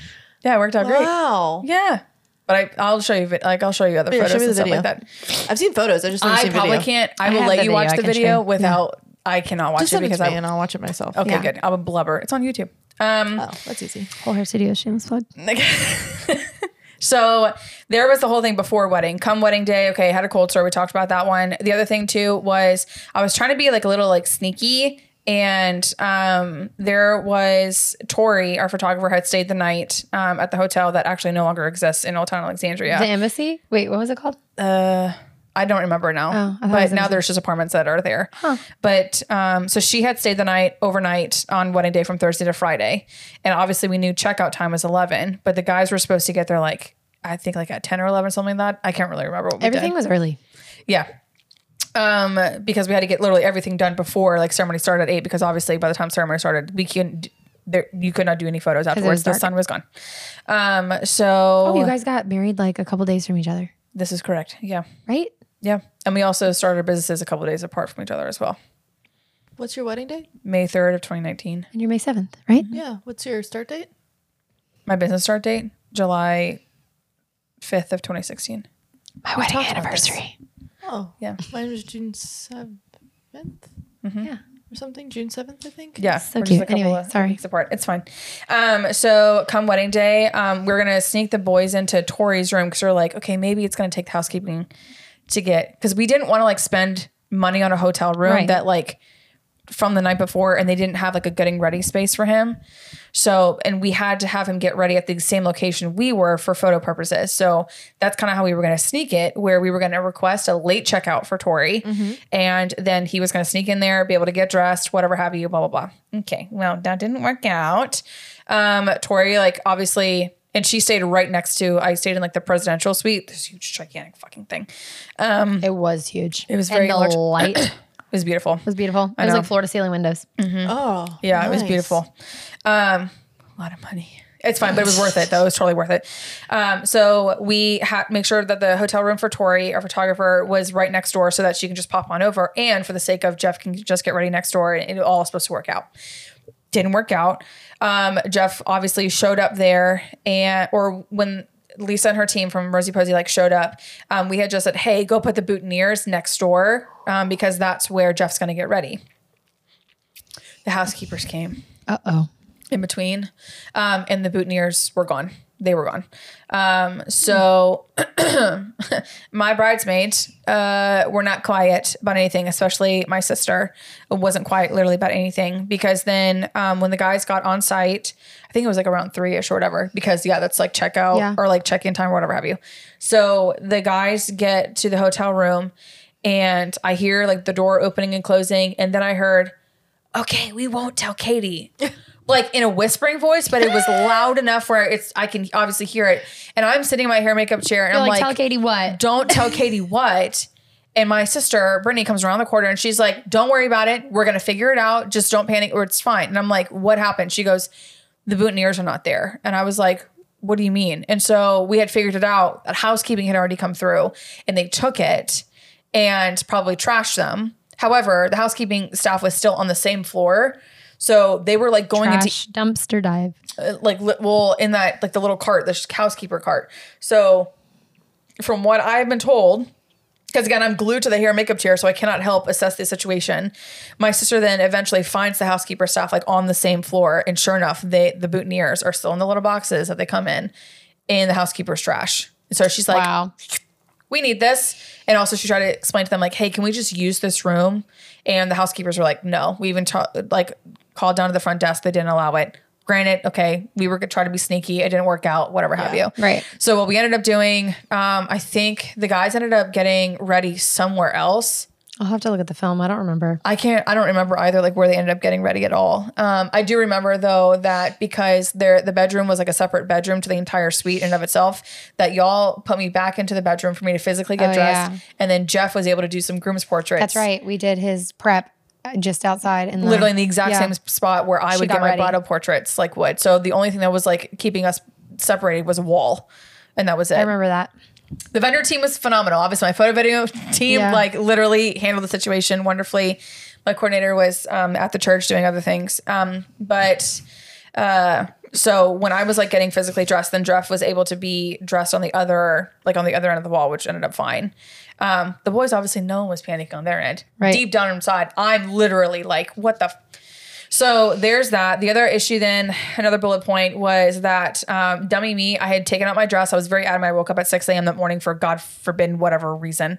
Yeah, it worked out great.
Wow.
Yeah, but I I'll show you vid- like I'll show you other
Yeah, show
photos
me
and
the
stuff
video.
like that.
I've seen photos. I just never
I
seen
probably
video.
can't. I will
have
let
the
you watch the
video, I can
video
show.
without. I cannot watch
Just
it
send it
because
to me
I.
and I'll watch it myself.
Okay,
Yeah.
good. I'm a blubber. It's on YouTube. Um,
Oh, that's easy.
Whole hair studio shameless plug.
Like- so there was the whole thing before wedding. Come wedding day, okay, had a cold sore. We talked about that one. The other thing too was I was trying to be like a little like sneaky. And um, there was Tori, our photographer, had stayed the night um, at the hotel that actually no longer exists in Old Town Alexandria.
The embassy? Wait, what was it called?
I don't remember now.
Oh, I thought it
but
was
now
Amazon.
there's just apartments that are there. But um, so she had stayed the night overnight on wedding day from Thursday to Friday. And obviously we knew checkout time was 11, but the guys were supposed to get there like, I think like at 10 or 11, something like that. I can't really remember what we
Everything
did.
was early.
Yeah. Um, because we had to get literally everything done before like ceremony started at eight, because obviously by the time ceremony started, we couldn't, there, you could not do any photos afterwards. The
dark.
sun was gone. Um, so
Oh, you guys got married like a couple days from each other,
this is correct. Yeah.
right?
Yeah. And we also started our businesses a couple of days apart from each other as well.
What's your wedding date?
May 3rd of 2019.
And you're May 7th, right?
Yeah. What's your start date?
My business start date, July 5th of 2016.
My
talked
wedding
about this.
anniversary.
Oh,
Yeah.
Mine was June seventh
Mm-hmm.
Yeah.
or something. June seventh, I think.
Yeah.
So
we're just a
cute.
couple
Anyway,
of
sorry.
weeks apart. It's fine. Um, so come wedding day, um, we're going to sneak the boys into Tori's room because we're like, okay, maybe it's going to take the housekeeping to get, because we didn't want to like spend money on a hotel room
Right.
that like from the night before and they didn't have like a getting ready space for him. So, and we had to have him get ready at the same location we were for photo purposes. So that's kind of how we were going to sneak it, where we were going to request a late checkout for Tori. And then he was going to sneak in there, be able to get dressed, whatever have you, blah, blah, blah. Okay. Well, that didn't work out. Um, Tori, like, obviously, and she stayed right next to, I stayed in like the presidential suite, this huge, gigantic fucking thing.
It was huge.
It was very
and the
large. It
light
was beautiful.
was beautiful. It was like floor to ceiling windows.
Oh.
Yeah, it was
nice.
beautiful. Um, a lot of money. It's fine, but it was worth it though. It was totally worth it. Um, so we had make sure that the hotel room for Tori, our photographer, was right next door, so that she can just pop on over. And for the sake of Jeff, can just get ready next door, and it all supposed to work out didn't work out. Um, Jeff obviously showed up there, and or when Lisa and her team from Rosie Posey like showed up, um, we had just said, "Hey, go put the boutonnieres next door um, because that's where Jeff's going to get ready." The housekeepers came
Uh oh.
in between, um, and the boutonnieres were gone. They were gone. Um, so my bridesmaids uh, were not quiet about anything, especially my sister wasn't quiet literally about anything because then um, when the guys got on site, I think it was like around three ish or whatever, because yeah, that's like checkout
Yeah.
or like check in time or whatever have you. So the guys get to the hotel room and I hear like the door opening and closing. And then I heard, okay, we won't tell Katie. Like in a whispering voice, but it was loud enough where it's I can obviously hear it. And I'm sitting in my hair and makeup chair, and
You're
I'm
like,
like,
tell Katie what?
don't tell Katie what. And my sister, Brittany, comes around the corner and she's like, don't worry about it. We're going to figure it out. Just don't panic or it's fine. And I'm like, what happened? She goes, the boutonnieres are not there. And I was like, what do you mean? And so we had figured it out that housekeeping had already come through and they took it and probably trashed them. However, the housekeeping staff was still on the same floor. So they were like going into
Trash dumpster dive.
uh, like li- well in that like the little cart the sh- housekeeper cart so from what i've been told because again i'm glued to the hair and makeup chair so i cannot help assess the situation my sister then eventually finds the housekeeper staff like on the same floor and sure enough they the boutonnieres are still in the little boxes that they come in in the housekeeper's trash so she's like
Wow.
we need this. And also, she tried to explain to them, like, hey, can we just use this room? And the housekeepers were like, no. We even tra- like called down to the front desk. They didn't allow it. Granted, okay, we were trying to be sneaky. It didn't work out, whatever have you.
right.
So, what we ended up doing, um, I think the guys ended up getting ready somewhere else.
I'll have to look at the film. I don't remember.
I can't. I don't remember either, like where they ended up getting ready at all. Um, I do remember though that because their the bedroom was like a separate bedroom to the entire suite in and of itself, that y'all put me back into the bedroom for me to physically get
Oh,
dressed,
yeah.
and then Jeff was able to do some groom's portraits.
That's right. We did his prep uh, just outside and
Literally in the exact
Yeah.
same spot where I would
got
get my
ready.
bridal portraits, like would. So the only thing that was like keeping us separated was a wall, and that was it.
I remember that.
the vendor team was phenomenal. Obviously, my photo video team
Yeah.
like literally handled the situation wonderfully. my coordinator was um, at the church doing other things. Um, but uh, so when I was like getting physically dressed, then Jeff was able to be dressed on the other, like on the other end of the wall, which ended up fine. Um, the boys obviously no one was panicking on their end.
Right.
Deep down inside, I'm literally like, what the. F-? So there's that. The other issue, then, another bullet point was that um, dummy me, I had taken out my dress. I was very adamant. I woke up at 6 a.m. that morning for God forbid whatever reason.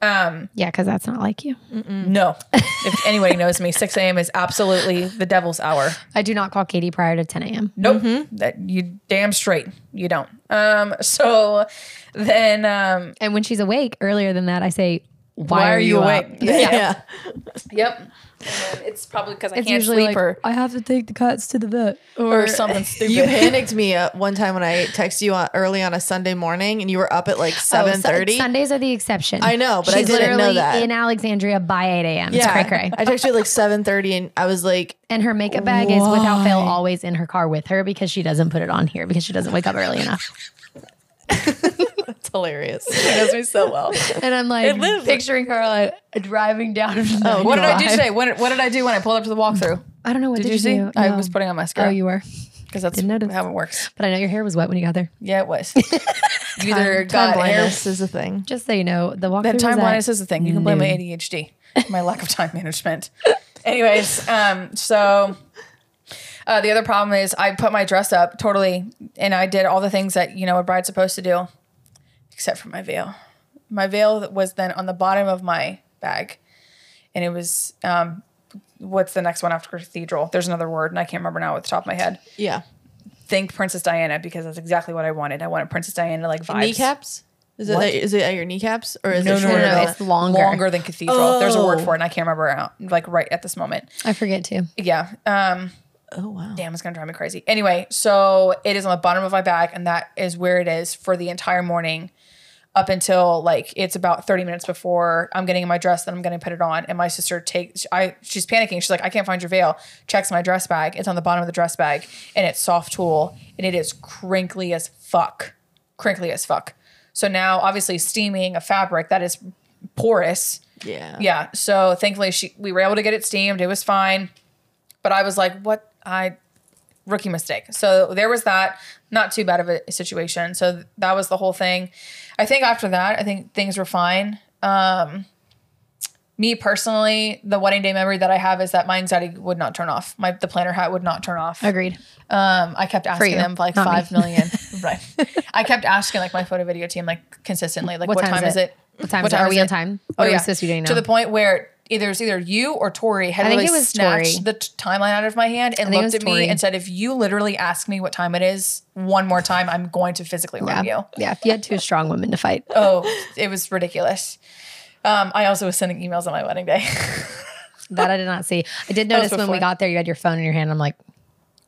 Yeah, because that's not like you.
No. if anybody knows me, 6 a.m. is absolutely the devil's hour.
I do not call Katie prior to 10 a.m.
Nope.
Mm-hmm.
That you damn straight. You don't. Um, so then um
And when she's awake earlier than that, I say, Why,
why
are you awake?
awake?
Yeah.
Yep. And then it's probably because I
It's
can't
usually
sleep
like,
or,
I have to take the cats to the vet.
or something stupid.
You panicked me uh, one time when I texted you on, early on a Sunday morning, and you were up at
Oh,
like seven thirty.
Oh, Sundays are the exception.
I know, but I
She's
didn't know
literally
that.
in Alexandria by 8 a.m. It's cray cray.
I texted you at like seven thirty, and I was like,
And her makeup bag is without fail always in her car with her because she doesn't put it on here because she doesn't wake up early enough.
"It's hilarious." It knows me so well.
And I'm like picturing her like driving down. Oh,
what did I do today? What, what did I do when I pulled up to the walkthrough?
I don't know. What did,
Did you see?
do?
I
No.
was putting on
Oh,
mascara
you were.
because that's
didn't notice.
how it works.
But I know your hair was wet when you got there.
Yeah, it was. you either
Time
got hair
blindness is a thing.
Just so you know, the walkthrough.
That time
was
blindness is the thing. You can blame my ADHD, my lack of time management. Anyways, um, so uh, the other problem is I put my dress up totally, and I did all the things that you know a bride's supposed to do, except for my veil. My veil was then on the bottom of my bag, and it was um, what's the next one after cathedral? There's another word, and I can't remember now at the top of my head.
Yeah,
Think Princess Diana because that's exactly what I wanted. I wanted Princess Diana like vibes.
kneecaps. Is it, is it at your kneecaps or is it
no,
shorter
no,
than
it's
that?
longer.
longer than cathedral. There's a word
Oh.
for it, and I can't remember out, like right at this moment.
I forget too.
Yeah. Um.
oh wow.
Damn, it's gonna drive me crazy. Anyway, so it is on the bottom of my back, and that is where it is for the entire morning, up until like it's about 30 minutes before I'm getting in my dress. Then I'm gonna put it on, and my sister takes. I she's panicking. She's like, I can't find your veil. Checks my dress bag. It's on the bottom of the dress bag, and it's soft tulle, and it is crinkly as fuck, crinkly as fuck. So now, obviously, steaming a fabric that is porous.
Yeah.
Yeah. So thankfully she we were able to get it steamed. It was fine. But I was like, what I rookie mistake. So there was that. Not too bad of a situation. So th- that was the whole thing. I think after that, I think things were fine. Um me personally, the wedding day memory that I have is that my anxiety would not turn off. My the planner hat would not turn off.
Agreed.
Um, I kept asking
you,
them like
not me.
five million. right. I kept asking like my photo video team like consistently like what, time, is it? Oh,
What time, is it? Are we on time? What are we supposed to be doing now?
To the point where either it's either you or Tori had
I think
literally
it was
snatched
Tori.
the t- timeline out of my hand and
think it
looked
was
at me
Tori.
and said, "If you literally ask me what time it is one more time, I'm going to physically harm
yeah.
you."
yeah. If you had two strong women to fight.
Oh, it was ridiculous. Um, I also was sending emails on my wedding day.
That I did not see. I did
was
notice when we
before.
got there, you had your phone in your hand. I'm like,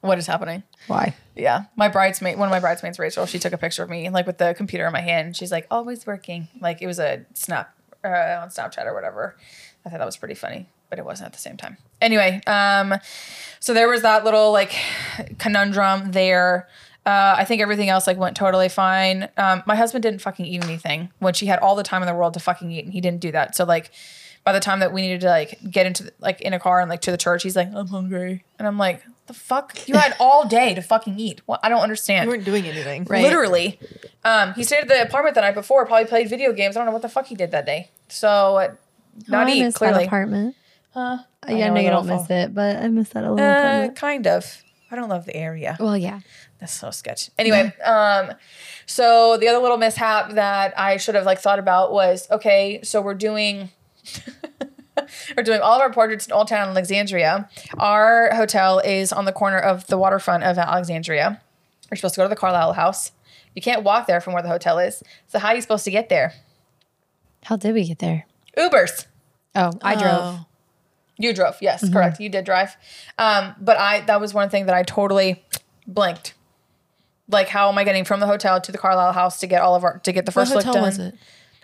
what is happening?
why?
Yeah, my bridesmaid, one of my bridesmaids, Rachel, she took a picture of me like with the computer in my hand. She's like, always working. Like it was a snap uh, on Snapchat or whatever. I thought that was pretty funny, but it wasn't at the same time. Anyway, um, so there was that little like conundrum there. Uh, I think everything else like went totally fine. Um, my husband didn't fucking eat anything when she had all the time in the world to fucking eat, and he didn't do that. So like, by the time that we needed to like get into the, like in a car and like to the church, he's like, "I'm hungry," and I'm like, "The fuck? You had all day to fucking eat? Well, I don't understand."
You weren't doing anything.
Literally. Um, he stayed at the apartment the night before, probably played video games. I don't know what the fuck he did that day. So, uh, not
Oh, I
eat,
miss that
clearly.
apartment.
Huh?
yeah, I
know,
know
it's
you don't
awful.
miss it, but I miss that a little
Uh,
apartment.
kind of. I don't love the area.
Well, yeah.
That's so sketch. Anyway, um, so the other little mishap that I should have like thought about was okay, so we're doing we're doing all of our portraits in Old Town Alexandria. Our hotel is on the corner of the waterfront of Alexandria. We're supposed to go to the Carlisle house. You can't walk there from where the hotel is. So how are you supposed to get there?
How did we get there?
Ubers.
Oh, I
um,
drove.
Oh.
You drove. Yes,
Mm-hmm.
correct. You did drive. Um, but I that was one thing that I totally blinked. Like, how am I getting from the hotel to the Carlisle house to get all of our to get the
What
first look
hotel
done?
was it?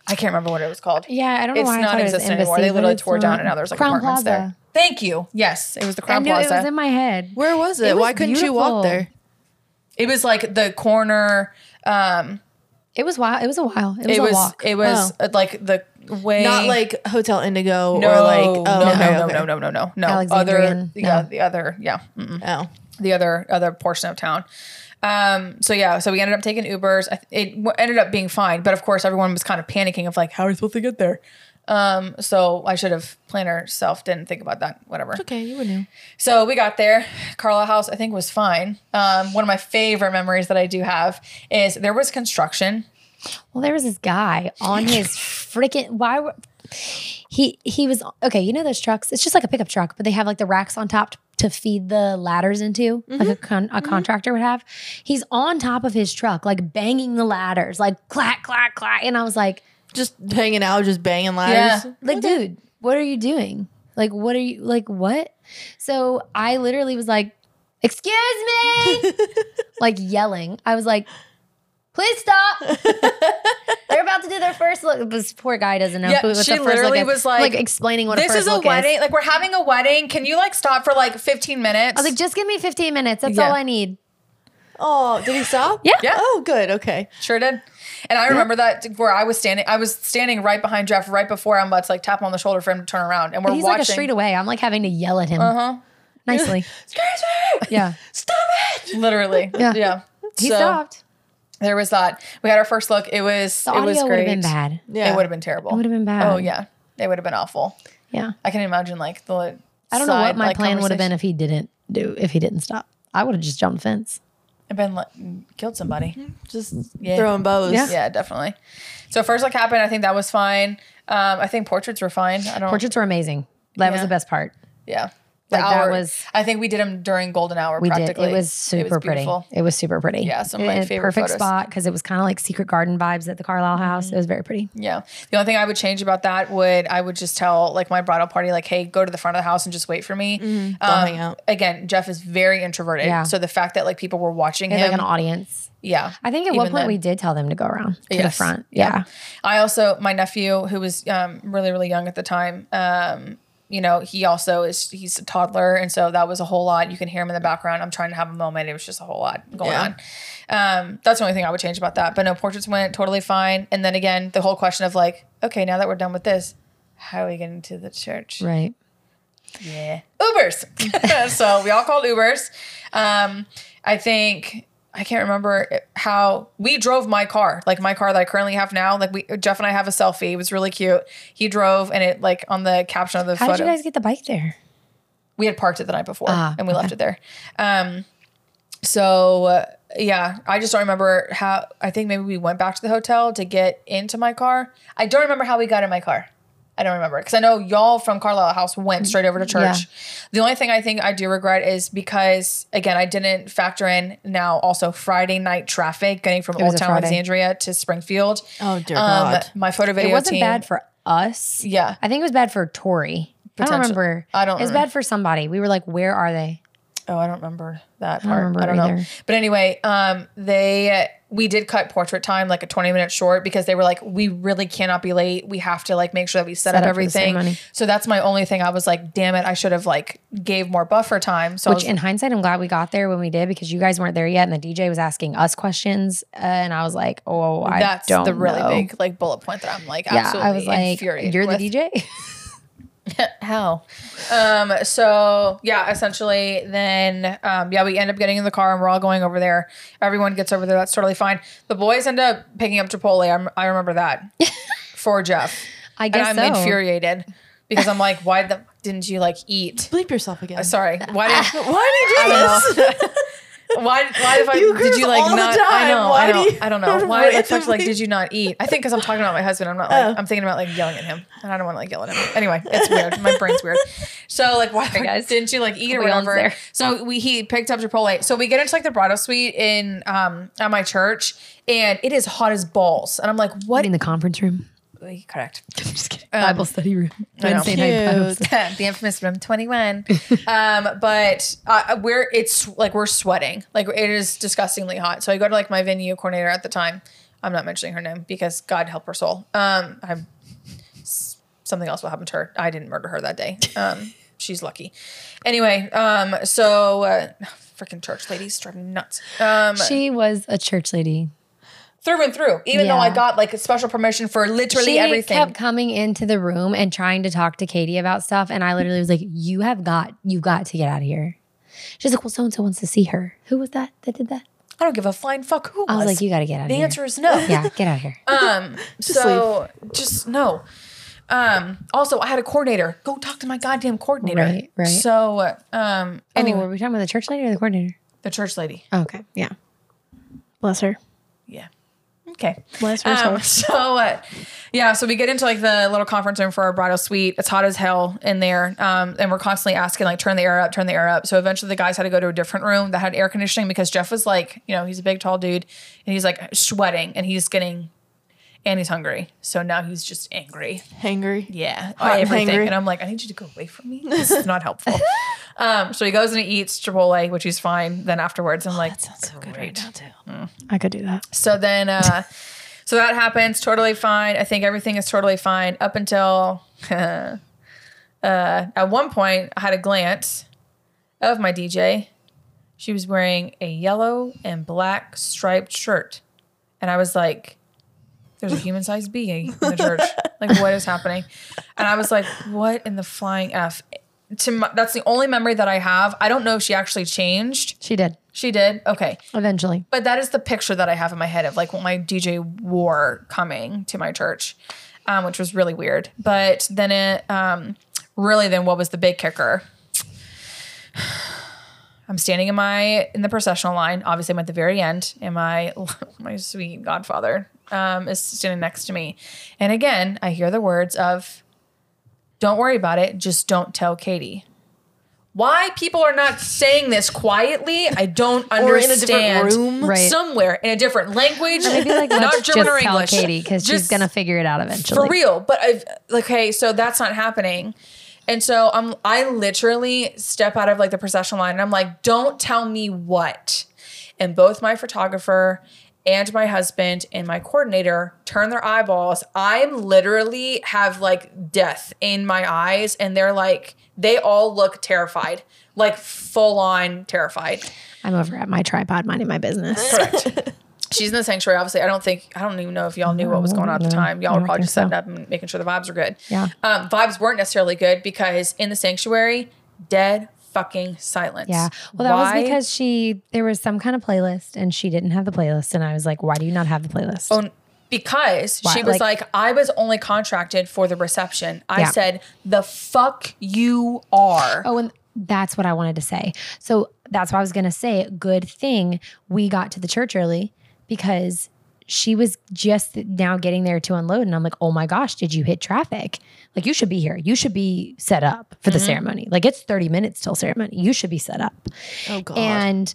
I can't remember what it was called.
Yeah, I don't know
It's
why I
not
thought it was
existent anymore.
Embassy,
They
but
literally
it's
tore down
not.
and now there's like
Crown
apartments there.
Plaza.
Thank you. Yes, it was the
I
Crown
knew it
Plaza.
was in my head.
Where was it?
It was
Why couldn't you walk
beautiful.
there?
like the corner. Um,
It was while. It was a while. It was
it
a
was
walk.
it was
Oh.
uh, like the way
Not like Hotel Indigo
no,
or like
no,
oh okay,
no,
okay.
no, no, no, no, no, Other,
Alexandrian,
yeah,
no.
the other, yeah, mm-mm.
Oh.
the other other portion of town. Um, so yeah, so we ended up taking Ubers. I th- It w- ended up being fine, but of course, everyone was kind of panicking of like, how are we supposed to get there? Um, so I should have planner self didn't think about that. Whatever.
Okay, you were new.
So we got there. Carla House, I think, was fine. Um, one of my favorite memories that I do have is there was construction.
Well, there was this guy on his freaking why were- he he was okay. You know those trucks? It's just like a pickup truck, but they have like the racks on top to feed the ladders into, like
Mm-hmm.
a, con- a contractor would have. He's on top of his truck, like banging the ladders, like clack clack clack. And I was like,
Just hanging out, just banging ladders.
Yeah.
like dude, what are you doing? Like what are you like what? So I literally was like, excuse me, like yelling. I was like. Please stop! They're about to do their first look. This poor guy doesn't know.
Yeah,
who- what
she
the first
literally
look is.
was like,
like explaining what
this
a first
is a
look
wedding. Like we're having a wedding. Can you like stop for like 15 minutes?
I was like, just give me 15 minutes. That's
Yeah.
all I need.
Oh, did he stop?
Yeah.
Yeah.
Oh, good. Okay.
sure did. And I remember that where I was standing, I was standing right behind Jeff right before I'm about to like tap him on the shoulder for him to turn around. And we're
But he's
watching.
like a street away. I'm like having to yell at him
uh-huh.
nicely. yeah.
Literally.
Yeah.
Yeah.
He
So,
stopped.
There was that. We had our first look. It was
The
it was
audio would
great.
have been bad.
Yeah.
It would have been terrible.
It would have been bad.
Oh yeah. It would have been awful.
Yeah.
I can imagine like the like,
I don't know
side,
what my
like,
plan would have been
conversation.
if he didn't do, if he didn't stop. I would have just jumped the fence.
I've been like, killed somebody.
Just
Yeah.
throwing bows.
Mm-hmm. Yeah.
Yeah, definitely. So first look happened. I think that was fine. Um, I think portraits were fine. I don't.
Portraits were amazing. That was
Yeah.
the best part.
Yeah.
Like, that
hour-
was-
I think we did them during golden hour.
We did.
practically.
It was super pretty.
beautiful.
It was super pretty.
Yeah, some of my
And
favorite
Perfect
photos.
spot because it was kind of like secret garden vibes at the Carlisle house. It was very pretty.
Yeah. The only thing I would change about that would I would just tell like my bridal party like, hey, go to the front of the house and just wait for me.
Mm-hmm.
Um,
hang out.
Again, Jeff is very introverted,
Yeah.
so the fact that like people were watching
It
him,
had, like an audience.
yeah.
I think at one
Even
point
then.
we did tell them to go around to the
Yes.
front. Yeah.
I also my nephew who was um, really really young at the time. Um, you know, he also is he's a toddler, and so that was a whole lot. You can hear him in the background. I'm trying to have a moment. It was just a whole lot going
Yeah.
on. Um, that's the only thing I would change about that. But no, portraits went totally fine. And then again, the whole question of like, okay, now that we're done with this, how are we getting to the church?
Right.
Yeah. Ubers. so we all called Ubers. Um, I think I can't remember how we drove my car, like my car that I currently have now. Like we Jeff and I have a selfie. It was really cute. He drove and it like on the caption of the
How
photo
did you guys get the bike there?
we had parked it the night before
Ah,
and we left
okay.
it there. Um, so uh, yeah, I just don't remember how. I think maybe we went back to the hotel to get into my car. I don't remember how we got in my car. I don't remember because I know y'all from Carlisle House
Mm,
went straight over to church. The only thing I think I do regret is because again I didn't factor in now also Friday night traffic getting from
was
Old
a
Town
Friday.
Alexandria to Springfield.
Oh dear
Um,
God.
my photo video
It wasn't
team-
bad for us.
yeah.
I think it was bad for Tori. I don't
Potential-
remember.
I don't
It was
remember.
bad for somebody. We were like, where are they?
Oh, I don't remember that
don't
part. I don't,
remember
know.
either.
But anyway, um, they we did cut portrait time like a twenty minute short because they were like, we really cannot be late. We have to like make sure that we set,
Set
up,
up for the
everything.
ceremony.
So that's my only thing. I was like, damn it, I should have like gave more buffer time. So I
Which,
was-
in hindsight, I'm glad we got there when we did because you guys weren't there yet, and the DJ was asking us questions, uh, and I was like, "Oh, I
that's
don't
the really
know.
big like bullet point that I'm like,
Yeah,
absolutely
I was like,
infuriated
"You're
with.
the DJ."
How? Um, so yeah, essentially then um yeah, we end up getting in the car and we're all going over there. Everyone gets over there, that's totally fine. The boys end up picking up Chipotle. I'm, I remember that for Jeff.
I
And
guess
I'm
so.
infuriated because I'm like, why the didn't you like eat?
Bleep yourself again.
Sorry. Why did
Why did you do this?
why why if I
You
did you
curse
like
all the
not I
time.
know
Why
I
do
don't
you
I don't know why the fuck like
randomly-
did you not eat? I think because I'm talking about my husband. I'm not like
Oh.
I'm thinking about like yelling at him, and I don't want to like yell at him. Anyway, it's weird. My brain's weird. So like why
guys.
didn't you like eat or
We all
whatever?
there.
So we he picked up Chipotle. So we get into like the bridal suite in um at my church, and it is hot as balls. And I'm like, what?
in the conference room,
Correct.
I'm just kidding.
Um,
Bible study room,
I know.
Wednesday night Bible study.
the infamous room 21 um but uh, we're it's like we're sweating like it is disgustingly hot so i go to like my venue coordinator at the time i'm not mentioning her name because god help her soul um i'm s- something else will happen to her i didn't murder her that day um she's lucky anyway um so uh freaking church ladies driving me nuts um
She was a church lady.
through and through. Even though
Yeah.
I got like a special permission for literally
she
everything.
kept coming into the room and trying to talk to Katie about stuff, and I literally was like, "You have got, you got to get out of here." She's like, "Well, so and so wants to see her. Who was that that did that?"
I don't give a flying fuck who it
I was
was.
like, "You got to get out of
the
here."
answer is no.
yeah, get out of here.
Um, so just no. Um, also, I had a coordinator. Go talk to my goddamn coordinator.
Right, right.
So, um,
Anyway,
anyway,
were we talking about the church lady or the coordinator?
the church lady.
Okay, yeah.
Bless her.
Yeah. Okay.
Bless her. soul.
Um, so uh, yeah, so we get into like the little conference room for our bridal suite. It's hot as hell in there, um, and we're constantly asking like, turn the air up, turn the air up. So eventually, the guys had to go to a different room that had air conditioning because Jeff was like, you know, he's a big tall dude, and he's like sweating, and he's getting, and he's hungry. So now he's just angry.
Hangry.
Yeah,
Hot and
everything.
hangry.
And I'm like, I need you to go away from me. This is not helpful. um, so he goes and he eats Chipotle, which he's fine. Then afterwards, I'm like,
Oh,
Mm.
Sounds so good right now too. I could do that.
so then, uh, so that happens totally fine. I think everything is totally fine up until uh, at one point I had a glance of my DJ. She was wearing a yellow and black striped shirt, and I was like, "There's a human-sized bee in the church. Like, what is happening?" And I was like, "What in the flying f?" To my, that's the only memory that I have. I don't know if she actually changed.
She did
She did. Okay.
eventually.
But that is the picture that I have in my head of like what my DJ wore coming to my church, um, which was really weird. But then it um, really then what was the big kicker? I'm standing in my in the processional line. Obviously, I'm at the very end, and my my sweet godfather um, is standing next to me. And again, I hear the words of, "Don't worry about it. Just don't tell Katie." Why people are not saying this quietly, I don't understand
Or in a different room.
Right.
somewhere in a different language,
Maybe like
not
let's
German
just
or
tell
English.
Katie because she's
Just
gonna figure it out eventually.
for real. But I've like, hey, so that's not happening. And so I'm, I literally step out of like the processional line, and I'm like, don't tell me what. And both my photographer and my husband and my coordinator turn their eyeballs. I'm literally have like death in my eyes, and they're like, they all look terrified, like full on terrified.
I'm over at my tripod minding my business.
Correct. She's in the sanctuary. Obviously, I don't think I don't even know if y'all knew what was going on at the time. Y'all were
don't
probably
think
just setting
so.
up and making sure the vibes were good.
Yeah.
Um, vibes weren't necessarily good because in the sanctuary, dead fucking silence.
Yeah. Well, that
Why?
was because she there was some kind of playlist and she didn't have the playlist, and I was like, "Why do you not have the playlist?"
Oh, n- because
Why?
she was
Like-
like, I was only contracted for the reception. I
Yeah.
said, the fuck you are.
Oh, and that's what I wanted to say. So that's why I was going to say, good thing we got to the church early because she was just now getting there to unload. And I'm like, oh my gosh, did you hit traffic? Like, you should be here. You should be set up for the ceremony. Like, it's 30 minutes till ceremony. You should be set up.
Oh god.
And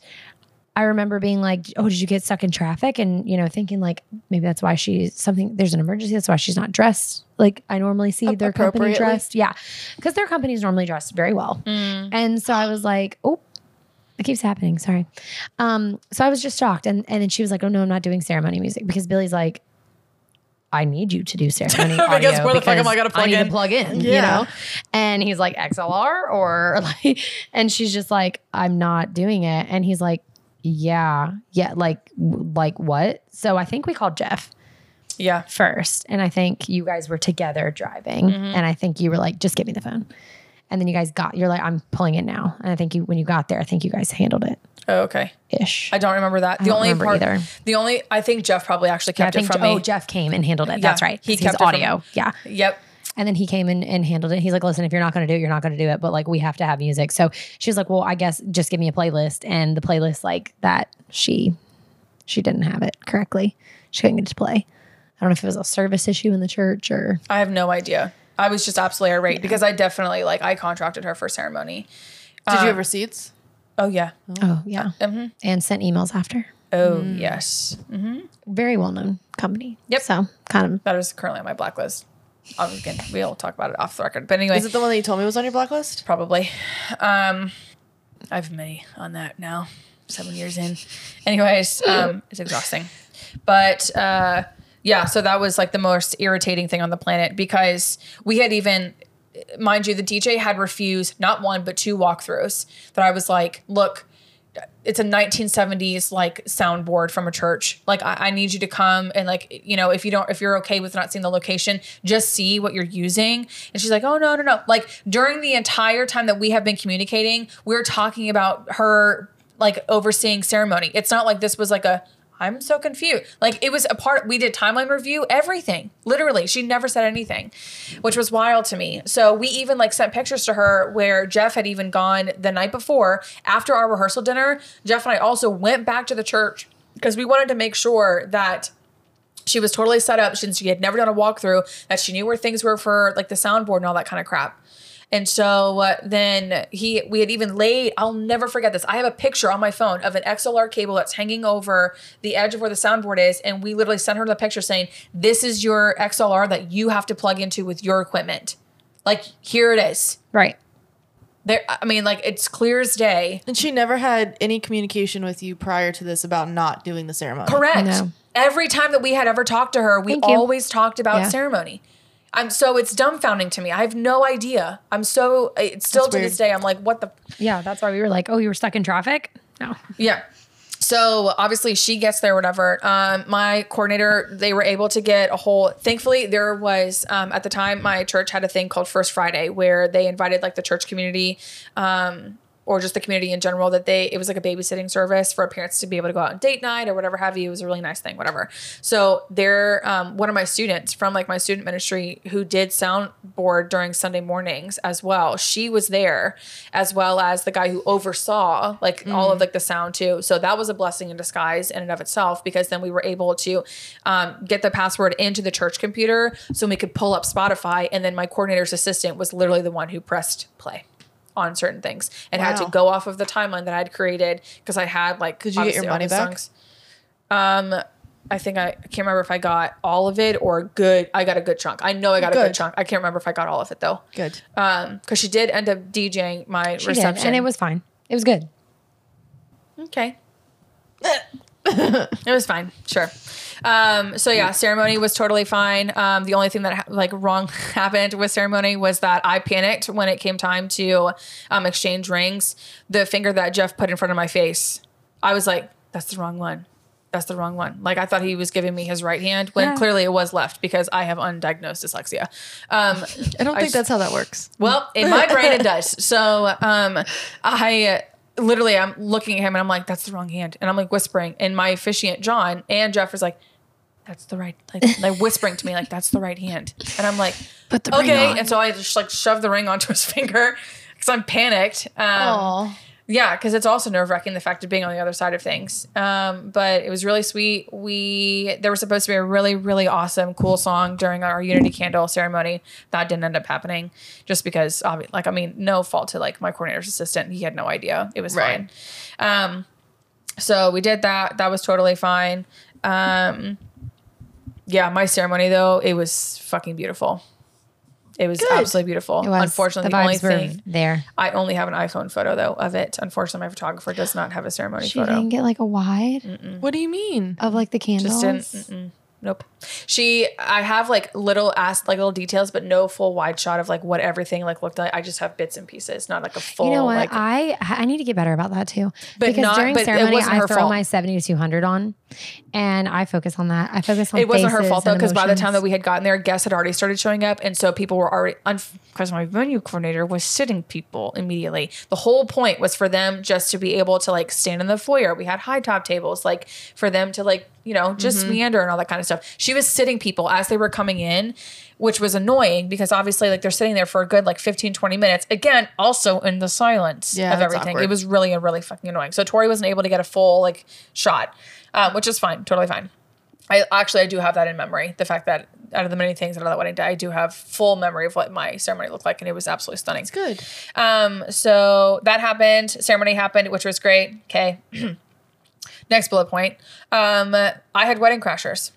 I remember being like, "Oh, did you get stuck in traffic?" And you know, thinking like maybe that's why she's something. There's an emergency. That's why she's not dressed like I normally see their company
appropriately.
dressed. Yeah, because their company's normally dressed very well. And so I was like, "Oh." It keeps happening. Sorry. Um, so I was just shocked, and and then she was like, "Oh no, I'm not doing ceremony music because Billy's like, I need you to do ceremony audio
where the fuck am I
because
gonna plug
need to
in?"
plug in, you
Yeah.
know." And he's like, XLR or like, and she's just like, I'm not doing it. And he's like, yeah, yeah, like, w- like what? So I think we called Jeff
yeah.
first. And I think you guys were together driving.
Mm-hmm.
And I think you were like, just give me the phone. And then you guys got, you're like, I'm pulling it now. And I think you, when you got there, I think you guys handled it
Oh, okay.
ish.
I don't remember that. The
don't
only
remember
part,
either.
the only, I think Jeff probably actually
Yeah, I
kept it
think,
from
oh,
me.
Jeff came and handled it.
Yeah,
That's right.
he
'cause he's
kept it from me.
audio. Yeah.
Yep.
And then he came in and handled it. He's like, listen, if you're not going to do it, you're not going to do it. But like, we have to have music. So she's like, well, I guess just give me a playlist. And the playlist like that, she, she didn't have it correctly. She couldn't get it to play. I don't know if it was a service issue in the church or
I have no idea. I was just absolutely irate because I definitely like I contracted her for ceremony.
Did you have receipts?
Oh Uh, mm-hmm. yeah.
oh yeah, and sent emails after.
Oh
Mm.
yes.
Very well known company.
Yep.
So kind of
That is currently on my blacklist. Um, Again, we'll talk about it off the record. But anyway,
Is it the one that you told me was on your blacklist?
probably. Um, I have many on that now. Seven years in. Anyways, um, it's exhausting. But uh, yeah, so that was like the most irritating thing on the planet because we had even, mind you, the DJ had refused not one but two walkthroughs that I was like, look, it's a 1970s like soundboard from a church. Like I, I need you to come and like you know if you don't if you're okay with not seeing the location, just see what you're using. And she's like, oh no no no. Like during the entire time that we have been communicating, we're talking about her like overseeing ceremony. It's not like this was like a I'm so confused. Like it was a part we did timeline review, everything. Literally, she never said anything, which was wild to me. So we even like sent pictures to her where Jeff had even gone the night before after our rehearsal dinner. Jeff and I also went back to the church because we wanted to make sure that she was totally set up since she had never done a walkthrough that she knew where things were for like the soundboard and all that kind of crap and so uh, then he we had even laid i'll never forget this i have a picture on my phone of an xlr cable that's hanging over the edge of where the soundboard is and we literally sent her the picture saying this is your xlr that you have to plug into with your equipment like here it is
Right.
there i mean like it's clear as day
And she never had any communication with you prior to this about not doing the ceremony.
Correct.
No.
Every time that we had ever talked to her, we
Thank you.
always talked about
Yeah.
ceremony. I'm so it's dumbfounding to me. I have no idea. I'm so it's still
That's
to
weird.
this day. I'm like, what the
Yeah, that's why we were like, oh, you were stuck in traffic? No.
yeah. So obviously she gets there, whatever. Um, my coordinator, they were able to get a whole. Thankfully, there was um, at the time my church had a thing called First Friday where they invited like the church community, um, or just the community in general. That they it was like a babysitting service for parents to be able to go out on date night or whatever have you. It was a really nice thing, whatever. So there, um, one of my students from like my student ministry who did soundboard during Sunday mornings as well. She was there, as well as the guy who oversaw like all of like the sound too. So that was a blessing in disguise in and of itself because then we were able to um, get the password into the church computer so we could pull up Spotify. And then my coordinator's assistant was literally the one who pressed play on certain things and had to
Wow.
go off of the timeline that I'd created because I had like
Did you get your
obviously all
money
these
back?
Um, I think I, I can't remember if I got all of it or a good. I got a good chunk. I know I got a
Good.
good chunk. I can't remember if I got all of it though,
Good.
um, because she did end up DJing my
She did.
reception,
And it was fine. It was good.
okay. it was fine, sure. Um, so yeah, ceremony was totally fine. Um, the only thing that ha- like wrong happened with ceremony was that I panicked when it came time to um, exchange rings. The finger that Jeff put in front of my face, I was like, "That's the wrong one. That's the wrong one." Like I thought he was giving me his right hand when clearly it was left because I have undiagnosed dyslexia. Um,
I don't think
just-
that's how that works.
well, in my brain it does. So um, I uh, literally I'm looking at him and I'm like, that's the wrong hand, and I'm like whispering, and my officiant John and Jeff is like, that's the right, like, like whispering to me like that's the right hand, and I'm like,
Put the ring
okay,
on.
and so I just like shoved the ring onto his finger because I'm panicked. Um,
Oh,
yeah, because it's also nerve wracking the fact of being on the other side of things. Um, but it was really sweet. We there was supposed to be a really really awesome cool song during our unity candle ceremony that didn't end up happening just because obvi- like I mean no fault to like my coordinator's assistant he had no idea it was
Right.
fine. Um, so we did that that was totally fine. Um, yeah, my ceremony though it was fucking beautiful. It was absolutely beautiful.
It was.
Unfortunately,
the
the, only
vibes
thing.
were there.
I only have an iPhone photo though of it. Unfortunately, my photographer does not have a ceremony
She
photo.
didn't get like a wide
what do you mean?
of like the candles.
Just didn't. Mm-mm, nope. She. I have like little asked like little details, but no full wide shot of like what everything like looked like. I just have bits and pieces, not like a full.
You know what?
Like,
I I need to get better about that too.
But
because
not-
during
but it
ceremony,
wasn't
I
her
throw
fault.
my seventy to two hundred on, and I focus on that. I focus on
it wasn't her
faces
fault though,
and
because by the time
emotions.
that we had gotten there, guests had already started showing up, and so people were already. Because my venue coordinator was sitting people immediately. The whole point was for them just to be able to like stand in the foyer. We had high top tables, like for them to like you know just meander and all that kind of stuff. She was sitting people as they were coming in, which was annoying because obviously like they're sitting there for a good like 15, 20 minutes. Again, also in the silence
Yeah,
of
that's
everything. It
awkward.
was really really fucking annoying. So Tori wasn't able to get a full like shot, um, which is fine, totally fine. I actually I do have that in memory. The fact that out of the many things out of that wedding day, I do have full memory of what my ceremony looked like, and it was absolutely stunning.
Good.
Um, so that happened. Ceremony happened, which was great. Okay. Next bullet point. Um, I had wedding crashers.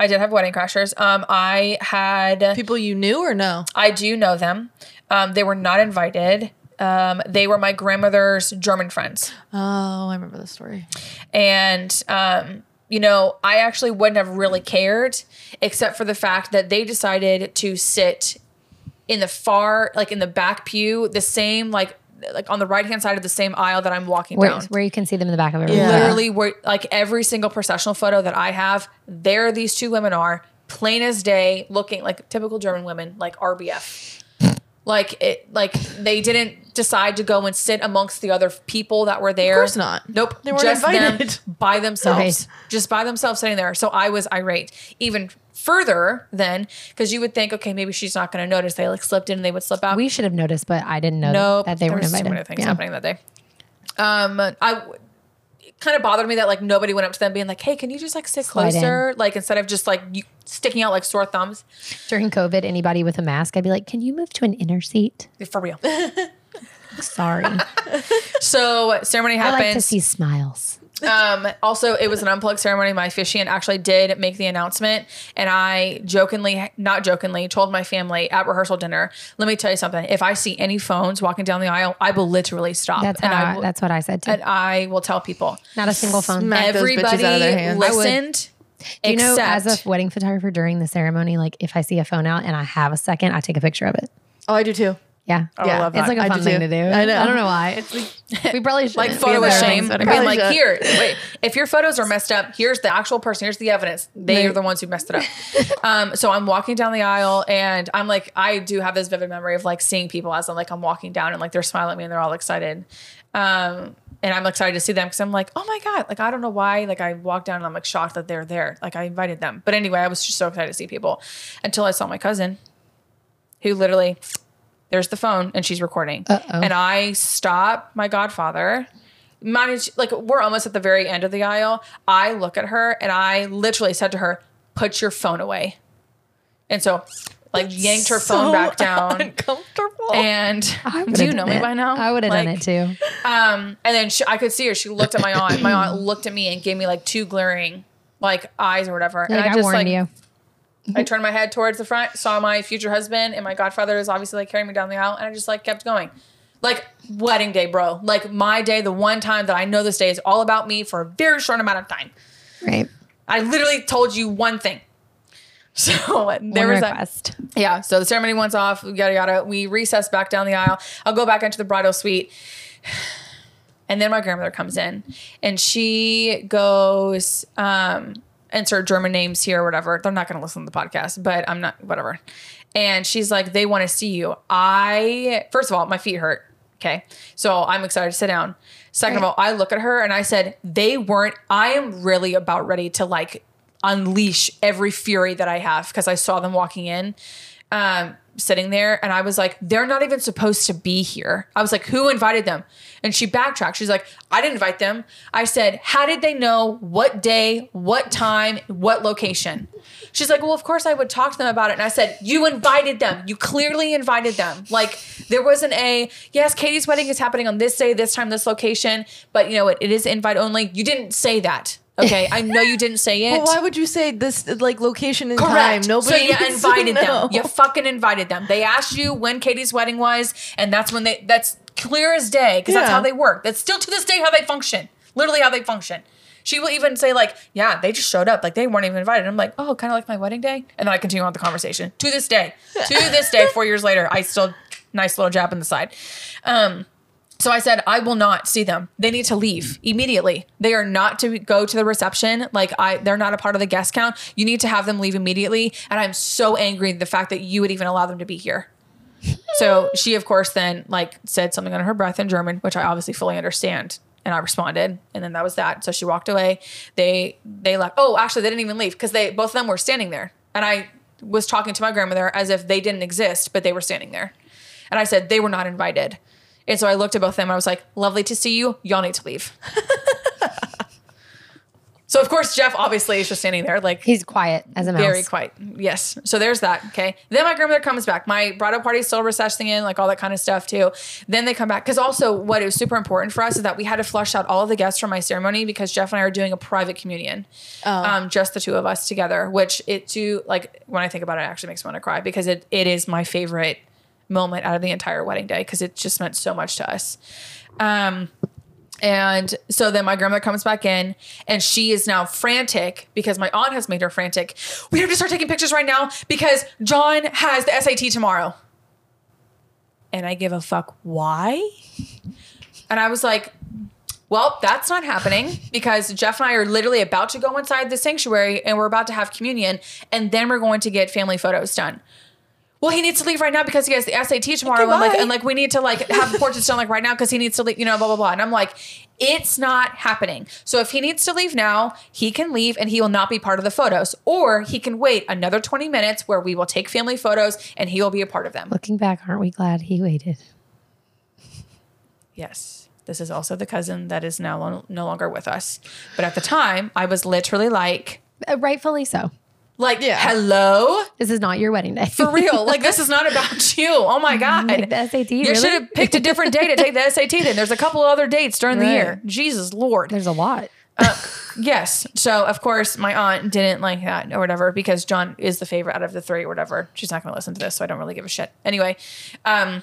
I did have wedding crashers. Um, I had.
People you knew or no?
I do know them. Um, they were not invited. Um, they were my grandmother's German friends.
Oh, I remember the story.
And, um, you know, I actually wouldn't have really cared, except for the fact that they decided to sit in the far, like in the back pew, the same, like like on the right hand side of the same aisle that I'm walking
where,
down.
where you can see them in the back of every
Yeah.
Literally, where like every single processional photo that I have, there these two women are, plain as day, looking like typical German women, like RBF. like it, like they didn't decide to go and sit amongst the other people that were there.
Of course not.
Nope.
They weren't
just
invited.
them by themselves.
Right.
Just by themselves sitting there. So I was irate. Even further then, because you would think, okay, maybe she's not going to notice. They like slipped in and they would slip out.
We should have noticed, but I didn't know
nope.
that they
there
weren't
was
invited.
too many things
Yeah.
happening that day. Um, I w- it kind of bothered me that like nobody went up to them being like, hey, can you just like sit
Slide in.
closer? Like instead of just like you sticking out like sore thumbs.
During COVID, anybody with a mask, I'd be like, "Can you move to an inner seat?"
For real.
Sorry, I
so ceremony happens.
like to see smiles.
Um, also, it was an unplugged ceremony. My officiant actually did make the announcement, and I jokingly, not jokingly, told my family at rehearsal dinner, "Let me tell you something. If I see any phones walking down the aisle, I will literally stop,
That's
Uh, and
how.
I
I,
will,
that's what I said too.
and I will tell people."
Not a single phone.
Smack those bitches
Everybody
out of their hands. I would.
listened.
Do you
except,
know, as a wedding photographer during the ceremony, like if I see a phone out and I have a second, I take a picture of it.
Oh, I do too.
Yeah,
yeah,
Oh, love
it's like a
I
fun
do
thing
too.
to do.
I know.
I don't know why. It's like, we probably should
like photo of
there.
shame.
Photo
Being
shame.
like,
Probably
here, wait, if your photos are messed up, here's the actual person, here's the evidence. They are the ones who messed it up. um, so I'm walking down the aisle and I'm like, I do have this vivid memory of like seeing people as I'm like I'm walking down and like they're smiling at me and they're all excited. Um and I'm excited to see them because I'm like, oh my God. Like, I don't know why. Like, I walked down and I'm like shocked that they're there. Like, I invited them. But anyway, I was just so excited to see people until I saw my cousin who literally, there's the phone and she's recording.
Uh-oh.
And I stop my godfather manage like we're almost at the very end of the aisle. I look at her and I literally said to her, "Put your phone away." And so, like, yanked her phone
So
back down.
Uncomfortable.
And
I would've
do you
done
know me
it.
by now?
I would have done
Like,
it too.
Um, and then she, I could see her. She looked at my aunt. My aunt looked at me and gave me like two glaring like eyes or whatever. and
Like I,
just
warned
like
you.
I turned my head towards the front, saw my future husband, and my godfather is obviously like carrying me down the aisle, and I just like kept going. Like wedding day, bro. Like my day, the one time that I know this day is all about me for a very short amount of time.
Right.
I literally told you one thing. So there
One
was that.
request.
Yeah. So the ceremony went off, yada, yada. We recessed back down the aisle. I'll go back into the bridal suite. And then my grandmother comes in and she goes, um, insert German names here or whatever. They're not going to listen to the podcast, but I'm not, whatever. And she's like, they want to see you. I, first of all, my feet hurt. Okay. So I'm excited to sit down. Second of all, I look at her and I said, they weren't, I am really about ready to like unleash every fury that I have because I saw them walking in um, sitting there and I was like, they're not even supposed to be here. I was like, who invited them? And she backtracked. She's like, I didn't invite them. I said, how did they know what day, what time, what location? She's like, well, of course I would talk to them about it. And I said, you invited them. You clearly invited them. Like there wasn't a, yes, Katie's wedding is happening on this day, this time, this location, but you know what? It is invite only. You didn't say that. Okay. I know you didn't say it.
Well, why would you say this like location and time?
Correct.
Nobody
so you
needs to
invited
know.
them. You fucking invited them. They asked you when Katie's wedding was, and that's when they. That's clear as day because that's
Yeah.
how they work. That's still to this day how they function. Literally how they function. She will even say like, "Yeah, they just showed up. Like they weren't even invited." I'm like, "Oh, kind of like my wedding day," and then I continue on with the conversation to this day. To this day, four years later, I still nice little jab in the side. Um, so I said, I will not see them. They need to leave immediately. They are not to go to the reception. Like I, they're not a part of the guest count. You need to have them leave immediately. And I'm so angry at the fact that you would even allow them to be here. So she, of course, then like said something under her breath in German, which I obviously fully understand. And I responded, and then that was that. So she walked away. They they left. Oh, actually, they didn't even leave because they both of them were standing there, and I was talking to my grandmother as if they didn't exist, but they were standing there. And I said they were not invited. And so I looked at both of them. I was like, "Lovely to see you. Y'all need to leave." so of course, Jeff obviously is just standing there, like
He's quiet as a mouse.
very quiet. Yes. So there's that. Okay. Then my grandmother comes back. My bridal party's still recessing in, like all that kind of stuff too. Then they come back. Cause also what is super important for us is that we had to flush out all of the guests from my ceremony because Jeff and I are doing a private communion. Um, just the two of us together, which it to like when I think about it, it actually makes me want to cry because it it is my favorite moment out of the entire wedding day because it just meant so much to us. Um and so then my grandmother comes back in and she is now frantic because my aunt has made her frantic. We have to start taking pictures right now because John has the SAT tomorrow. and I give a fuck why. And I was like, well, that's not happening because Jeff and I are literally about to go inside the sanctuary and we're about to have communion and then we're going to get family photos done. Well, he needs to leave right now because he has the SAT tomorrow, and like,
Goodbye.
and like we need to like have the portraits done like right now because he needs to leave, you know, blah blah blah. And I'm like, it's not happening. So if he needs to leave now, he can leave and he will not be part of the photos, or he can wait another 20 minutes where we will take family photos and he will be a part of them.
Looking back, aren't we glad he waited?
Yes. This is also the cousin that is now lo- no longer with us. But at the time, I was literally like,
Uh, rightfully so.
like,
Yeah.
hello?
This is not your wedding day.
For real. like, this is not about you. Oh my God.
Like the SAT,
you
really?
should have picked a different day to take the SAT then. There's a couple other dates during the
Right.
year. Jesus Lord. Uh,
There's a lot.
Yes. So of course my aunt didn't like that or whatever because John is the favorite out of the three or whatever. She's not going to listen to this, so I don't really give a shit. Anyway, um,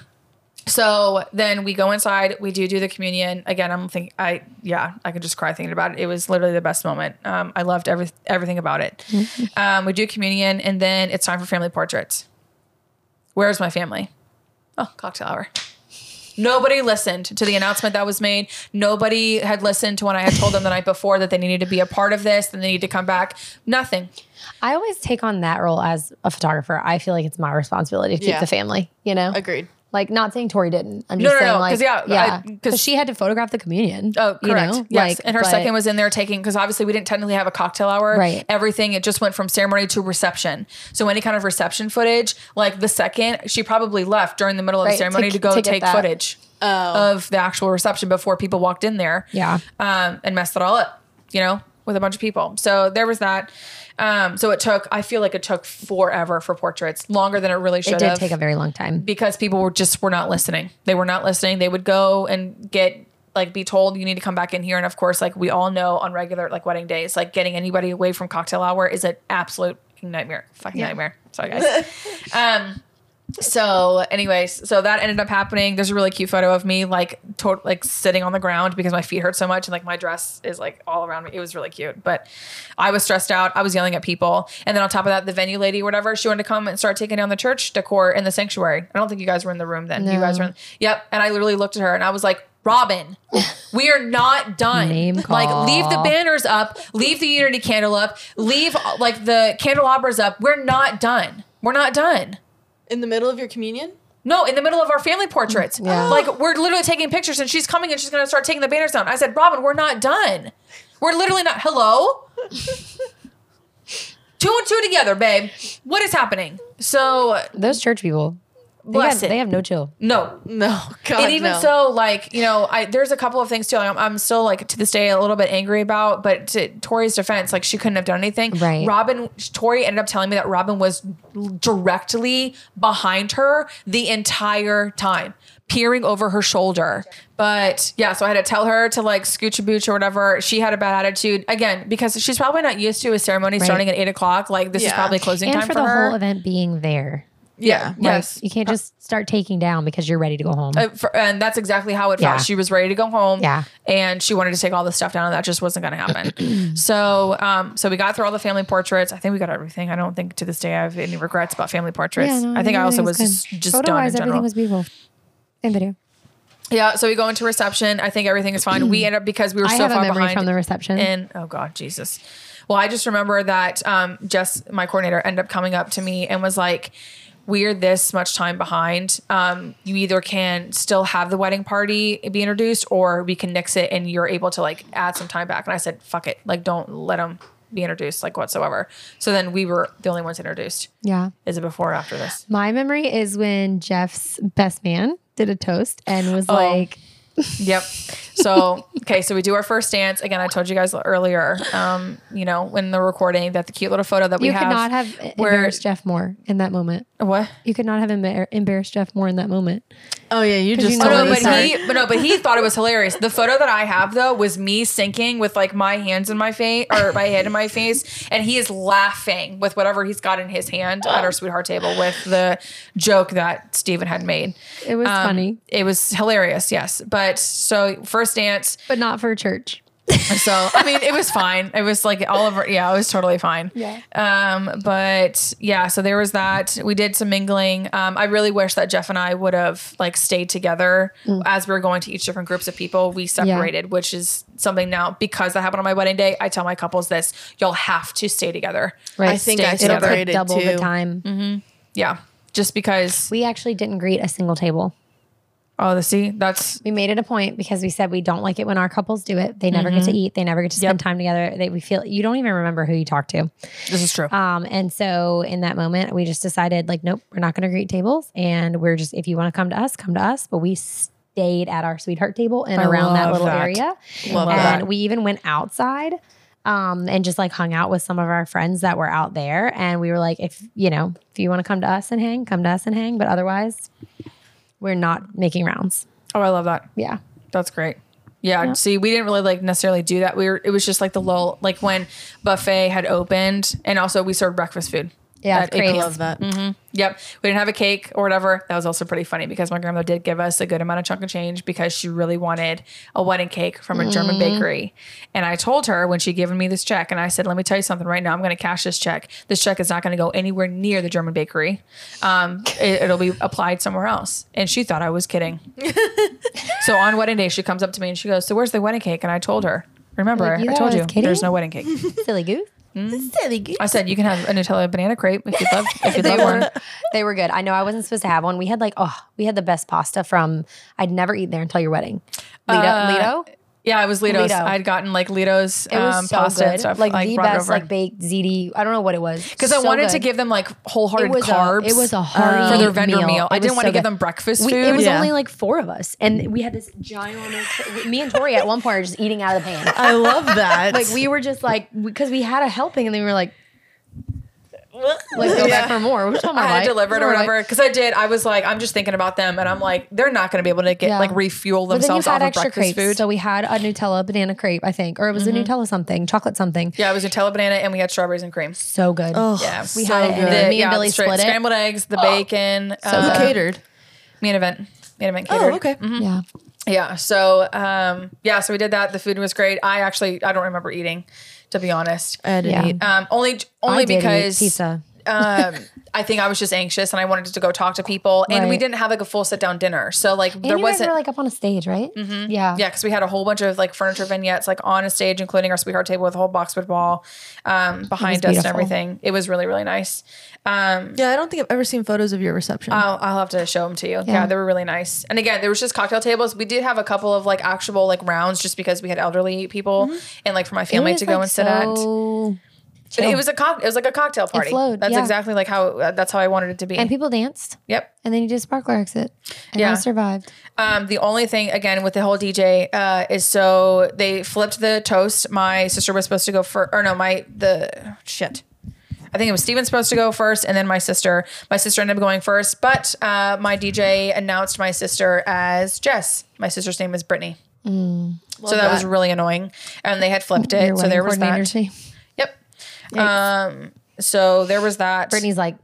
so then we go inside. We do do the communion again. I'm thinking, I yeah, I could just cry thinking about it. It was literally the best moment. Um, I loved every everything about it.
Mm-hmm.
um, we do communion, and then it's time for family portraits. Where's my family? Oh, cocktail hour. Nobody listened to the announcement that was made. Nobody had listened to when I had told them the night before that they needed to be a part of this, then they need to come back. Nothing.
I always take on that role as a photographer. I feel like it's my responsibility to keep
Yeah.
the family, you know?
Agreed.
Like, not saying Tori didn't. I'm
No,
just
no,
saying,
no,
like,
'cause, yeah, I-
yeah.
'cause-
Because she had to photograph the communion.
Oh, correct.
You know?
yes.
Like,
and her
but-
second was in there taking, because obviously we didn't technically have a cocktail hour.
Right.
Everything, it just went from ceremony to reception. So any kind of reception footage, like the second, she probably left during the middle of the
Right,
ceremony
to-
to go
to get
take
that.
footage of the actual reception before people walked in there.
Yeah.
um, and messed it all up, you know, with a bunch of people. So there was that. Um, so it took, I feel like it took forever for portraits, longer than it really should
It did
have,
take a very long time.
because people were just were not listening. They were not listening. They would go and get like be told you need to come back in here. And of course, like we all know on regular like wedding days, like getting anybody away from cocktail hour is an absolute nightmare. Fucking nightmare. Sorry guys. um so anyways so that ended up happening there's a really cute photo of me like to- like sitting on the ground because my feet hurt so much and like my dress is like all around me it was really cute but i was stressed out i was yelling at people and then on top of that the venue lady or whatever she wanted to come and start taking down the church decor in the sanctuary i don't think you guys were in the room then you guys were in- yep and i literally looked at her and i was like robin we are not done
Name call.
like leave the banners up leave the unity candle up leave like the candelabras up we're not done we're not done
In the middle of your communion?
no, in the middle of our family portraits. Like we're literally taking pictures and she's coming and she's gonna start taking the banners down. I said, Robin, we're not done. We're literally not hello. two and two together, babe. What is happening? So
Those church people, they,
Bless
have,
it.
they have no chill.
no,
No, God.
and even
no.
so, like you know, I there's a couple of things too. I'm, I'm still like to this day a little bit angry about. But to Tori's defense, like she couldn't have done anything.
Right.
Robin, Tori ended up telling me that Robin was directly behind her the entire time, peering over her shoulder. But yeah, so I had to tell her to like scooch a booch or whatever. She had a bad attitude again because she's probably not used to a ceremony starting at eight o'clock. Like this is
Yeah.
probably closing
And
time
for
for,
the
her.
whole event being there.
yeah.
Like,
Yes.
You can't just start taking down because you're ready to go home.
Uh, for, and that's exactly how it
Yeah.
felt. She was ready to go home.
Yeah.
And she wanted to take all this stuff down, and that just wasn't going to happen. so, um, so we got through all the family portraits. I think we got everything. I don't think to this day I have any regrets about family portraits.
Yeah, no,
I think I also
everything
was just,
good.
just
Photo-wise,
done in
everything
general.
was beautiful. Same video.
yeah. So we go into reception. I think everything is fine. we end up because we were
I
so
have a
far
memory
behind.
from the reception.
And oh God, Jesus. Well, I just remember that um, Jess, my coordinator, ended up coming up to me and was like, "We're this much time behind. Um, you either can still have the wedding party be introduced, or we can nix it, and you're able to like add some time back." And I said, "Fuck it! Like, don't let them be introduced like whatsoever." So then we were the only ones introduced.
yeah.
Is it before or after this?
My memory is when Jeff's best man did a toast and
Oh,
was like,
Yep. So, okay, so we do our first dance. Again, I told you guys earlier, um, you know, in the recording that the cute little photo that we
"You
have.
could not have
where-
embarrassed Jeff more in that moment.
What?
You could not have embar- embarrassed Jeff more in that moment."
Oh, yeah. You just
you know
Oh,
told
no,
what
me
but
it is.
sorry.
he, but no, but he thought it was hilarious. The photo that I have though was me sinking with like my hands in my face or my head in my face, and he is laughing with whatever he's got in his hand at our sweetheart table with the joke that Steven had made.
It was
Um,
funny,
It was hilarious, yes. But so first dance,
but not for church.
So I mean, it was fine. It was like all over. Yeah, it was totally fine.
Yeah.
Um, but yeah, so there was that. We did some mingling. Um, I really wish that Jeff and I would have like stayed together
Mm.
as we were going to each different groups of people. We separated, which is something now because that happened on my wedding day. I tell my couples this: y'all have to stay together.
Right.
I think
Stay
I
It'll
together.
separated
take double the
too.
time.
Mm-hmm. Yeah, just because.
We actually didn't greet a single table.
Oh, the see, that's
We made it a point because we said we don't like it when our couples do it. They never
Mm-hmm.
get to eat. They never get to spend time together. They we feel you don't even remember who you talk to.
this is true.
Um, and so in that moment, we just decided like, nope, we're not going to greet tables, and we're just if you want to come to us, come to us. But we stayed at our sweetheart table and
I
around that
love
little
that.
area,
Love
and
that.
we even went outside. Um, and just like hung out with some of our friends that were out there, and we were like, if you know, if you want to come to us and hang, come to us and hang. But otherwise, we're not making rounds.
Oh, I love that.
Yeah.
That's great. Yeah, See, we didn't really like necessarily do that. We were. It was just like the lull, like when buffet had opened, and also we served breakfast food.
Yeah,
at
it's
8
great.
p.m.
Love that.
Mm.
Yep. We didn't have a cake or whatever. That was also pretty funny because my grandmother did give us a good amount of chunk of change because she really wanted a wedding cake from a German
Mm-hmm.
bakery. And I told her when she given me this check, and I said, let me tell you something right now. I'm going to cash this check. This check is not going to go anywhere near the German bakery. Um, it, it'll be applied somewhere else. And she thought I was kidding. so on wedding day, she comes up to me and she goes, so where's the wedding cake? And I told her, remember,
Like, you
I
thought I
told
was
you
kidding?
there's no wedding cake.
Silly goose.
I said, you can have a Nutella banana crepe if you'd love, if you'd
they
love one.
were they were good. I know I wasn't supposed to have one. We had like oh, we had the best pasta from I'd never eat there until your wedding. Lido,
Uh,
Lido.
Yeah, it was Lido's.
Lido.
I'd gotten like Lido's
It was
um,
so
pasta
good.
and stuff.
like
I
the
brought it
best
over.
like baked ziti. I don't know what it was.
because I wanted to give them like wholehearted
It was a-
carbs. um,
it was a hearty
for their vendor meal.
meal.
I
It
didn't want
was
to
so
give
good.
them breakfast
we,
food.
it was
Yeah.
only like four of us, and we had this giant. we- me and Tori at one point are just eating out of the pan.
I love that.
Like we were just like because we had a helping, and then we were like, like go back for more. Which one am
I had
right?
delivered or
Am I right?
whatever because I did. I was like, I'm just thinking about them, and I'm like, they're not going to be able to get
Yeah.
like refuel
But then you
themselves
had
off of
extra
breakfast
crepes,
food. Mm-hmm.
so we had a Nutella banana crepe, I think, or it was a Nutella something, chocolate something.
yeah, it was Nutella banana, and we had strawberries and cream.
So good.
oh,
Yeah,
we
had it, and then me and
yeah,
Billy
the stra-
split it. Oh.
scrambled eggs, the bacon.
who
uh,
catered?
Me an event. Me an event catered.
Oh, okay.
Yeah.
Yeah. So um, yeah, so we did that. The food was great. I actually I don't remember eating, to be honest.
I didn't
Yeah.
eat.
Um, only only
I did eat
because
pizza.
um, I think I was just anxious and I wanted to go talk to people, and we
Right.
didn't have like a full sit down dinner. So like
And
there
you guys
wasn't.
were like up on a stage, right? Mm-hmm. Yeah.
yeah, because we had a whole bunch of like furniture vignettes, like on a stage, including our sweetheart table with a whole boxwood wall um, behind us and
beautiful.
everything. It was really, really nice. Um,
Yeah, I don't think I've ever seen photos of your reception.
I'll, I'll have to show them to you. Yeah. they were really nice. And again, there was just cocktail tables. We did have a couple of like actual like rounds just because we had elderly people and like for my family to go and sit at. But it was a cock. It was like a cocktail party.
flowed,
that's
yeah.
exactly like how uh, that's how I wanted it to be.
And people danced,
yep.
and then you did a sparkler exit, and
Yeah.
I survived.
Um, the only thing again with the whole DJ uh, is so they flipped the toast. My sister was supposed to go for, or no, my the shit. I think it was Steven supposed to go first, and then my sister. My sister ended up going first, but uh, my DJ announced my sister as Jess. My sister's name is Brittany. so that, was really annoying, and they had flipped it.
Your
so
wedding
there was that.
coordinator's name.
Yep. Um. So there was that.
Brittany's like,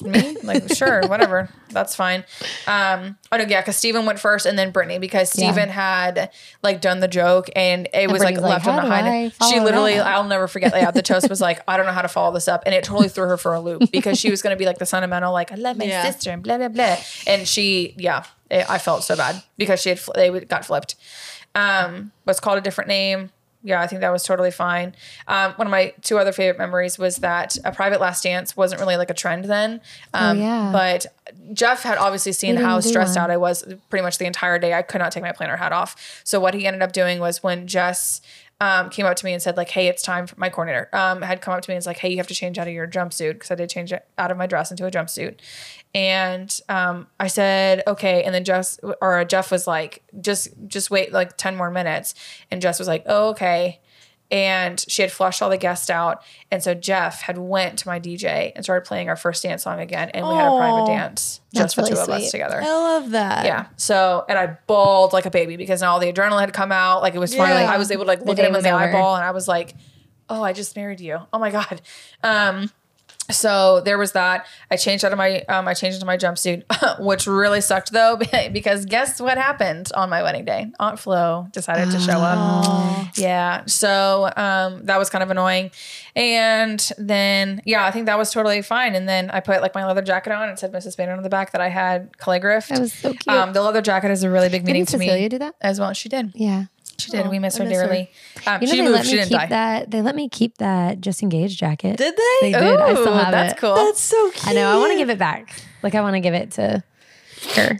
me like sure whatever that's fine um oh no yeah because steven went first and then brittany because steven had like done the joke and it was like
Brittany's like,
left on
"How
the
do
high
I
note." she
follow
literally
that?
i'll never forget that the toast was like i don't know how to follow this up and it totally threw her for a loop because she was going to be like the sentimental like i love my
Yeah.
sister and blah blah blah and she yeah it, i felt so bad because she had fl- they got flipped um was called a different name yeah, I think that was totally fine. Um, one of my two other favorite memories was that a private last dance wasn't really like a trend then. Um,
Oh, yeah.
But Jeff had obviously seen
didn't
how
do
stressed
one.
out I was pretty much the entire day. I could not take my planner hat off. So what he ended up doing was when Jess um, came up to me and said like, "Hey, it's time." For, my coordinator um, had come up to me and was like, "Hey, you have to change out of your jumpsuit because I did change it out of my dress into a jumpsuit." And um, I said, "Okay." And then Jess or uh, Jeff was like, "Just just wait like ten more minutes." And Jess was like, "Oh, okay." and she had flushed all the guests out and so jeff had went to my dj and started playing our first dance song again and we had a private
Aw.
dance
That's
just the
really
two of us
sweet.
together
I love that.
yeah so and i bawled like a baby because now all the adrenaline had come out like it was finally
Yeah.
i was able to like look
day
at him in
was
the
over.
eyeball and i was like oh i just married you oh my god um So there was that. I changed out of my um, I changed into my jumpsuit, which really sucked though, because guess what happened on my wedding day? Aunt Flo decided to show up. Yeah, so um, that was kind of annoying. And then yeah, I think that was totally fine. And then I put like my leather jacket on and it said Mrs. Banner on the back that I had calligraphed.
That was so cute.
Um, the leather jacket is a really big meaning
Didn't
to me
Cecilia do that?
as well. She did.
Yeah.
She did. we miss
I
her
miss her.
dearly. Um,
You know
she
they
moved.
let
She
me
didn't
keep
die.
that. They let me keep that just engaged jacket.
Did they?
They did. I still
Ooh,
have
that's
it.
cool.
That's so cute.
I know. I want to give it back. Like I want to give it to her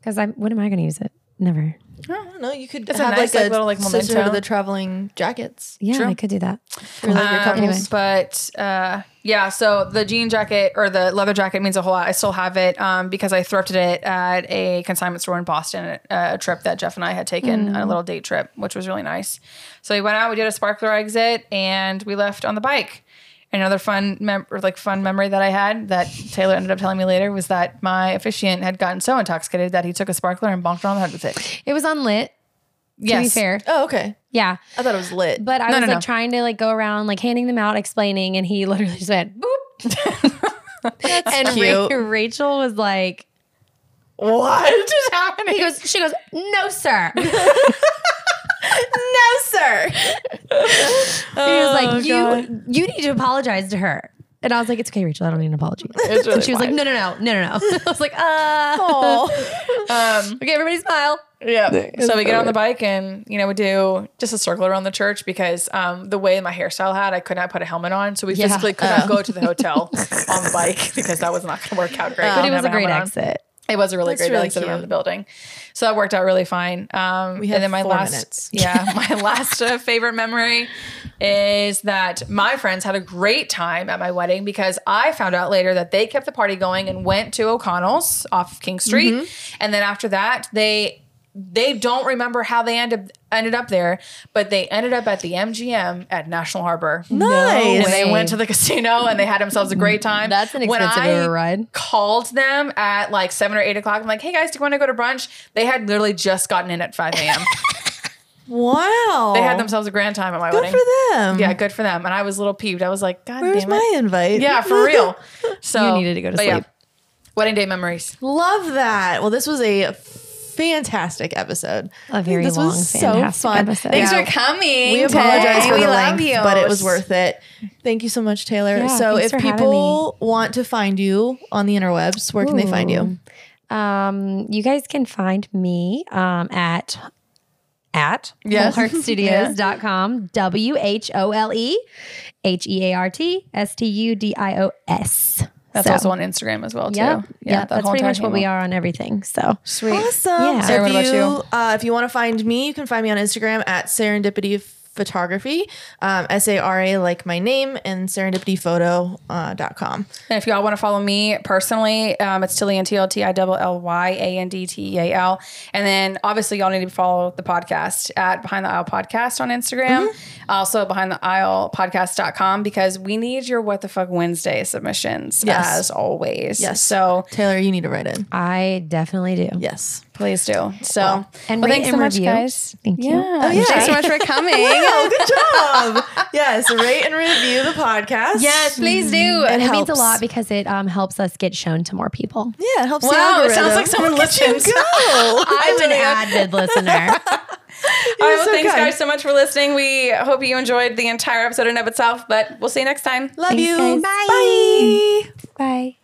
because I'm. What am I going to use it? Never.
I don't know. You could
That's a
have
nice,
like,
like,
a
little, like,
sister
memento.
to the traveling jackets.
Yeah,
True.
I could do that.
Or like
Uh,
your
Um,
couples.
anyway.
But uh, yeah, so the jean jacket or the leather jacket means a whole lot. I still have it um, because I thrifted it at a consignment store in Boston, uh, a, a trip that Jeff and I had taken, a little date trip, which was really nice. So we went out, we did a sparkler exit, and we left on the bike. Another fun, mem- or, like fun memory that I had that Taylor ended up telling me later was that my officiant had gotten so intoxicated that he took a sparkler and bonked her on the head with it.
It was unlit. To
Yes,
be fair.
Oh, okay.
Yeah.
I thought it was lit.
But I
No,
was
no,
like
no.
trying to like go around like handing them out, explaining, and he literally just went boop. and Ra-
cute.
Rachel was like,
what?
Just happening.
he goes, she goes, no, sir. he was
no, sir.
like, you you need to apologize to her. And I was like, it's okay, Rachel. I don't need an apology. and she was like, no, no, no, no, no, no. I was like, uh,
Um,
okay, everybody smile.
Yeah. So we get on the bike and, you know, we do just a circle around the church because um, the way my hairstyle had, I could not put a helmet on. So we physically could
Oh.
not go to the hotel on the bike because that was not going to work out great.
But
We
it
didn't
was a
have
great
helmet on.
exit.
It was a really
That's
great
really
exit around
cute.
the building. So that worked out really fine. Um,
We had
and then my
four
last,
minutes.
yeah, my last uh, favorite memory is that my friends had a great time at my wedding because I found out later that they kept the party going and went to O'Connell's off of King Street,
Mm-hmm.
and then after that they they don't remember how they ended ended up there, but they ended up at the MGM at National Harbor.
Nice.
And they
way.
went to the casino and they had themselves a great time.
That's an
When
expensive
I
override.
Called them at like seven or eight o'clock. I'm like, hey guys, do you want to go to brunch? They had literally just gotten in at 5 a.m.
Wow.
they had themselves a grand time at my
Oh. Good
wedding.
for them.
Yeah, good for them. And I was a little peeved. I was like, God
Where's
damn it.
my invite?
yeah, for real. So
You needed to go to
but yeah.
sleep.
Wedding day memories.
Love that. Well, this was a fantastic episode.
A very
this
long,
was
fantastic
so fun.
episode.
Thanks
Thanks
for
for coming.
we apologize
Tay.
for
we
the
love
length,
you.
but it was worth it. Thank you so much, Taylor.
Yeah,
so,
thanks
if
for having
people want to find you on the interwebs, where can they find you?
Um, you guys can find me um, at at
Yes.
wholeheartstudios.com W H O L E H E A R T S T U D I O S.
That's
So,
also on Instagram as well, too.
Yep,
Yeah, that
yep, that's
whole
pretty
entire
much what we
handle.
are on everything. So
Sweet.
Awesome.
Yeah.
So
Sarah,
if
what
you,
about you?
Uh, if you want to find me, you can find me on Instagram at serendipity photography, um, S A R A like my name, and serendipityphoto.com. Uh, dot com.
And if y'all want to follow me personally, um, it's Tillian T L T I double L Y A N D T E A L. And then obviously y'all need to follow the podcast at Behind the Aisle Podcast on Instagram. Also behind the aisle podcast.com because we need your What the Fuck Wednesday submissions
Yes.
as always.
Yes.
So
Taylor, you need to write in.
I definitely do.
Yes.
please do. So
And
well,
rate
thanks
and
so much,
review.
guys.
Thank you.
Yeah.
Oh, yeah.
Thanks so much for coming.
Oh, good job. yes. Rate and review the podcast.
Yes, please do.
And it means
helps.
a lot because it um, helps us get shown to more people.
Yeah, it helps the
Wow, it sounds
algorithm.
like someone
Look at
listens.
you go.
I'm an avid listener.
All right, well,
so
thanks
kind.
guys so much for listening. We hope you enjoyed the entire episode in and of itself, but we'll see you next time.
Love you.
guys.
Bye.
Bye.